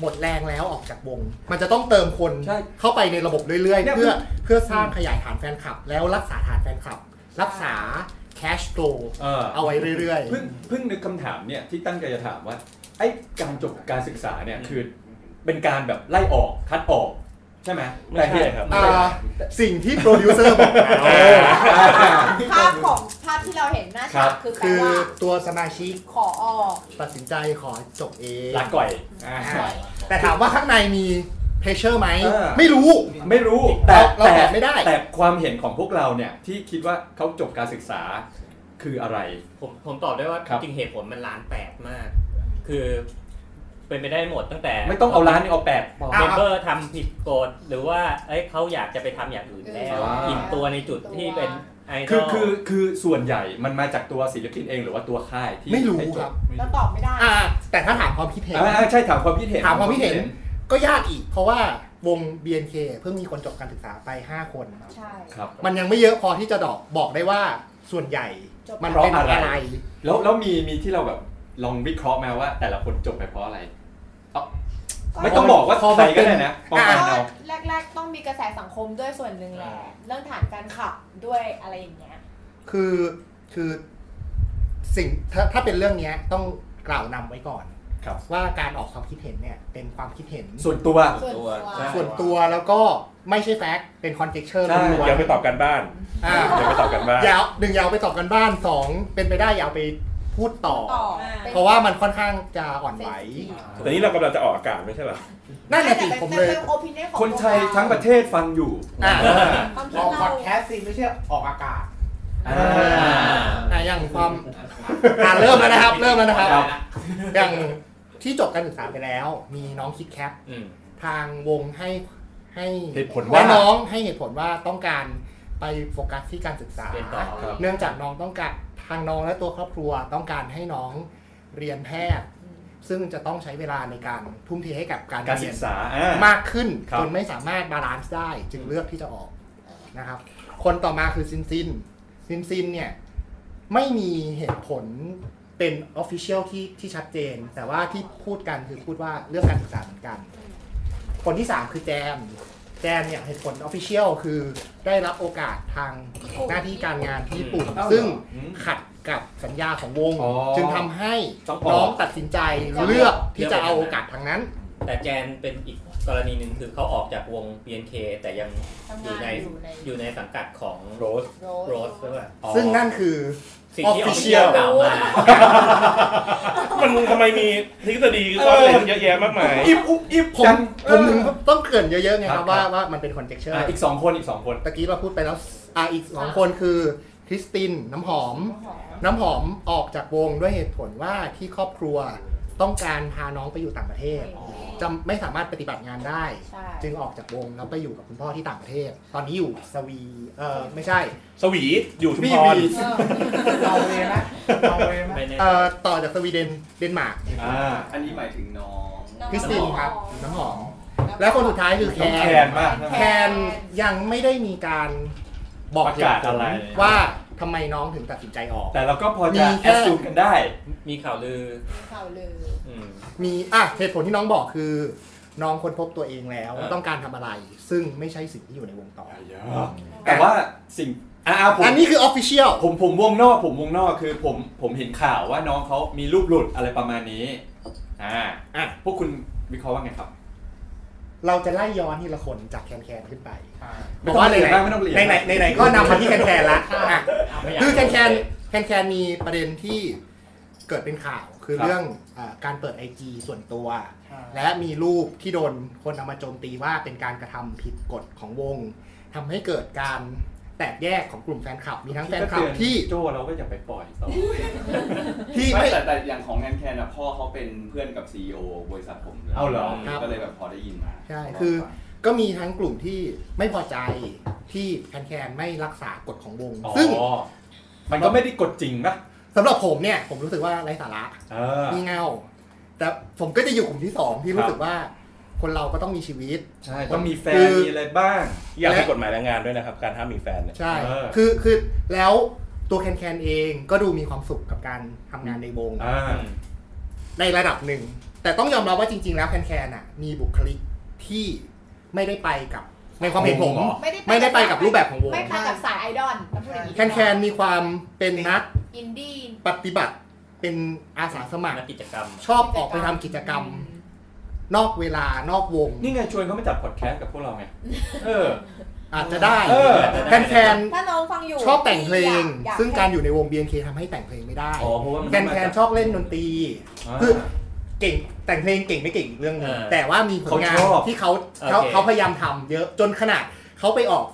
[SPEAKER 4] หมดแรงแล้วออกจากวง มันจะต้องเติมคน
[SPEAKER 2] ใช่
[SPEAKER 4] เข้าไปในระบบเรื่อย
[SPEAKER 2] เนี่
[SPEAKER 4] ๆ
[SPEAKER 2] ย
[SPEAKER 4] เพื่อเพื่อสร้างขยายฐานแฟนคลับ แล้วรักษาฐานแฟนคลับ รักษาแคชโตร
[SPEAKER 2] เออ
[SPEAKER 4] เอาไว้เรื่อย
[SPEAKER 2] เพิ่งเพิ่งนึกคำถามเนี่ยที่ตั้งใจจะถามว่าไอ้การจบการศึกษาเนี่ยคือเป็นการแบบไล่ออกคัดออกใช่ไหม
[SPEAKER 3] ไม่ใช่ครับ
[SPEAKER 2] บ
[SPEAKER 4] อ่าสิ่งที่โปรดิวเซอร์บอกเรา
[SPEAKER 5] ภาพของภาพที่เราเห็นหน้า
[SPEAKER 2] ครั
[SPEAKER 5] ฉาก
[SPEAKER 2] บ
[SPEAKER 5] คือแปล
[SPEAKER 4] คือ
[SPEAKER 5] ว่า
[SPEAKER 4] ตัวสมาชิก
[SPEAKER 5] ขอออก
[SPEAKER 4] ตัดสินใจขอจบเอง
[SPEAKER 2] ลาก่อย
[SPEAKER 4] อ่า
[SPEAKER 2] อ่า
[SPEAKER 4] แต่ถามว่าข้างในมีเพชเชอร์ไหม
[SPEAKER 2] เออ
[SPEAKER 4] ไม่รู้
[SPEAKER 2] ไม่รู้
[SPEAKER 4] เราเราตอบไม่ได้
[SPEAKER 2] แต่ความเห็นของพวกเราเนี่ยที่คิดว่าเขาจบการศึกษาคืออะไร
[SPEAKER 11] ผมผมตอบได้ว่า
[SPEAKER 2] ครับ
[SPEAKER 11] จริงเหตุผลมันล้านแปดมาก คือเป็นไปได้หมดตั้งแต่
[SPEAKER 2] ไม่ต้องเอาล้านนี่เอาแปดพอ
[SPEAKER 11] เมมเบอร์ทำผิดกฎหรือว่าเอ้ยเขาอยากจะไปทำอย่างอื่นแล้ว
[SPEAKER 2] อ่า
[SPEAKER 11] อิ่มตัวในจุดที่เป็นไอด
[SPEAKER 2] คือ
[SPEAKER 11] อล
[SPEAKER 2] คือคือส่วนใหญ่มันมาจากตัวศิลปินเองหรือว่าตัวค่ายที่
[SPEAKER 4] ไม่รู้
[SPEAKER 2] ให้จ
[SPEAKER 4] ครับ
[SPEAKER 5] เราตอบไม่ได้
[SPEAKER 4] อ่าแต่ถ้าถามความคิดเห็น
[SPEAKER 2] อ่าใช่ถามความคิดเห็น
[SPEAKER 4] ถามความคิดเห็นก็ยากอีก เพราะว่าวง BNK เพิ่งมีคนจบการศึกษาไป 5 คนครับ
[SPEAKER 5] ใช่
[SPEAKER 2] ครับ
[SPEAKER 4] มันยังไม่เยอะพอที่จะดอกบอกได้ว่าส่วนใหญ่ มัน
[SPEAKER 2] เพราะ
[SPEAKER 4] เป็น
[SPEAKER 2] อะ
[SPEAKER 4] อะไร ไร
[SPEAKER 2] แล้วแล้วมีมีที่เราแบบลองวิเคราะห์มาว่า แต่ละคนจบไปเพราะอะไรเอ้าไม่ต้องบอกว่า
[SPEAKER 4] พอมัน
[SPEAKER 2] ใครก็ได้
[SPEAKER 4] เป็น
[SPEAKER 2] นะประมาณ
[SPEAKER 5] ก็
[SPEAKER 2] เรา
[SPEAKER 5] แรก ๆ ต้องมีกระแสสังคมด้วยส่วนหนึ่งแหละ เรื่องฐานการขับด้วยอะไรอย่างเงี้ย
[SPEAKER 4] คือคือสิ่งถ้าถ้าเป็นเรื่องเนี้ยต้องกล่าวนำไว้ก่อนว่าการออกความคิดเห็นเนี่ยเป็นความคิดเห็น
[SPEAKER 2] ส่วนตัว
[SPEAKER 3] ส่วนตัวใช่
[SPEAKER 4] ส่วนตัวแล้วก็ไม่ใช่แฟกต์เป็นคอนเทกเชอร์
[SPEAKER 3] ใช่
[SPEAKER 4] ล้วนๆ
[SPEAKER 3] อย่าไปตอบกันบ้าน
[SPEAKER 4] อ่า
[SPEAKER 3] อย่าไปตอบกันบ้าน
[SPEAKER 4] ยาวหนึ่งยาวไปตอบกันบ้านสองเป็นไปได้อยาวไปพูดต่อ
[SPEAKER 5] ต่อ
[SPEAKER 4] เพราะว่ามันค่อนข้างจะอ่อนไหว
[SPEAKER 3] แต่นี้เรากำลังจะออกอากาศไม่ใช่เหรอ
[SPEAKER 4] นั่นแหละสิ
[SPEAKER 5] แต่
[SPEAKER 4] ผม
[SPEAKER 5] แต่
[SPEAKER 4] เลย
[SPEAKER 5] เป็นโอปิเนียของ
[SPEAKER 2] คนไทยทั้งประเทศฟังอยู่
[SPEAKER 4] อ่า
[SPEAKER 6] ออกพอดแคสต์สิไม่ใช่ออกอากาศ
[SPEAKER 2] อ่า
[SPEAKER 4] อ่ะอย่างความอ่าเริ่มแล้วนะครับ เริ่มแล้วนะครับ
[SPEAKER 2] ครับ
[SPEAKER 4] อย่างที่จบการศึกษาไปแล้ว มีน้องคิดแคปทางวงให้ให้
[SPEAKER 2] เหตุผลว่า
[SPEAKER 4] และน้องให้เหตุผลว่าต้องการไปโฟกัสที่การศึกษา
[SPEAKER 11] เรียนต่อครับ
[SPEAKER 4] เนื่องจากน้องต้องการทางน้องและตัวครอบครัวต้องการให้น้องเรียนแพทย์ ซึ่งจะต้องใช้เวลาในการทุ่มเทให้กับการ
[SPEAKER 2] การ
[SPEAKER 4] เรียน
[SPEAKER 2] ศึกษาอ่าม
[SPEAKER 4] มากขึ้น
[SPEAKER 2] ครับ
[SPEAKER 4] จนไม่สามารถบาลานซ์ได้จึงเลือกที่จะออกนะครับ คนต่อมาคือซินซินซินซินเนี่ย ไม่มีเหตุผลเป็นออฟฟิเชียลที่ที่ชัดเจน แต่ว่าที่พูดกันคือพูดว่าเรื่องการศึกษาเหมือนกัน คนที่ 3 คือแจม แจมเนี่ยเหตุผลออฟฟิเชียลคือได้รับโอกาสทางหน้าที่การงานที่ญี่ปุ่น
[SPEAKER 2] เอ้าเหรอ
[SPEAKER 4] ซึ่ง
[SPEAKER 2] อืม
[SPEAKER 4] ขัดกับสัญญาของวง
[SPEAKER 2] อ๋อ
[SPEAKER 4] จึงทำให้
[SPEAKER 2] ต้องออก
[SPEAKER 4] น้องตัดสินใจเลือกที่จะเอาโอกาสทางนั้น
[SPEAKER 11] แต่แจนเป็นอีกกรณีหนึ่งคือเขาออกจากวง BNK แต่ยังอยู่ในอยู่ในสังกัดของโรสโรสใช่ป่ะ
[SPEAKER 4] ซึ่งนั่นคือ
[SPEAKER 11] สิ่ง
[SPEAKER 4] ออฟ
[SPEAKER 11] ที่ออฟฟิ
[SPEAKER 4] ฟิเชี
[SPEAKER 11] เชี
[SPEAKER 4] ย
[SPEAKER 11] ย
[SPEAKER 4] ล
[SPEAKER 11] ลกล่าวมา
[SPEAKER 3] มันทำไมมีทฤษฎีซ่อนเร้นเยอะแยะมากมาย
[SPEAKER 2] อิบอุ๊บอิบ
[SPEAKER 4] ผม
[SPEAKER 2] จัง
[SPEAKER 4] ผมถึงต้องเกรินเยอะๆไง
[SPEAKER 2] ค
[SPEAKER 4] ค
[SPEAKER 2] รั
[SPEAKER 4] รั
[SPEAKER 2] บบ
[SPEAKER 4] ว่า
[SPEAKER 2] ครับ
[SPEAKER 4] ว่ามันเป็นคอนเจคเชอร์
[SPEAKER 2] อ่ะอีกสองคนอีกสองคน
[SPEAKER 4] ตะกี้เราพูดไปแล้วอ่ะอีกสองคนคือคริสตินน้ำหอม น้ำหอมออกจากวงด้วยเหตุผลว่าที่ครอบครัวต้องการพาน้องไปอยู่ต่างประเทศจะไม่สามารถปฏิบัติงานได้
[SPEAKER 5] ใช่
[SPEAKER 4] จึงออกจากวงแล้วไปอยู่กับคุณพ่อที่ต่างประเทศ ตอนนี้อยู่สวีเออไม่ใช่
[SPEAKER 3] สวีอยู่ชุมพร
[SPEAKER 6] เอาเวนะเอาเวนะ
[SPEAKER 4] เออต่อจากสวีเดนเดนมาร์ก
[SPEAKER 2] อ่า อันนี้หมายถึงน้อง
[SPEAKER 4] คริสตินครับน้ำหอม และคนสุดท้ายคือแค
[SPEAKER 2] แคน นมาก
[SPEAKER 4] แคนยังไม่ได้มีการบอก
[SPEAKER 2] ประกาศอะไร
[SPEAKER 4] เหตุผลว่าทำไมน้องถึงตัดสินใจออก
[SPEAKER 2] แต่เราก็พอจะ
[SPEAKER 4] มี
[SPEAKER 2] แอ
[SPEAKER 4] แค่
[SPEAKER 2] สซูมกันได้
[SPEAKER 11] มีข่าวลือ
[SPEAKER 5] ข่าวลือ
[SPEAKER 4] มีอ่ะเหตุผลที่น้องบอกคือ น้องคนพบตัวเองแล้ว
[SPEAKER 2] เออ
[SPEAKER 4] ต้องการทำอะไร ซึ่งไม่ใช่สิ่งที่อยู่ในวงต่ออ
[SPEAKER 2] แต่ว่าสิ่งอ่าผม
[SPEAKER 4] อันนี้คือออฟฟิเชียล
[SPEAKER 2] ผมผมวงนอกผมวงนอกคือผมผมเห็นข่าวว่าน้องเขามีรูปหลุดอะไรประมาณนี้ อ่าอ่ะพวกคุณวิเคราะห์ว่าไงครับ
[SPEAKER 4] เราจะไล่ย้อนทีละคนจากแคนแคนขึ้นไป
[SPEAKER 2] ไม่ต้องเรียนมากไม่ต้องเรียน
[SPEAKER 4] ในไหน
[SPEAKER 2] มาก
[SPEAKER 4] ในไหนก็นำมาที่แคนแคนละอ่ะ
[SPEAKER 11] ไม่อยาก
[SPEAKER 4] คือแคนแคนแคนแคนมีประเด็นที่เกิดเป็นข่าวคือ
[SPEAKER 2] ครับ
[SPEAKER 4] เรื่องอาการเปิดไอจีส่วนตัว และมีรูปที่โดนคนเอามาโจมตีว่าเป็นการกระทำผิดกฎของวงทำให้เกิดการแตกแยกของกลุ่มแฟนคลับ มีทั้งแฟนคลับที่
[SPEAKER 2] โจเราก็อย่าไปปล่อยต่อ
[SPEAKER 4] ที่
[SPEAKER 7] ไม่
[SPEAKER 4] ไม่
[SPEAKER 7] แต่แต่อย่างของแอนแคนอะพ่อเขาเป็นเพื่อนกับซีอีโอบริษัทผมลย
[SPEAKER 2] เอาเหรอ
[SPEAKER 4] ครับ
[SPEAKER 7] ก็เลยแบบพอได้ยินมา
[SPEAKER 4] ใช่ คือก็มีทั้งกลุ่มที่ไม่พอใจที่แคนแคนไม่รักษากฎของวง
[SPEAKER 2] อ๋อ
[SPEAKER 4] ซึ่ง
[SPEAKER 2] มันก็ไม่ได้กดจริงนะ
[SPEAKER 4] สำหรับผมเนี่ย ผมรู้สึกว่าไร้สาระ
[SPEAKER 2] เออ
[SPEAKER 4] งี่เง่า แต่ผมก็จะอยู่กลุ่มที่สองที่
[SPEAKER 2] ครับ
[SPEAKER 4] รู้สึกว่าคนเราก็ต้องมีชีวิต
[SPEAKER 2] ใช่ต้องมีแฟน
[SPEAKER 4] คือ
[SPEAKER 2] มีอะไรบ้าง
[SPEAKER 3] อยากมีกฎหมายแรงงานด้วยนะครับ การห้ามมีแฟนเนี่ย
[SPEAKER 4] ใช่
[SPEAKER 2] เออ
[SPEAKER 4] คือคือแล้วตัวแคนแคนเองก็ดูมีความสุขกับการทำงานในวง
[SPEAKER 2] อ่า
[SPEAKER 4] ในระดับหนึ่ง แต่ต้องยอมรับว่าจริง ๆ แล้วแคนแคนอ่ะ มีบุคลิกที่ไม่ได้ไปกับในความเห็นผม
[SPEAKER 2] วงเหรอ
[SPEAKER 4] ไม่ได้ไปกับรูปแบบของวง
[SPEAKER 5] ไม่ไปกับสายไอดอลเราพูดอย่างนี้
[SPEAKER 4] แคนแคนมีความเป็นนัก
[SPEAKER 5] อินดี้
[SPEAKER 4] ปฏิบัติเป็นอาสาสมัคร
[SPEAKER 11] นักกิจกรรม
[SPEAKER 4] ชอบออกไปทำกิจกรรม นอกเวลานอกวง
[SPEAKER 2] นี่ไงชวนเขามาจัดพอดแคสต์กับพวกเราไง เออ
[SPEAKER 4] อาจจะได้
[SPEAKER 2] เออ
[SPEAKER 4] แคนแคน
[SPEAKER 5] ถ้าน้องฟังอยู่
[SPEAKER 4] ชอบแต่งเพลง
[SPEAKER 5] อย
[SPEAKER 4] ซึ่งการอยู่ในวง BNK ทำให้แต่งเพลงไม่ได้
[SPEAKER 2] อ๋อเพราะว่ามัน
[SPEAKER 4] แคนแคนชอบเล่นดนตรี
[SPEAKER 2] อ่า
[SPEAKER 4] คือเก่งแต่งเพลงเก่งไม่เก่งอีกเรื่องหนึง
[SPEAKER 11] เออ
[SPEAKER 4] แต่ว่ามีผลงาน
[SPEAKER 2] เขาชอบ
[SPEAKER 4] ที่เขาเขา
[SPEAKER 11] โอเค
[SPEAKER 4] เขาพยายามทำเยอะจนขนาดเขาไปออก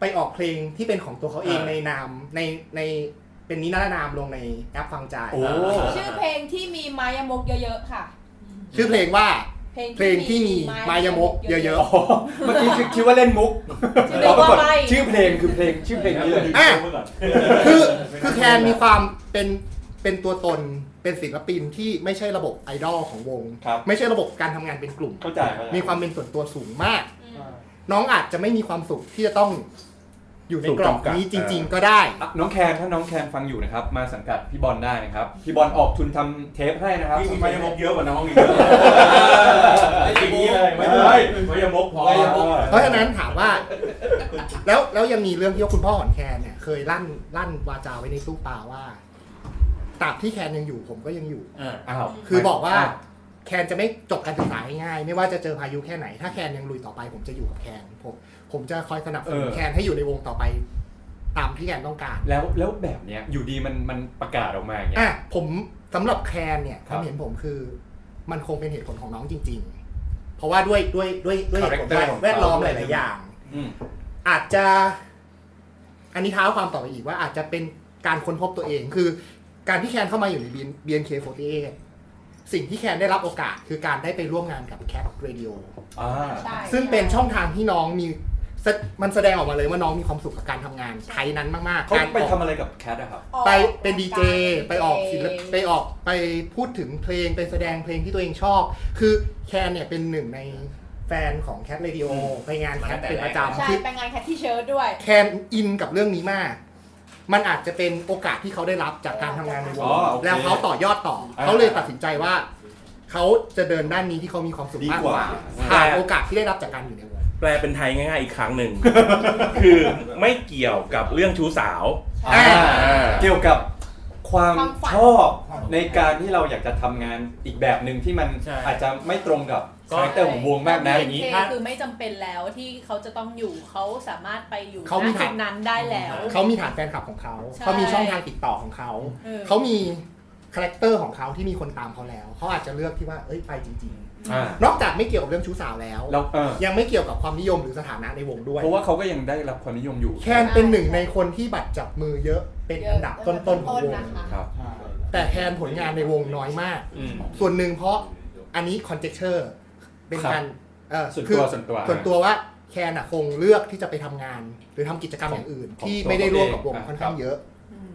[SPEAKER 4] ไปออกเพลงที่เป็นของตัวเขาเองในนามในใน เป็นนิรนามลงในแอปฟังใจ
[SPEAKER 2] โอ้
[SPEAKER 5] ชื่อเพลงที่มีไมายามกเยอะๆค่ะ
[SPEAKER 4] ชื่อเพลงว่า เพลงที่มีมายมกเยอะๆ เมื่อกี้คิดว่าเล่นมุก
[SPEAKER 2] เราก็กดชื่อเพลงคือเพลงชื่อเพลงนี้เลย
[SPEAKER 4] อ่ะคือคือแคนมีความเป็นเป็นตัวตนเป็นศิลปินที่ไม่ใช่ระบบไอดอลของวง ไม่ใช่ระบบการทำงานเป็นกลุ่ม
[SPEAKER 2] เข้าใจเข้าใจ
[SPEAKER 4] มีความเป็นส่วนตัวสูงมาก น้องอาจจะไม่มีความสุขที่จะต้องอยู่ในกรอบนี้จริง ๆ ก็ได้
[SPEAKER 2] น้องแคนถ้าน้องแคนฟังอยู่นะครับ มาสังกัดพี่บอลได้นะครับ พี่บอลออกทุนทำเทปให้นะครับ
[SPEAKER 3] ยิ่งมีมายามกเยอะกว่าน้องอีก
[SPEAKER 2] อย่างนี้เลยไม่
[SPEAKER 3] เฮ้ย
[SPEAKER 2] มายมกพอ
[SPEAKER 4] เพราะฉะนั้นถามว่า แล้วแล้วยังมีเรื่องที่ว่าคุณพ่อของแคนเนี่ย เคยลั่นลั่นวาจาไว้ในตู้ปลาว่าตราบที่แคนยังอยู่ผมก็ยังอยู่
[SPEAKER 11] เออ
[SPEAKER 2] อ้าว
[SPEAKER 4] คือบอกว่าแคนจะไม่จบการศึกษาง่ายๆไม่ว่าจะเจอพายุแค่ไหน ถ้าแคนยังลุยต่อไป ผมจะอยู่กับแคนผมผมจะคอยสนับสนุน
[SPEAKER 2] เออ
[SPEAKER 4] แคนให้อยู่ในวงต่อไป ตามที่แคนต้องการ
[SPEAKER 2] แล้วแล้วแบบเนี้ยอยู่ดีมันมันประกาศออกมาอย่างเงี้
[SPEAKER 4] อ่ะ
[SPEAKER 2] ย
[SPEAKER 4] ผมสำหรับแคนเนี่ย
[SPEAKER 2] ค
[SPEAKER 4] ค
[SPEAKER 2] รั
[SPEAKER 4] วา
[SPEAKER 2] บ
[SPEAKER 4] มเห็นผมคือ มันคงเป็นเหตุผลของน้องจริง ๆ เพราะว่าด้วยด้วยด้วยด้วยเหตุผล
[SPEAKER 2] Character ของเขา
[SPEAKER 4] แวดล้อมหลายๆอย่าง
[SPEAKER 2] อืม
[SPEAKER 4] อาจจะ อันนี้เท้าความต่อไปอีกว่าอาจจะเป็นการค้นพบตัวเอง คือการที่แคนเข้ามาอยู่ใน BNK48 สิ่งที่แคนได้รับโอกาสคือการได้ไปร่วมงานกับ Cat Radio
[SPEAKER 2] อ่า
[SPEAKER 5] ใช่
[SPEAKER 4] ซึ่งเป็นช่องทางที่น้องมีแสมันแสดงออกมาเลยว่าน้องมีความสุขกับการทำงานไทยนั้นมากๆ
[SPEAKER 2] เขา
[SPEAKER 4] การ
[SPEAKER 2] ไป
[SPEAKER 4] ออก
[SPEAKER 2] ทำอะไรกับแคทอะครับ
[SPEAKER 4] ไปเป็นดีเจไปออกศิลปไปออกไปพูดถึงเพลงไปแสดงเพลงที่ตัวเองชอบ คือแคนเนี่ยเป็นหนึ่งในแฟนของแคทเรดิโอไปงานแคทเป็นประจำ
[SPEAKER 5] ใช่
[SPEAKER 4] คือ
[SPEAKER 5] ไปงานแคทที่เชิร์ตด้วย
[SPEAKER 4] แคนอินกับเรื่องนี้มาก มันอาจจะเป็นโอกาสที่เขาได้รับจากการทำงานในว
[SPEAKER 2] อ๋
[SPEAKER 4] ง
[SPEAKER 2] อโอเค
[SPEAKER 4] แล้วเขาต่อยอดต่อ
[SPEAKER 2] อ่า
[SPEAKER 4] เขาเลยตัดสินใจว่า เขาจะเดินด้านนี้ที่เขามีความสุขมากกว่า
[SPEAKER 2] ดีกว่า
[SPEAKER 4] ผ่านโอกาสที่ได้รับจากการอยู่ในวง
[SPEAKER 3] แปลเป็นไทยง่ายๆอีกครั้งหนึ่ง คือไม่เกี่ยวกับเรื่องชู้สาว
[SPEAKER 4] อ่า
[SPEAKER 2] เกี่ยวกับความ
[SPEAKER 5] ความฝัน
[SPEAKER 2] ชอบในการที่เราอยากจะทำงานอีกแบบหนึ่งที่มันอาจจะไม่ตรงกับคาแรคเตอร์ของวงมากนะอย่างนี้
[SPEAKER 10] เคคือไม่จำเป็นแล้วที่เขาจะต้องอยู่เขาสามารถไปอยู่
[SPEAKER 4] เขามี
[SPEAKER 10] ณ
[SPEAKER 4] ฐา
[SPEAKER 10] จุ
[SPEAKER 4] น
[SPEAKER 10] ดนั้นได้แล้ว
[SPEAKER 4] เขามีฐานแฟนคลับของเขา
[SPEAKER 10] ใช่
[SPEAKER 4] เขามีช่องทางติดต่อของเขา
[SPEAKER 10] เออ
[SPEAKER 4] เขามีคาแรคเตอร์ของเขาที่มีคนตามเขาแล้ว เขาอาจจะเลือกที่ว่า เอ้ย ไปจริง
[SPEAKER 2] อ่า
[SPEAKER 4] ๆ นอกจากไม่เกี่ยวกับเรื่องชู้สาวแล้ว
[SPEAKER 2] แล้วเออ
[SPEAKER 4] ยังไม่เกี่ยวกับความนิยมหรือสถานะในวงด้วย
[SPEAKER 2] เพราะว่าเขาก็ยังได้รับความนิยมอยู่
[SPEAKER 4] แคนเป็นหนึ่งในคนที่บัตรจับมือเยอะเป็นอันดับต้นๆของวง
[SPEAKER 2] ครับ
[SPEAKER 4] แต่แคนผลงานในวงน้อยมาก
[SPEAKER 2] อืม
[SPEAKER 4] ส่วนหนึ่งเพราะอันนี้คอนเจคเชอร์เป็นการเอ่อ
[SPEAKER 2] ส่วนตัว
[SPEAKER 4] คือ
[SPEAKER 2] ส่วนตัว
[SPEAKER 4] ส่วนตัวว่าแคนอะคงเลือกที่จะไปทำงาน หรือทำกิจกรรมอย่างอื่น
[SPEAKER 2] ของ
[SPEAKER 4] ที่
[SPEAKER 2] ตัว
[SPEAKER 4] ไม่ได้ร่วมกับวง
[SPEAKER 2] เขาเอง
[SPEAKER 4] ค่อนข้างเยอะ
[SPEAKER 10] อืม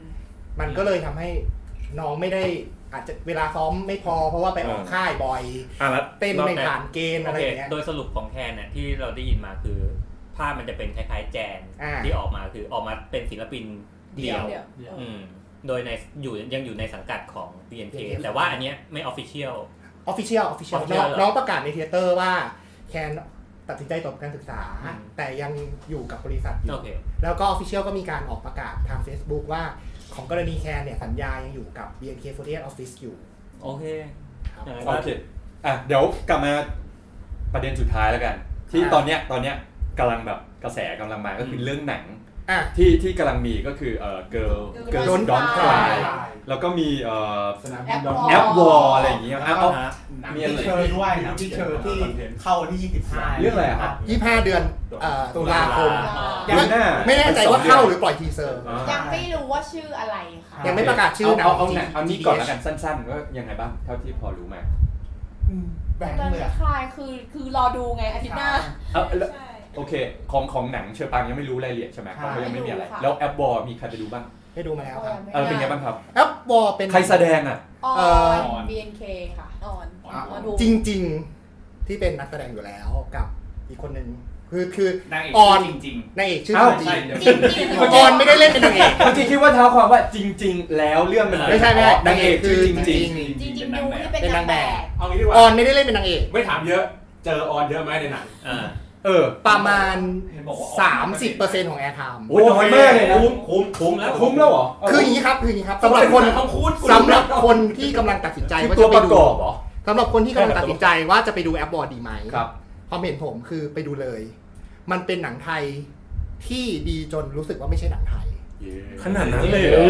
[SPEAKER 4] มันก็เลยทำให้น้องไม่ได้อาจจะเวลาซ้อมไม่พอเพราะว่าไปออกค่ายบ่อย
[SPEAKER 3] อ่ะแล้ว
[SPEAKER 4] เต้นไม่ผ่านเกณฑ์อะไรอย่างเงี้ย
[SPEAKER 11] โดยสรุปของแคนเนี่ยที่เราได้ยินมาคือภาพมันจะเป็นคล้าย ๆ แจน
[SPEAKER 4] อ่า
[SPEAKER 11] ที่ออกมาคือออกมาเป็นศิลปินเดี่ยว
[SPEAKER 4] เดี่ยวเดี่ยว
[SPEAKER 11] อืมโดยในอยู่ยังอยู่ในสังกัดของ BNK
[SPEAKER 4] เดี่ยว
[SPEAKER 11] แต่ว่าอันเนี้ยไม่ออฟฟิเชียล
[SPEAKER 4] ออฟฟิเชียลออฟฟิเชียล
[SPEAKER 11] Official เหรอ
[SPEAKER 4] น้องประกาศในเทเตอร์ว่าแคนตัดสินใจจบการศึกษา
[SPEAKER 11] อืม
[SPEAKER 4] แต่ยังอยู่กับบริษัทอยู่
[SPEAKER 11] โอเค
[SPEAKER 4] แล้วก็ออฟฟิเชียลก็มีการออกประกาศทาง Facebook ว่าของกรณีแคนเนี่ยสัญญายังอยู่กับ BNK48 Office อยู่
[SPEAKER 11] โอเค
[SPEAKER 4] ครับ
[SPEAKER 11] ยังไง
[SPEAKER 2] โอ
[SPEAKER 11] ก็
[SPEAKER 2] เค อ่ะ เดี๋ยวกลับมาประเด็นสุดท้ายแล้วกัน ที่
[SPEAKER 11] ครับ
[SPEAKER 2] ตอนเนี้ยตอนเนี้ยกำลังแบบกระแสกำลังมาก็คือ
[SPEAKER 11] ม
[SPEAKER 2] เรื่องหนัง
[SPEAKER 4] อ่ะ
[SPEAKER 2] ที่ที่กำลังมีก็คือเอ่อ girl girl
[SPEAKER 4] Don't
[SPEAKER 2] don't cry
[SPEAKER 4] Cry
[SPEAKER 2] แล้วก็มีเอ่อ
[SPEAKER 6] แอป Wall
[SPEAKER 2] แอปวอลอะไรอย่างเงี้ยเอาเอา
[SPEAKER 6] หนัง
[SPEAKER 2] มีอะไร
[SPEAKER 6] ที่เชิญด้วยหนังที่เชิญที่เข้าวันที่ 25
[SPEAKER 2] เรื่องอะไรอะครับ
[SPEAKER 4] 25 เดือนเอ่อตุลาคม
[SPEAKER 2] เดือนหน้า
[SPEAKER 4] ไม่แน่ใจว่าเข้าหรือปล่อยทีเซอร์
[SPEAKER 5] ยังไม่รู้ว่าชื่ออะไรค่ะ
[SPEAKER 4] ยังไม่ประกาศชื่อหนัง
[SPEAKER 2] เาเอาหนัง
[SPEAKER 4] GTH
[SPEAKER 2] เอานี้ก่อนแล้วกันสั้นๆว่ายังไงบ้างเท่าที่พอรู้มา
[SPEAKER 6] แบ่ง
[SPEAKER 5] ตอน
[SPEAKER 6] เหลื
[SPEAKER 5] นี้
[SPEAKER 6] อ
[SPEAKER 5] คายคือคือรอดูไงอาทิตย์หน้า
[SPEAKER 2] เอาแล้วโอเคของของหนังเชอปางยังไม่รู้รายละเอียดใช่ไหม
[SPEAKER 6] ใช่
[SPEAKER 2] เพราะว่ายังไม่มีอะไร
[SPEAKER 5] ไม่รู้ค่ะ
[SPEAKER 2] แล้วแอปวอลมีใครไปดูบ้าง
[SPEAKER 4] ได้ดูมาแล้วครับ
[SPEAKER 2] เออเป็นไงบ้างครับ
[SPEAKER 4] แอปวอลเป็น
[SPEAKER 2] ใครแสดงอ่ะ
[SPEAKER 5] ออ
[SPEAKER 4] เอ่อ
[SPEAKER 5] น BNK ค่ะออน
[SPEAKER 6] อ่ะ
[SPEAKER 5] ออนดู
[SPEAKER 4] จริงๆที่เป็นนักแสดงอยู่แล้วกับอีกคนหนึ่งคือคือน
[SPEAKER 13] างเอก
[SPEAKER 4] ออน
[SPEAKER 13] ชื่อจริง
[SPEAKER 4] นางเอกชื่อ
[SPEAKER 2] เอ้า
[SPEAKER 4] จริง
[SPEAKER 13] จริงๆ
[SPEAKER 4] ๆออนไม่ได้เล่นเป็นนางเอก
[SPEAKER 2] เมื่อกี้คิดว่าเท้าความว่าจริง ๆ แล้วเรื่องมัน
[SPEAKER 4] ไม่ใช่ไม่ใช่
[SPEAKER 2] นางเอกคือจ
[SPEAKER 4] นางเก
[SPEAKER 2] ริง
[SPEAKER 4] คือ
[SPEAKER 5] จริงจริงๆดูที่
[SPEAKER 4] ๆ
[SPEAKER 5] เป็น
[SPEAKER 4] เป็
[SPEAKER 5] นาน
[SPEAKER 4] นาง ง
[SPEAKER 5] แบ
[SPEAKER 4] แบบ บ
[SPEAKER 12] เอางี้ดีกว่า
[SPEAKER 4] ออนไม่ได้เล่นเป็นนางเอก
[SPEAKER 12] ไม่ถามเยอะ เจอออนเยอะไหมในหนัง
[SPEAKER 11] อ่า
[SPEAKER 2] เออ
[SPEAKER 4] ประมาณ
[SPEAKER 13] เห็นบอกว่า
[SPEAKER 4] 30%ของแอร์ไทม์
[SPEAKER 2] โอ้ยน้อยมากเลยนะ
[SPEAKER 12] คุ้มคุ้มคุ้มแล้ว
[SPEAKER 2] คุ้มแล้วเหรอ
[SPEAKER 4] คืออย่างนี้ครับคืออย่างนี้ครับสำหรับคน
[SPEAKER 12] เป็นหนังของคุณคุณ
[SPEAKER 4] สำหรับคนที่กำลังตัดสินใจ
[SPEAKER 2] คือ
[SPEAKER 4] ว่าจะ
[SPEAKER 2] ตัว
[SPEAKER 4] ไป
[SPEAKER 2] ประก
[SPEAKER 4] ดู
[SPEAKER 2] อบเหรอ
[SPEAKER 4] สำหรับคนที่กำลังตัดสินใจว่าจะไปดูแอปบอร์ดดีไหม
[SPEAKER 2] ครับ
[SPEAKER 4] ความเห็นผมคือไปดูเลย มันเป็นหนังไทยที่ดีจนรู้สึกว่าไม่ใช่หนังไทย
[SPEAKER 3] ขนาดนั้นเลยเหรอ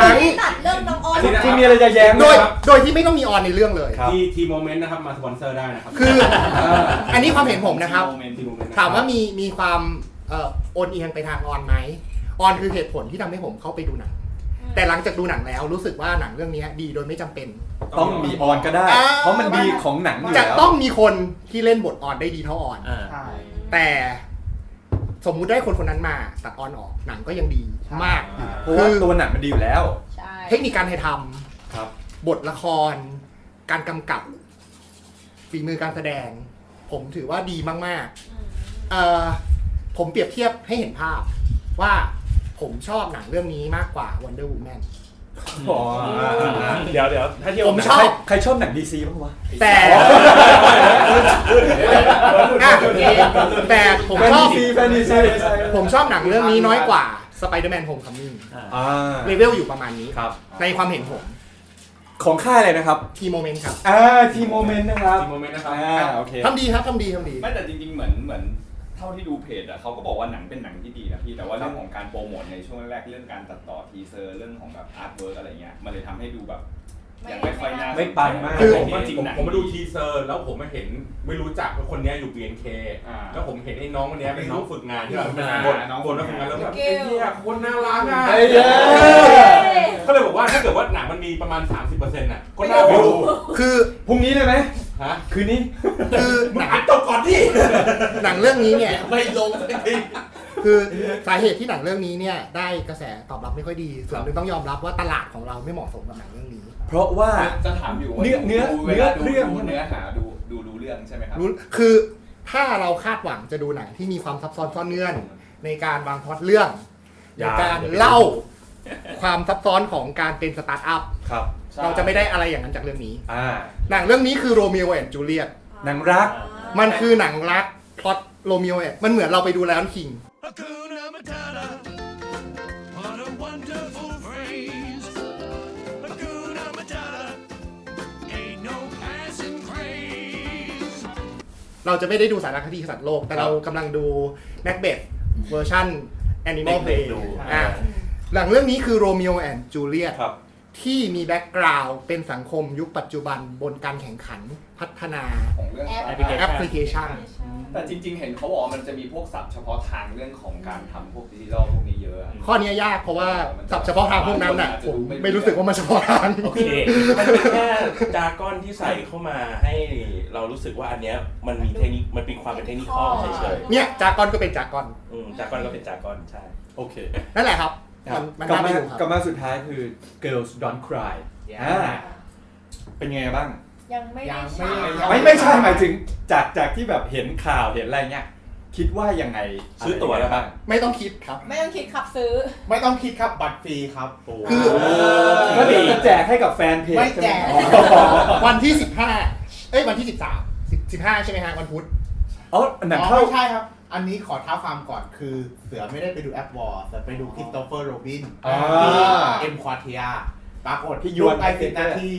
[SPEAKER 4] ทั้ง
[SPEAKER 5] ตัดเรื่องน้องออน
[SPEAKER 2] ที่มีอะไรจะแย้งไหม
[SPEAKER 4] โดย
[SPEAKER 2] ครับ
[SPEAKER 4] โดยที่ไม่ต้องมีออนในเรื่องเลย
[SPEAKER 2] ครับ
[SPEAKER 12] ที่ทีโมเมนต์นะครับมาสปอนเซอร์ได้นะครับ
[SPEAKER 4] คือ อันนี้ความเห็นผมนะครับ
[SPEAKER 12] โมเมนต์ทีโมเมนต์
[SPEAKER 4] ถามว่ามีมีความเอ่อโอนเอียงไปทางออนไหมออนคือเหตุผลที่ทำให้ผมเข้าไปดูหนัง แต่หลังจากดูหนังแล้วรู้สึกว่าหนังเรื่องนี้ดีโดยไม่จำเป็น
[SPEAKER 2] ต้องมีออนก็ได้ เพราะมันดีของหนังอยู่
[SPEAKER 4] จะ
[SPEAKER 2] แล้ว
[SPEAKER 4] ต้องมีคนที่เล่นบทออนได้ดีเท่าออน
[SPEAKER 2] อ่า
[SPEAKER 4] แต่สมมุติได้คนคนนั้นมาตัดออนออกหนังก็ยังดีมากอยู่
[SPEAKER 2] เพราะว่าตัวหนังมันดีอยู่แล้ว
[SPEAKER 4] เทคนิคการถ่ายท
[SPEAKER 2] ครับ
[SPEAKER 4] ำบทละคร การกำกับฝีมือการแสดง ผมถือว่าดีมากๆเอ่อผมเปรียบเทียบให้เห็นภาพว่าผมชอบหนังเรื่องนี้มากกว่า Wonder Woman
[SPEAKER 2] อ๋ออ่าอ่าอ่า
[SPEAKER 3] เดี๋ยวเดี๋ยวถ้าเทียบกับ
[SPEAKER 4] ผม
[SPEAKER 3] หนัง
[SPEAKER 4] ชอบ
[SPEAKER 3] ไทย
[SPEAKER 2] ใครชอบหนังดีซีบ้างวะ
[SPEAKER 4] แต่อ่ะแต่ผมชอบ
[SPEAKER 2] Fantasy Fantasy
[SPEAKER 4] ผมชอบหนังเรื่องนี้น้อยกว่าสไปเดอร์แมนโฮมคัมมิ่ง
[SPEAKER 2] อ่า
[SPEAKER 4] เลเวลอยู่ประมาณนี้ในความเห็นผม
[SPEAKER 2] ของค่ายอะไรนะครับ
[SPEAKER 4] ทีโมเมนต์ครับ
[SPEAKER 2] อ่าทีโมเมนต์นะครับทีโมเมนต์นะครับอ่าโอเค
[SPEAKER 4] ทำดีครับทำดีทำดี
[SPEAKER 7] ไม่แต่จริงๆเหมือนเหมือนเท่าที่ดูเพจอะเขาก็บอกว่าหนังเป็นหนังที่ดีนะพี่แต่ว่าเรื่องของการโปรโมทในช่วงแรกๆเรื่องการตัดต่อทีเซอร์เรื่องของแบบอาร์ตเวิร์กอะไรเงี้ยมันเลยทำให้ดูแบบยังไม่ค่อยน่าสนใจ
[SPEAKER 2] ไม่ปังมาก
[SPEAKER 12] คือผ
[SPEAKER 7] แต่
[SPEAKER 12] ม
[SPEAKER 7] จ
[SPEAKER 12] มา
[SPEAKER 7] ริง
[SPEAKER 12] ผม
[SPEAKER 7] ๆหนัง
[SPEAKER 12] ผมมาดูทีเซอร์ แล้วผมมาเห็นไม่รู้จักว่าคนเนี้ยอยู่ BNK แล้วผมเห็นไอ้น้องคนเนี้ยเป็นน้องฝึกงานที่แบบ
[SPEAKER 7] ฝึกงาน
[SPEAKER 12] บนน้องบนแล้วฝึกงานแล้วแบบไอ้เหี้ยคนน่ารักอ่ะ
[SPEAKER 2] ไอ้เหี้ย
[SPEAKER 12] ก็เลยบอกว่าถ้าเกิดว่าหนังมันมีประมาณ 30%น่ะก็น่าไปดู
[SPEAKER 4] คือ
[SPEAKER 2] พรุ่งนี้เลยไหม
[SPEAKER 12] ฮะ
[SPEAKER 2] คืนนี้
[SPEAKER 4] คือ
[SPEAKER 12] มึงอัดจบก่อนดิ
[SPEAKER 4] หนังเรื่องนี้เนี่ย
[SPEAKER 12] ไม่ลงสักที
[SPEAKER 4] คือสาเหตุที่หนังเรื่องนี้เนี่ย ได้กระแสตอบรับไม่ค่อยดี ส่วนหนึ่งต้องยอมรับว่าตลาดของเราไม่เหมาะสมกับหนังเรื่องนี้
[SPEAKER 2] เพราะว่า
[SPEAKER 7] จะถามอยู่ว่า
[SPEAKER 2] เนื้อเนื้อ
[SPEAKER 7] ดู
[SPEAKER 2] เนื้อ
[SPEAKER 7] ดู
[SPEAKER 2] เรื่อง
[SPEAKER 7] ดูเนื้อหาดูดูรู้เรื่องใช่ไหมครับ
[SPEAKER 4] รู้คือถ้าเราคาดหวังจะดูหนังที่มีความซับซ้อนซ่อนเงื่อน ในการวางพล็อตเรื่องใน
[SPEAKER 3] อย่า
[SPEAKER 4] การเล่าความซับซ้อนของการเป็นสตาร์ทอัพ
[SPEAKER 2] ครับ
[SPEAKER 4] เราจะไม่ได้อะไรอย่างนั้นจากเรื่องนี้
[SPEAKER 2] อ่า
[SPEAKER 4] หนังเรื่องนี้คือโรเมโอแอนด์จูเลียต
[SPEAKER 2] หนังรัก
[SPEAKER 4] มันคือหนังรักพล็อตโรเมโอแอนมันเหมือนเราไปดูไลออนคิง
[SPEAKER 13] Hakuna Matata. What a wonderful phrase. Hakuna Matata. Ain't no passing craze.
[SPEAKER 4] เราจะไม่ได้ดูสารคดีสัตว์โลก แต่เรากำลังดูแม็กเบดเวอร์ชันแอนิมอลเพล
[SPEAKER 3] Macbeth
[SPEAKER 4] ย์
[SPEAKER 3] ดู
[SPEAKER 4] อ่ะหลังเรื่องนี้คือโรมิโอแอนด์จูเลียตที่มีแบ็กกราวด์เป็นสังคมยุคปัจจุบันบนการแข่งขันพัฒนา
[SPEAKER 7] ของเรื่อง
[SPEAKER 4] แอปพลิเคชัน
[SPEAKER 7] แต่จริง ๆ เห็นเขาบอกว่ามันจะมีพวกศัพท์เฉพาะทางเรื่องของการทำพวกดิจิทัลพวกนี้เยอะอะ
[SPEAKER 4] ข้อนี้ยากเพราะว่าสับเฉพาะทางพวกนั้นน่ะผมไม่รู้สึกว่ามันเฉพาะทาง
[SPEAKER 3] โอเคมันเป็นแค่ดราก้อนที่ใส่เข้ามาให้เรารู้สึกว่าอันเนี้ยมันมีเทคนิคมันเป็นความเป็นเทคนิคข้อเฉย
[SPEAKER 4] เนี่ยจากรก็เป็นจากร
[SPEAKER 3] ๆอืมจาก้อนก็เป็นจาก้อนใช่
[SPEAKER 2] โอเค
[SPEAKER 4] นั่นแหละครับ
[SPEAKER 2] ครับ
[SPEAKER 4] มัน
[SPEAKER 2] กลับ
[SPEAKER 4] น่าไป
[SPEAKER 2] มา
[SPEAKER 4] ดูครับ
[SPEAKER 2] กลับมาสุดท้ายคือ girls don't cry
[SPEAKER 4] Yeah
[SPEAKER 2] อ่าเป็นยังไงบ้าง
[SPEAKER 5] ยังไม่ได้
[SPEAKER 6] ยัง
[SPEAKER 5] ฉาย
[SPEAKER 6] ไม่ได้
[SPEAKER 2] ไม่ไม่ใช่หมายถึงจากจากที่แบบเห็นข่าวเห็นอะไรเงี้ยคิดว่ายังไง
[SPEAKER 3] ซื้อตั๋วแล้วบ้าง
[SPEAKER 4] ไม่ต้องคิดครับ
[SPEAKER 5] ไม่ต้องคิดขับซื้อ
[SPEAKER 6] ไม่ต้องคิดครับบัตรฟรีครับ
[SPEAKER 4] คือ
[SPEAKER 2] ก็เดี๋ยวจะแจกให้กับแฟนเพจ
[SPEAKER 6] ไม่แจก
[SPEAKER 2] ใช่ห
[SPEAKER 4] วันที่ 15 เอ้ยวันที่ 13 15 ใช่ไหมฮะวันพุธ
[SPEAKER 2] อ๋อหนัง
[SPEAKER 6] อ๋อ
[SPEAKER 2] เข้า
[SPEAKER 6] ไม่ใช่ครับ อันนี้ขอท้าความก่อนคือเสือไม่ได้ไปดูแอปวอร์แต่ไปดูคริสโตเฟอร์โรบิน
[SPEAKER 2] อ่า
[SPEAKER 6] เอ็มควาเทียปรากฏ
[SPEAKER 2] ที่ยวน
[SPEAKER 6] ไปสิบนาที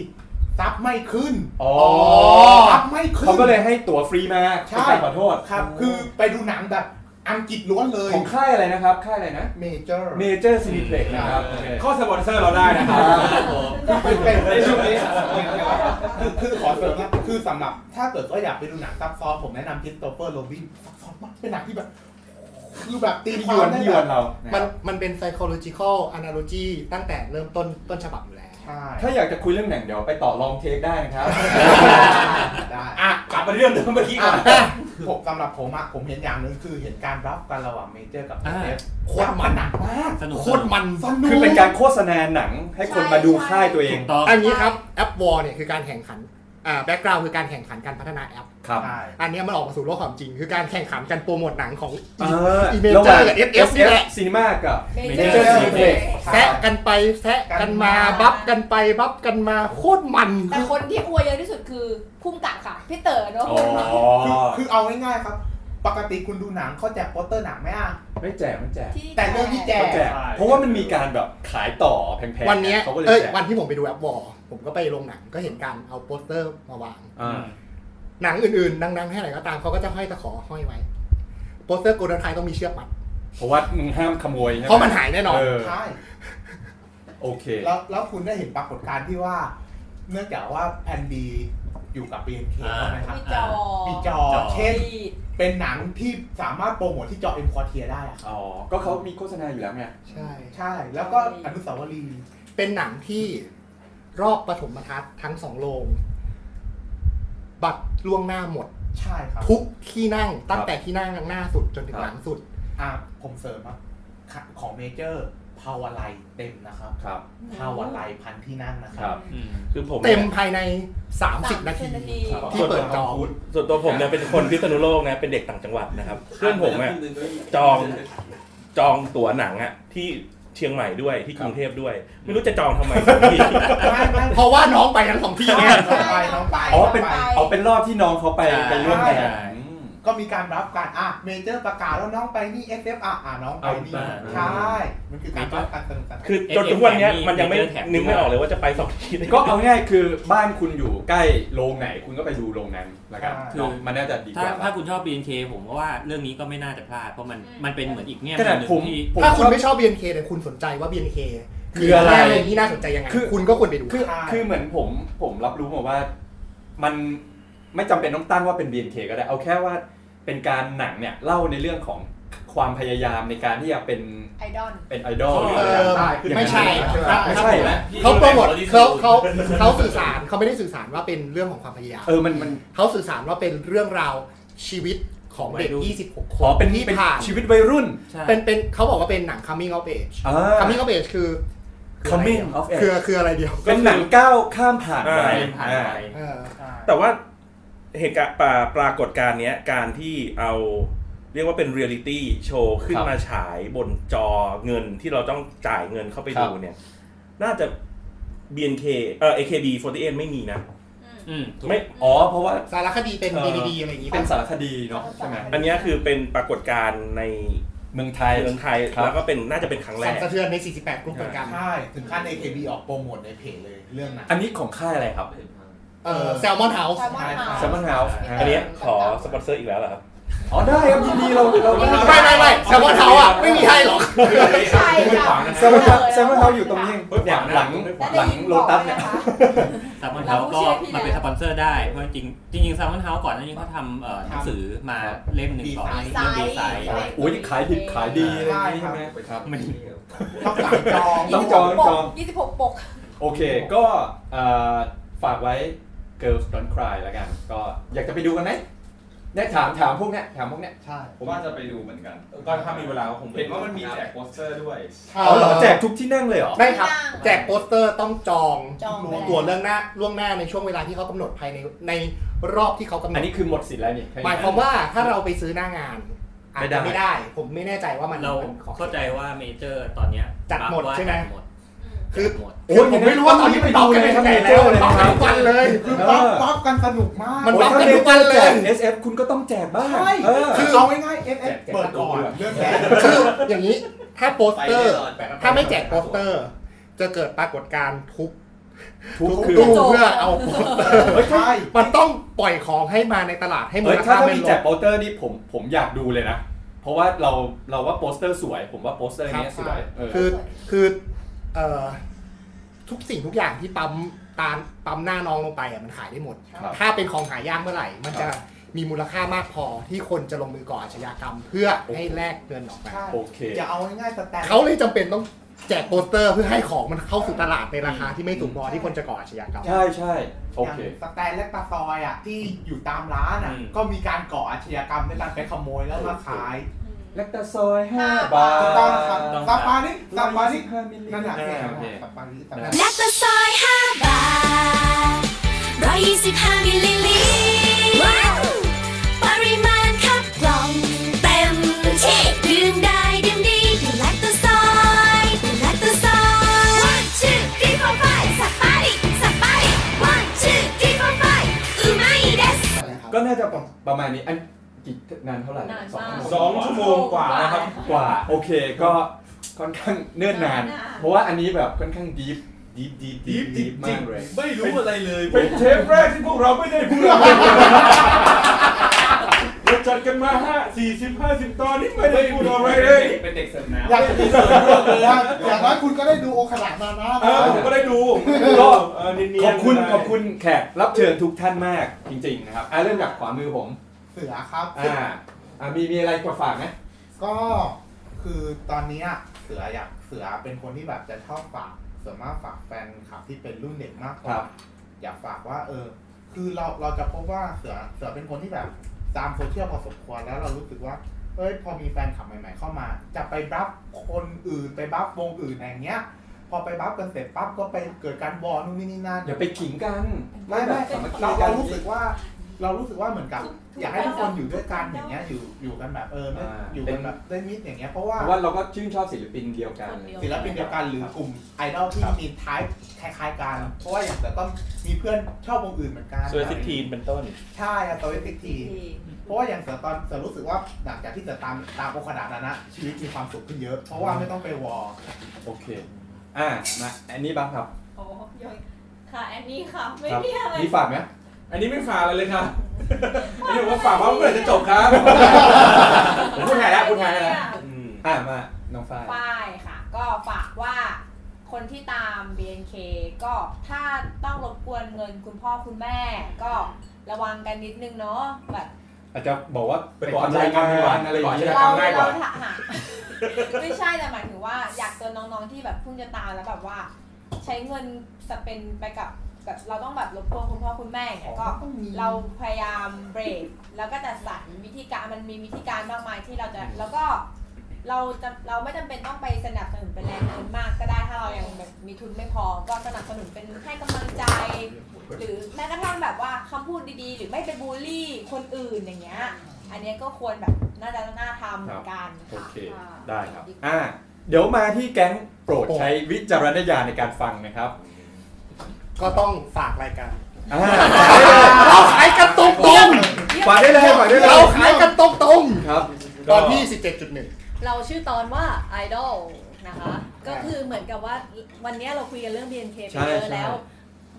[SPEAKER 6] ซับไม่ขึ้น
[SPEAKER 2] อ๋อ
[SPEAKER 6] ซับไม่ขึ้น
[SPEAKER 2] เขาก็เลยให้ตั๋วฟรีมา
[SPEAKER 6] ใช่
[SPEAKER 2] เป็นการขอโทษ
[SPEAKER 6] ครับ คือไปดูหนังแบบอังกฤษล้วนเลย
[SPEAKER 2] ของค่ายอะไรนะครับ ค่ายอะไรนะ
[SPEAKER 6] เมเจอร์
[SPEAKER 2] Major Cineplex นะครับโอเค
[SPEAKER 12] ข้อสปอนเซอร์เราได้นะครับ
[SPEAKER 6] เป็น
[SPEAKER 7] ในช่วงนี้
[SPEAKER 6] คือคือขอเสริมนะคือสำหรับถ้าเกิดว่าอยากไปดูหนังซับซ้อนผมแนะนำคริสโตเฟอร์โรบินซับซ้อนมากเป็นหนังที่แบบ คือแบบตี
[SPEAKER 2] ที่ยว
[SPEAKER 6] คาน มได้
[SPEAKER 2] ที่
[SPEAKER 6] แบ
[SPEAKER 2] ยวน
[SPEAKER 6] บ
[SPEAKER 2] เรา
[SPEAKER 4] มั
[SPEAKER 2] มัน น
[SPEAKER 4] มันเป็น psychological analogy ตั้งแต่เริ่มต้นต้นฉบับอยู่แล้ว
[SPEAKER 6] ใช่
[SPEAKER 2] ถ้าอยากจะคุยเรื่องหนังเดี๋ยวไปต่อลองเทคได้นะครับ
[SPEAKER 6] ได้
[SPEAKER 12] อ่ะกลับมาเรื่องเดิมเมื่อกี้ก่อน
[SPEAKER 6] ผมสำหรับผมอะผมเห็นอย่างหนึ่งคือเห็นการรับกันระหว่างเมเจอร์กับเอ
[SPEAKER 4] อ่า
[SPEAKER 6] ฟโคตรมันหนักมาก
[SPEAKER 11] สนุก
[SPEAKER 4] โคตรมัน
[SPEAKER 6] สนุก
[SPEAKER 2] คือเป็นการโฆษณาหนังให้คนมาดูค่ายตัวเอง
[SPEAKER 11] ถูกต้อง
[SPEAKER 4] อันนี้ครับแอปวอลเนี่ยคือการแข่งขันอ่าแบ็กกราวคือการแข่งขันการพัฒนาแอป
[SPEAKER 2] ครับ
[SPEAKER 6] ใช่
[SPEAKER 4] อันเนี้ยมันออกมาสู่โลกความจริง คือการแข่งขันกันโปรโมทหนังของ
[SPEAKER 2] เออ
[SPEAKER 4] อีเมเจอร์กับเอฟเอฟนี่แหละ
[SPEAKER 2] ซีนีมากับ
[SPEAKER 5] Major
[SPEAKER 2] Major
[SPEAKER 5] Cineplex
[SPEAKER 2] Cineplex
[SPEAKER 4] แซะกันไปแซะกันมาบัฟกันไปบัฟกันมาโคตรมัน
[SPEAKER 5] แต่คนที่อวยเยอะที่สุดคือพุ่มกับค่ะ พี่เต๋อเนาะ
[SPEAKER 2] อ๋อ
[SPEAKER 6] คือคือเอาง่ายๆครับ ปกติคุณดูหนังเขาแจกโปสเตอร์หนังไหมอะ
[SPEAKER 2] ไม่แจกไม่แจก
[SPEAKER 5] ที่
[SPEAKER 6] แต่เรื่องที่แจก
[SPEAKER 2] ไม่แจก เพราะว่ามันมีการแบบขายต่อแพงๆ
[SPEAKER 4] วันเนี้ย
[SPEAKER 2] เขาก็เลย
[SPEAKER 4] เอ้ย
[SPEAKER 2] แจก
[SPEAKER 4] วันที่ผมไปดูแอปวอลผมก็ไปโรงหนังก็เห็นการเอาโปสเตอร์มาวาง
[SPEAKER 2] อ่า
[SPEAKER 4] หนังอื่นๆ ดังๆ ให้ไหนก็ตามเขาก็จะห้อยตะขอห้อยไว้ โปสเตอร์โกลเด้นไทยต้องมีเชือกมัด
[SPEAKER 2] เพราะว่ามึงห้ามขโมยใช่ไหม
[SPEAKER 4] เพราะมันหายแน่นอน
[SPEAKER 2] เอ
[SPEAKER 6] ใช่
[SPEAKER 2] โอเค
[SPEAKER 6] แล้วแล้วคุณได้เห็นปรากฏการณ์ที่ว่า เนื่องจากว่าแอนดีอยู่กับ BNK
[SPEAKER 11] อ่า
[SPEAKER 6] ใช่ไหมครับ
[SPEAKER 5] พี่จอ
[SPEAKER 6] มีจอเช่น เป็นหนังที่สามารถโปรโมทที่จอเอ็มควอเทียได้อะครับ
[SPEAKER 2] อ๋อ ก็เขามีโฆษณาอยู่แล้วไง
[SPEAKER 4] ใช่
[SPEAKER 6] ใช่แล้วก็อนุสาวรีย์
[SPEAKER 4] เป็นหนังที่รอบปฐมทัศน์ทั้งสองโรงบัตรล่วงหน้าหมด
[SPEAKER 6] ใช่ครับ
[SPEAKER 4] ทุกที่นั่งตั้
[SPEAKER 6] ค
[SPEAKER 4] ง
[SPEAKER 6] รับ
[SPEAKER 4] แต่ที่นั่งหน้าสุดจนถึงหลังสุด
[SPEAKER 6] อ่าผมเสริมครับค่ะของเมเจอร์ภาวะไลยเต็มนะครับ
[SPEAKER 2] ครับ
[SPEAKER 6] ภาวะไลยพันที่นั่งนะค
[SPEAKER 2] ครั
[SPEAKER 6] รับ บ
[SPEAKER 3] คือผม
[SPEAKER 4] เต็ม
[SPEAKER 3] นี่ย
[SPEAKER 4] ภายใน 30 นาที ที่เปิดจอง
[SPEAKER 3] ส่วนตัวผมเนี่ยเป็นคนพิษณุโลกนะเป็นเด็กต่างจังหวัดนะครับ เพื่อนผมอ่ะจองจองตั๋วหนังอ่ะที่เชียงใหม่ด้วยที่กรุงเทพด้วย ไม่รู้จะจองทำไมสองที่
[SPEAKER 4] เพราะว่าน้องไปทั้งสองที่ไง
[SPEAKER 6] ไปน้องไป
[SPEAKER 2] อ๋อเป็น
[SPEAKER 6] น้งไป
[SPEAKER 2] เอาเป็นรอบที่น้องเขาไป
[SPEAKER 6] ใช่
[SPEAKER 2] ไปร่วมงาน
[SPEAKER 6] ก็มีการรับการอ่ะเมเจอร์ประกาศแล้วน้องไปนี่ SF อ่ะอ่ะน้องไปนี่
[SPEAKER 2] เอาไป
[SPEAKER 6] ใช่ มันคือการรับการสนุกสนาน
[SPEAKER 3] คือจนทุกวันเนี้ยมันยังไม่นึกไม่ออกเลยว่าจะไปสองที่
[SPEAKER 2] ก็เอาง่ายๆคือบ้านคุณอยู่ใกล้โรงไหนคุณก็ไปดูโรงนั้นละกัน
[SPEAKER 11] คื
[SPEAKER 2] คือ อมันน่าจะดีก
[SPEAKER 11] ถ้า
[SPEAKER 2] ว่า
[SPEAKER 11] ถ้าคุณชอบ BNK ผมก็ว่าเรื่องนี้ก็ไม่น่าจะพลาดเพราะมันมันเป็นเหมือนอีกแง่
[SPEAKER 2] ขนาด
[SPEAKER 11] หนึ่ง
[SPEAKER 2] ผม
[SPEAKER 11] ที่
[SPEAKER 2] ผม
[SPEAKER 4] ถ้าคุณไม่ชอบ BNK แต่คุณสนใจว่า BNK
[SPEAKER 2] คืออะไร
[SPEAKER 4] มีแง่มุมที่น่าสนใจยังไงคุณก็ควรไปดู
[SPEAKER 2] คือคือเหมือนผมผมรับรู้มาว่ามันไม่จำเป็นต้องตั้งว่าเป็น BNK ก็ได้ เอาแค่ว่าเป็นการหนังเนี่ยเล่าในเรื่องของความพยายามในการที่จะเป็น
[SPEAKER 5] ไอดอล
[SPEAKER 2] เป็นไอดอล
[SPEAKER 4] เออไม่ใช่
[SPEAKER 2] ไม่ใช่นะ
[SPEAKER 4] เขาโปรโมทเขาเขาเขาสื่อสารเขาไม่ได้สื่อสารว่าเป็นเรื่องของความพยายาม
[SPEAKER 2] เออมันมัน
[SPEAKER 4] เขาสื่อสารว่าเป็นเรื่องราวชีวิตของเด็ก 26 คน
[SPEAKER 2] อ๋อเป็น
[SPEAKER 4] ที่
[SPEAKER 2] เป็น
[SPEAKER 4] ผ่าน
[SPEAKER 2] ชีวิตวัยรุ่น
[SPEAKER 4] เป็นเป็นเขาบอกว่าเป็นหนัง coming of age
[SPEAKER 2] อ่า
[SPEAKER 4] coming of age คือ
[SPEAKER 2] coming of age
[SPEAKER 4] คือคืออะไรเดียว
[SPEAKER 2] เป็นหนังก้าวข้ามผ่านไปอ่า
[SPEAKER 3] แต่ว่าเหตุการณ์ปราปรากฏการณ์เนี้ยการที่เอาเรียกว่าเป็นเรียลิตี้โชว์ขึ้น
[SPEAKER 2] ครับ
[SPEAKER 3] มาฉายบนจอเงินที่เราต้องจ่ายเงินเข้าไปดูเนี่ย น่าจะ BNK เอ่อ AKB48 ไม่มีนะไม่
[SPEAKER 2] อ๋อเพราะว่า
[SPEAKER 4] สารคดีเป็น DVD อะไรอย่างงี้
[SPEAKER 2] เป็นสารคดีเนาะใช่ไหม
[SPEAKER 3] อันเนี้ยคือเป็นปรากฏการณ์ใน
[SPEAKER 2] เมืองไทย
[SPEAKER 3] เมืองไทย
[SPEAKER 2] ครับ
[SPEAKER 3] แล้วก็เป็นน่าจะเป็นครั้งแร
[SPEAKER 4] สั่น
[SPEAKER 3] ก
[SPEAKER 4] สะเทือนใน 48 กรุ๊ปเหมือนกัน
[SPEAKER 6] ใช่ ถึงขั้น AKB ออกโปรโมทในเพจเลยเรื่องนั้น
[SPEAKER 2] อันนี้ของค่ายอะไรครับ
[SPEAKER 4] เออ Salmon House Salmon House
[SPEAKER 2] แซลมอนเฮาส์
[SPEAKER 3] อันเนี้ยขอสปอนเซอร์อีกแล้วเหรอครับ
[SPEAKER 2] อ๋อได้ครับยินดีเราเรา
[SPEAKER 4] ไม่ไม่ไม่ไม่ Salmon House อะไม่มีให้หรอก
[SPEAKER 2] ไม่ใช่
[SPEAKER 4] ค่ะ
[SPEAKER 2] แซลมอนเฮาส์แซลมอนเฮาส์อยู่ตรงนี้เนี่ยหลังหลังโลตัสเนี่ย
[SPEAKER 11] ซามอนเฮาก็มาเป็นสปอนเซอร์ได้ เพราะจริงจริงๆซามอนเฮาก่อนหน้านี้เขาทำเอ่อหนังสือมาเล่มหนึ่งก่อน
[SPEAKER 6] ดีไซ
[SPEAKER 11] เล่ม
[SPEAKER 6] น์
[SPEAKER 11] ดีไซน์
[SPEAKER 2] โอ้ยขายดิบขายดีอะไรอย่างงี้ใช่ไหมครับต้องจองต้องจอง
[SPEAKER 5] ยี่สิบหกปก
[SPEAKER 2] โอเค ก็เอ่อฝากไว้ Girls Don't Cry แล้วกัน ก็อยากจะไปดูกันไหมเนี่ยถามถามพวกเนี้ยถามพวกเนี้ย
[SPEAKER 4] ใช่
[SPEAKER 7] ผมว่าจะไปดูเหมือนกัน
[SPEAKER 2] ก็ถ้ามีเวลาก็คงไป
[SPEAKER 7] เห็นว่ามันมีแจกโปสเตอร์ด้วย
[SPEAKER 2] เอาเหรอแจกทุกที่นั่งเลยเหรอ
[SPEAKER 4] ได้ครับ แจกโปสเตอร์ต้องจอง
[SPEAKER 5] จองไปแล้ว
[SPEAKER 4] ตัวเรื่องหน้าล่วงหน้าในช่วงเวลาที่เขากำหนดภายในในรอบที่เขากำหนด
[SPEAKER 2] อันนี้คือหมดสิทธิ์แล้วนี่
[SPEAKER 4] หมายความว่าถ้าเราไปซื้อหน้างานอาจจะ
[SPEAKER 11] ไม่ได้
[SPEAKER 4] ไม่ได้ ผมไม่แน่ใจว่ามัน
[SPEAKER 11] เรา
[SPEAKER 4] เป็นของ
[SPEAKER 11] เข้าใจว่าเมเจอร์ตอนเนี้ย
[SPEAKER 4] จัดหมด
[SPEAKER 11] ว่า
[SPEAKER 4] ใช่ไหม
[SPEAKER 11] จัดด
[SPEAKER 4] คือ
[SPEAKER 2] โอ้ย
[SPEAKER 4] ผมไม่รู้ว่าตอนนี้มันตอบกันไปทางไหนแล้ว
[SPEAKER 2] เลย
[SPEAKER 4] ตอ
[SPEAKER 2] นะ
[SPEAKER 4] บ
[SPEAKER 2] ค
[SPEAKER 4] กันทุก
[SPEAKER 2] รับ
[SPEAKER 4] วันเลย
[SPEAKER 6] คือป๊อปป๊อปกันสนุกมาก
[SPEAKER 4] มันป๊อปกันทุกวันเลย
[SPEAKER 2] SF คุณก็ต้องแจกบ้าง
[SPEAKER 6] ใช่
[SPEAKER 2] เออ
[SPEAKER 6] คือเอาง่ายๆ SF เปิดก่อนเรื่องแรก
[SPEAKER 4] คืออย่างนี้ถ้าโปสเตอร์
[SPEAKER 6] ไปแน่นอนแปะกระเป๋า
[SPEAKER 4] ถ้าไม่แจกโปสเตอร์ จะเกิดปรากฏการณ์ทุบ
[SPEAKER 2] ทุบ
[SPEAKER 4] ทุบ
[SPEAKER 2] คือ
[SPEAKER 4] ตู้เพื่อเอาโปสเตอร์
[SPEAKER 2] เฮ้ยใช่
[SPEAKER 4] มันต้องปล่อยของให้มาในตลาดให้มู
[SPEAKER 2] เอ้ย
[SPEAKER 4] ล
[SPEAKER 2] ถ้า
[SPEAKER 4] ค่า
[SPEAKER 2] ถ้า
[SPEAKER 4] เป็น
[SPEAKER 2] มี
[SPEAKER 4] ล
[SPEAKER 2] แจ
[SPEAKER 4] บ
[SPEAKER 2] กโปสเตอร์นี่ผมผมอยากดูเลยนะ เพราะว่าเราเราว่าโปสเตอร์สวย ผมว่าโปสเตอร์เนี้ยสวยเ
[SPEAKER 4] คือคือเอ่อทุกสิ่งทุกอย่างที่ปั๊มตามปั๊มหน้าน้องลงไปอ่ะมันขายได้หมด
[SPEAKER 2] ครับ
[SPEAKER 4] ถ้าเป็นของหายากเมื่อไหร่ มันจะ
[SPEAKER 2] ครับ
[SPEAKER 4] มีมูลค่ามากพอที่คนจะลงมือก่ออาชญากรรม เพื่อให้แลกเงินออกมา
[SPEAKER 6] ใช่
[SPEAKER 2] โอเค
[SPEAKER 6] อย่าเอาง่ายๆสแตน
[SPEAKER 4] เขาเลยจำเป็นต้องแจกโปสเตอร์เพื่อให้ของมันเข้าสู่ตลาดในราคาที่ไม่สูงพอที่คนจะก่ออาชญากรรม
[SPEAKER 2] ใช่ใช่โอเค
[SPEAKER 6] ย่างสแตนและตาซอยอ่ะที่อยู่ตามร้านอ่ะ ก็มีการก่ออาชญากรรมด้วยการไปขโมยแล้วมาขาย
[SPEAKER 2] แลคตาซอยห้าบาท
[SPEAKER 6] ถูกต้องครับซาปานิซาปานิ
[SPEAKER 2] นั่
[SPEAKER 6] นั่
[SPEAKER 2] น
[SPEAKER 6] น
[SPEAKER 2] แห
[SPEAKER 6] แห
[SPEAKER 2] ละ
[SPEAKER 6] ละเนี่ย
[SPEAKER 2] โอเค
[SPEAKER 6] ซาปานิซาปานิ
[SPEAKER 9] และก็ซอยห้าบาทร้อยยี่สิบห้ามิลลิลิตรปริมาณคับกล่องเต็มที่ดื่มได้ดื่มดีดื่มแลคโตซอยดื่มแลคโตซอย one two three four five สับปะริสับปะริ one two three four five うまいです
[SPEAKER 2] ก็น่าจะประมาณนี้อันกี่นานเท่าไหร่
[SPEAKER 9] นาน
[SPEAKER 2] สอง
[SPEAKER 9] มา
[SPEAKER 2] สอง
[SPEAKER 9] ก
[SPEAKER 2] ชั่วโมงกว่านะครับกว่าโอเคก็ค่อนข้างเนิ่นนาน เพราะว่าอันนี้แบบค่อนข้างดีฟดีฟดีฟดีฟดีฟมากเลย
[SPEAKER 12] ไม่รู้อะไรเลย
[SPEAKER 2] เป็นเทปแรกที่พวกเราไม่ได้พูดอะไร
[SPEAKER 12] เราจัดกันมาห้าสี่สิบห้าสิบตอนนี่ไม่ได้พูดอะไรเลย
[SPEAKER 7] เป็นเด็กเสร์ฟน้ำ
[SPEAKER 6] อยากจะมีส่วนร่วมเลยนะอย่างน้อยคุณก็ได้ดูโอขลาดมานะ
[SPEAKER 12] เออผมก็ได้ดู
[SPEAKER 2] ก็
[SPEAKER 12] เออเนียนๆ
[SPEAKER 2] ขอบคุณ
[SPEAKER 12] ได้
[SPEAKER 2] ขอบคุณแขกรับเชิญทุกท่านมากจริงๆนะครับอ่ะเริ่มจากขวามือผม
[SPEAKER 6] เสือครับ
[SPEAKER 2] อ่าอ่ะมีมีอะไรจะฝากไหม
[SPEAKER 6] ก็คือตอนเนี้ยเสืออยากเสือเป็นคนที่แบบจะชอบฝาก ส่วนมากฝากแฟนคลับที่เป็นรุ่นเด็กมากก
[SPEAKER 2] ค
[SPEAKER 6] ว่า
[SPEAKER 2] รับ
[SPEAKER 6] อยากฝากว่า เออ คือเราเราจะพบว่าเสือเสือเป็นคนที่แบบตามโซเชียลพอสมควรแล้วเรารู้สึกว่าเอ้ยพอมีแฟนคลับใหม่ ๆ เข้ามา จะไปบัฟคนอื่นไปบัฟวงอื่นอะไรอย่างเงี้ย พอไปบัฟกันเสร็จปั๊บก็ไปเกิดการวอร์นู่นนี่นี่นั่น
[SPEAKER 2] อย่าไปขิงกัน
[SPEAKER 6] ไม่ไม่
[SPEAKER 2] สามัคคี
[SPEAKER 6] เรา
[SPEAKER 2] กั
[SPEAKER 6] เรา
[SPEAKER 2] น
[SPEAKER 6] รู้สึกว่า เรารู้สึกว่าเหมือนกับ อยากให้ทุกคนอยู่ด้วยกันอย่างเงี้ยอยู่อยู่กันแบบเออไม่อยู่กันแบบได้มิตรอย่างเงี้ยเพราะว่า
[SPEAKER 2] เพราะว่าเราก็ชื่นชอบศิลปินเดียวกัน
[SPEAKER 6] ศิลปินเดียวกันหรือกลุ่มไอดอลที่มีท้ายคล้าย ๆกัน เพราะว่าอย่างแต่ต้องมีเพื่อนชอบวงอื่นเหมือนกัน
[SPEAKER 3] สวยสิทีนเป็นต้น
[SPEAKER 6] ใช่อะตัวเวสิกทีเพราะว่าอย่างเสือตอนเสือรู้สึกว่าหลังจากที่เสือตามตามโอคดานั้นนะชีวิตมีความสุขขึ้นเยอะ เพราะว่าไม่ต้องไปวอร์
[SPEAKER 2] โอเค อ่ามาอันนี้บ้างครับ
[SPEAKER 8] โอ้ยอยค่ะแอนนี่ค่ะ ไม่มีอะไร
[SPEAKER 2] นี่ฝากไหม
[SPEAKER 12] อันนี้ไม่ฝากอะไรเลยครับ อันนี้ผมว่าฝากว่าเมื่อไหร่จะจบครับ
[SPEAKER 2] ผมพูดแทนแล้วพูดแทนแล้วอ่ามา น้องฝ้าย
[SPEAKER 5] ป้ายค่ะ ก็ฝากว่าคนที่ตาม BNK ก็ถ้าต้องรบกวนเงินคุณพ่อคุณแม่ ก็ระวังกันนิดนึงเนาะแบบ
[SPEAKER 2] อาจจะบอกว่า
[SPEAKER 12] ไปก่อนรายงาน
[SPEAKER 2] ไปก่อนอะไรอย่างเงี้ย
[SPEAKER 5] เราเราถาห า ไม่ใช่แต่หมายถึงว่าอยากเตือนน้องๆที่แบบเพิ่งจะตามแล้วแบบว่า ใช้เงินสเปนไปกับแบบเราต้องแบบรบกวนคุณพ่อคุณแม่อย่างเนี่ยก็เราพยายามเบรกแล้วก็จัดสรรวิธีการมันมีวิธีการมากมายที่เราจะแล้วก็ เราจะเราไม่จำเป็นต้องไปสนับสนุนเป็นแรงเงินมากก็ได้ถ้าเรายังแบบมีทุนไม่พอ ก็สนับสนุนเป็นให้กำลังใจ หรือแม้กระทั่งแบบว่าคำพูดดีๆ หรือไม่ไปบูลลี่คนอื่นอย่างเงี้ย อันเนี้ยก็ควรแบบน่าจะน่าทำเหมือนกัน
[SPEAKER 2] โอเค
[SPEAKER 5] ค่ะ
[SPEAKER 2] ได้ครับ อ่า เดี๋ยวมาที่แก๊งโปรดใช้วิจารณญาณในการฟังนะครับ
[SPEAKER 4] ก็ต้องฝากรายการ
[SPEAKER 2] อ่า
[SPEAKER 4] เราขายกันตรงตรง
[SPEAKER 2] ฝากได้เลยฝากได้เลย
[SPEAKER 4] เราขายกันตรงตรง
[SPEAKER 2] ครับ
[SPEAKER 4] ตอนที่ 17.1
[SPEAKER 10] เราชื่อตอนว่า Idol นะคะ ก็คือเหมือนกับว่าวันเนี้ยเราคุยกันเรื่อง BNK ไป
[SPEAKER 4] ใช่
[SPEAKER 10] เยอะ
[SPEAKER 4] ใช่
[SPEAKER 10] แล้ว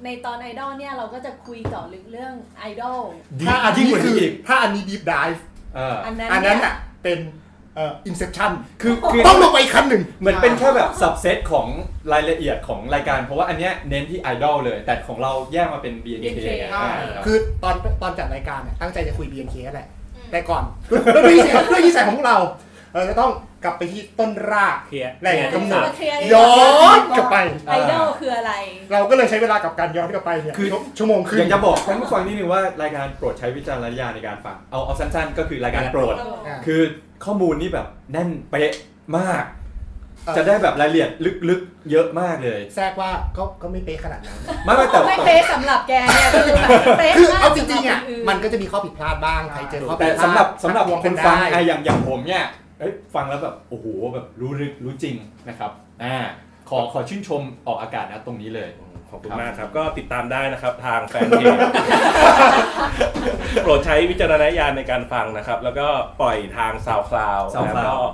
[SPEAKER 10] ในตอน Idol เนี่ยเราก็จะคุยเจาะลึกเรื่อง Idol
[SPEAKER 4] ถ้าอันนี้คือถ้าอันนี้ดีฟดิฟ
[SPEAKER 10] อันนั้น
[SPEAKER 4] อันนั้นอ่ะ
[SPEAKER 10] เนี่ย
[SPEAKER 4] เป็นเอ่ออินเซพชั่น
[SPEAKER 2] คือคือ
[SPEAKER 4] ต้องลงไปอีกขั้นหนึ่ง
[SPEAKER 2] เหมือนเป็นแค่แบบสับเซตของรายละเอียดของรายการ เพราะว่าอันเนี้ยเน้นที่ไอดอลเลย แต่ของเราแยกมาเป็น B N K
[SPEAKER 4] คือตอนตอนจัดรายการเนี่ยตั้งใจจะคุย BNK แหละ แต่ก่อนด้วยด้วยนิสัยด้วยนิสัยของพวกเรา เราจะต้องกลับไปที่ต้นราก
[SPEAKER 11] เคลียร์
[SPEAKER 4] แหล่งกำเนิด
[SPEAKER 10] เคลียร์
[SPEAKER 4] ย้อนกลับไป
[SPEAKER 10] ไอดอลคืออะไร
[SPEAKER 4] เราก็เลยใช้เวลากับการย้อนกลับไปเนี่ย
[SPEAKER 2] คือ
[SPEAKER 4] ชั่วโมงครึ่ง
[SPEAKER 2] อยากจะบอกท่านผู้ฟังนิดนึงว่ารายการโปรดใช้วิจารณญาณในการฟัง เอาเอาสั้นๆ ก็คือรายการโปรด
[SPEAKER 4] อ่า
[SPEAKER 2] คือข้อมูลนี่แบบแน่นเป๊ะมาก จะได้แบบรายละเอียดลึกๆ เยอะมากเลย
[SPEAKER 4] แทรกว่าก็ก็ไม่เป๊ะขนาดนั้น
[SPEAKER 2] ไม่ไม่แต่
[SPEAKER 10] ไม่เป๊ะสำหรับแกเนี่ยคือแบบเป๊ะ
[SPEAKER 4] คือ
[SPEAKER 10] มาก
[SPEAKER 4] เอาจริงๆอ่ะ
[SPEAKER 10] สำหบคนน
[SPEAKER 4] มันก็จะมีข้อผิดพลาดบ้างใครเจอข้อผิ
[SPEAKER 2] แต่
[SPEAKER 4] ดพลาด
[SPEAKER 2] สำหรับสำหรับ
[SPEAKER 4] ทักทว
[SPEAKER 2] คน
[SPEAKER 4] กั
[SPEAKER 2] ฟัง
[SPEAKER 4] ได้
[SPEAKER 2] ไอะอย่างอย่างผมเนี่ยเอ้ยฟังแล้วแบบโอ้โหแบบรู้ลึกรู้จริงนะครับอ่าขอขอชื่นชมออกอากาศนะตรงนี้เลย
[SPEAKER 3] ขอบคุณมากครับ ก็ติดตามได้นะครับทางแฟนเพจ โปรดใช้วิจารณญาณในการฟังนะครับ แล้วก็ปล่อยทาง SoundCloud แล้วก็
[SPEAKER 2] SoundCloud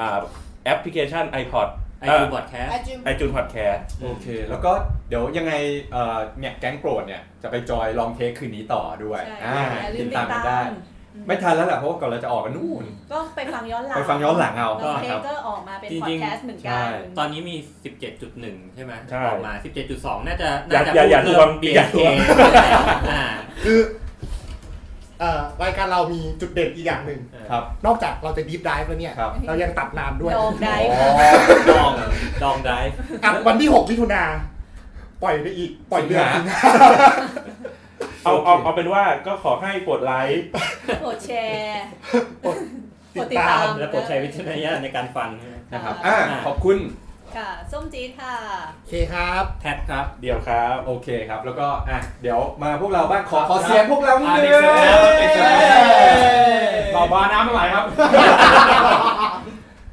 [SPEAKER 3] อ่าแอปพลิเคชัน iPod
[SPEAKER 11] iTunes Podcast
[SPEAKER 3] ไอจูนพอดแคส
[SPEAKER 2] โอเค แล้วก็เดี๋ยวยังไงเอ่อเนี่ยแก๊งโปรดเนี่ยจะไปจอยลองเทคคืนนี้ต่อด้วย
[SPEAKER 10] ใช่
[SPEAKER 2] อ่า
[SPEAKER 10] อย่าลืม
[SPEAKER 2] ติดตาม
[SPEAKER 10] ติ
[SPEAKER 2] กั
[SPEAKER 10] ด
[SPEAKER 2] น
[SPEAKER 10] ตา
[SPEAKER 2] ได้
[SPEAKER 10] ม
[SPEAKER 2] ไม่ทันแล้วแหละเพราะว่าก่อนเราจะออกกันนู่น
[SPEAKER 10] ก็ไปฟังย้อนหลัง
[SPEAKER 2] ไปฟังย้อนหลังเอา
[SPEAKER 10] แล้วเพล
[SPEAKER 2] ครั
[SPEAKER 10] ง
[SPEAKER 2] บ
[SPEAKER 10] ก็ออกมาเป็น
[SPEAKER 11] จ
[SPEAKER 10] พอด
[SPEAKER 11] ริง
[SPEAKER 10] แคสต์เหมือน
[SPEAKER 11] ๆ
[SPEAKER 10] กัน
[SPEAKER 11] ตอนนี้มี 17.1 ใช่ไหม
[SPEAKER 3] ใช่
[SPEAKER 11] ออกมา 17.2 น่าจะ
[SPEAKER 3] อย่า
[SPEAKER 11] น่าจะ
[SPEAKER 3] อย่าอย่า
[SPEAKER 11] พูด
[SPEAKER 3] ทวง
[SPEAKER 11] เบี
[SPEAKER 3] อย ย่า
[SPEAKER 11] ร์
[SPEAKER 3] ท
[SPEAKER 11] เคว
[SPEAKER 3] ง
[SPEAKER 11] อ่า
[SPEAKER 4] คือเอ่อรายการเรามีจุดเด่นอีกอย่างหนึ่ง
[SPEAKER 2] ครับ
[SPEAKER 4] นอกจากเราจะดีฟดิฟแล้วเนี่ย เรายังตัดน้ำด้วย
[SPEAKER 10] ดอง dive
[SPEAKER 11] ดองดองได้
[SPEAKER 4] อ่ะวันที่ 6 มิถุนาปล่อยไปอีก ปล่อยเดือน
[SPEAKER 3] สิ
[SPEAKER 4] สิ
[SPEAKER 3] ง
[SPEAKER 4] ง
[SPEAKER 3] หา
[SPEAKER 4] หา
[SPEAKER 3] เอาเอาเอาเป็นว่าก็ขอให้กดไลค์
[SPEAKER 10] โปรดแชร์
[SPEAKER 11] กดติดตาม และกดใช้วิจารณญาณในการฟัง
[SPEAKER 2] นะครับอ่าขอบคุณ
[SPEAKER 10] ค่ะ ส้มจีดค่ะ
[SPEAKER 4] โอเคครับ
[SPEAKER 11] แท็บครับ
[SPEAKER 3] เดี๋ยวครับ
[SPEAKER 2] โอเคครับ แล้วก็อ่ะเดี๋ยวมาพวกเราบ้างขอขอเสียงพวกเราหน่อย
[SPEAKER 12] อ่ะเดี๋ยวเสียงแล้วเดี๋ยวเสียงแล้ว
[SPEAKER 2] เราบาน้ำไม่ไหวครับ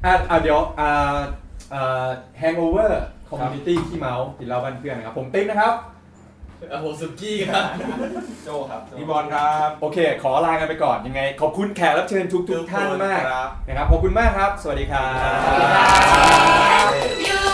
[SPEAKER 2] อ่ะอ่ะเดี๋ยวอ่าเอ่อ hangover community ขี้เมากินเหล้าบ้านเพื่อนนะครับ ผมติ๊กนะครับ
[SPEAKER 12] ผมสุกี้ครับ
[SPEAKER 7] โจครับโจ
[SPEAKER 12] พี่บอลครับ
[SPEAKER 2] โอเค ขอลากันไปก่อนยังไง ขอบคุณแขกรับเชิญทุกทุกๆท่านมาก
[SPEAKER 12] ครับ
[SPEAKER 2] นะครับ ขอบคุณมากครับ สวัสดีครับ
[SPEAKER 9] อยู่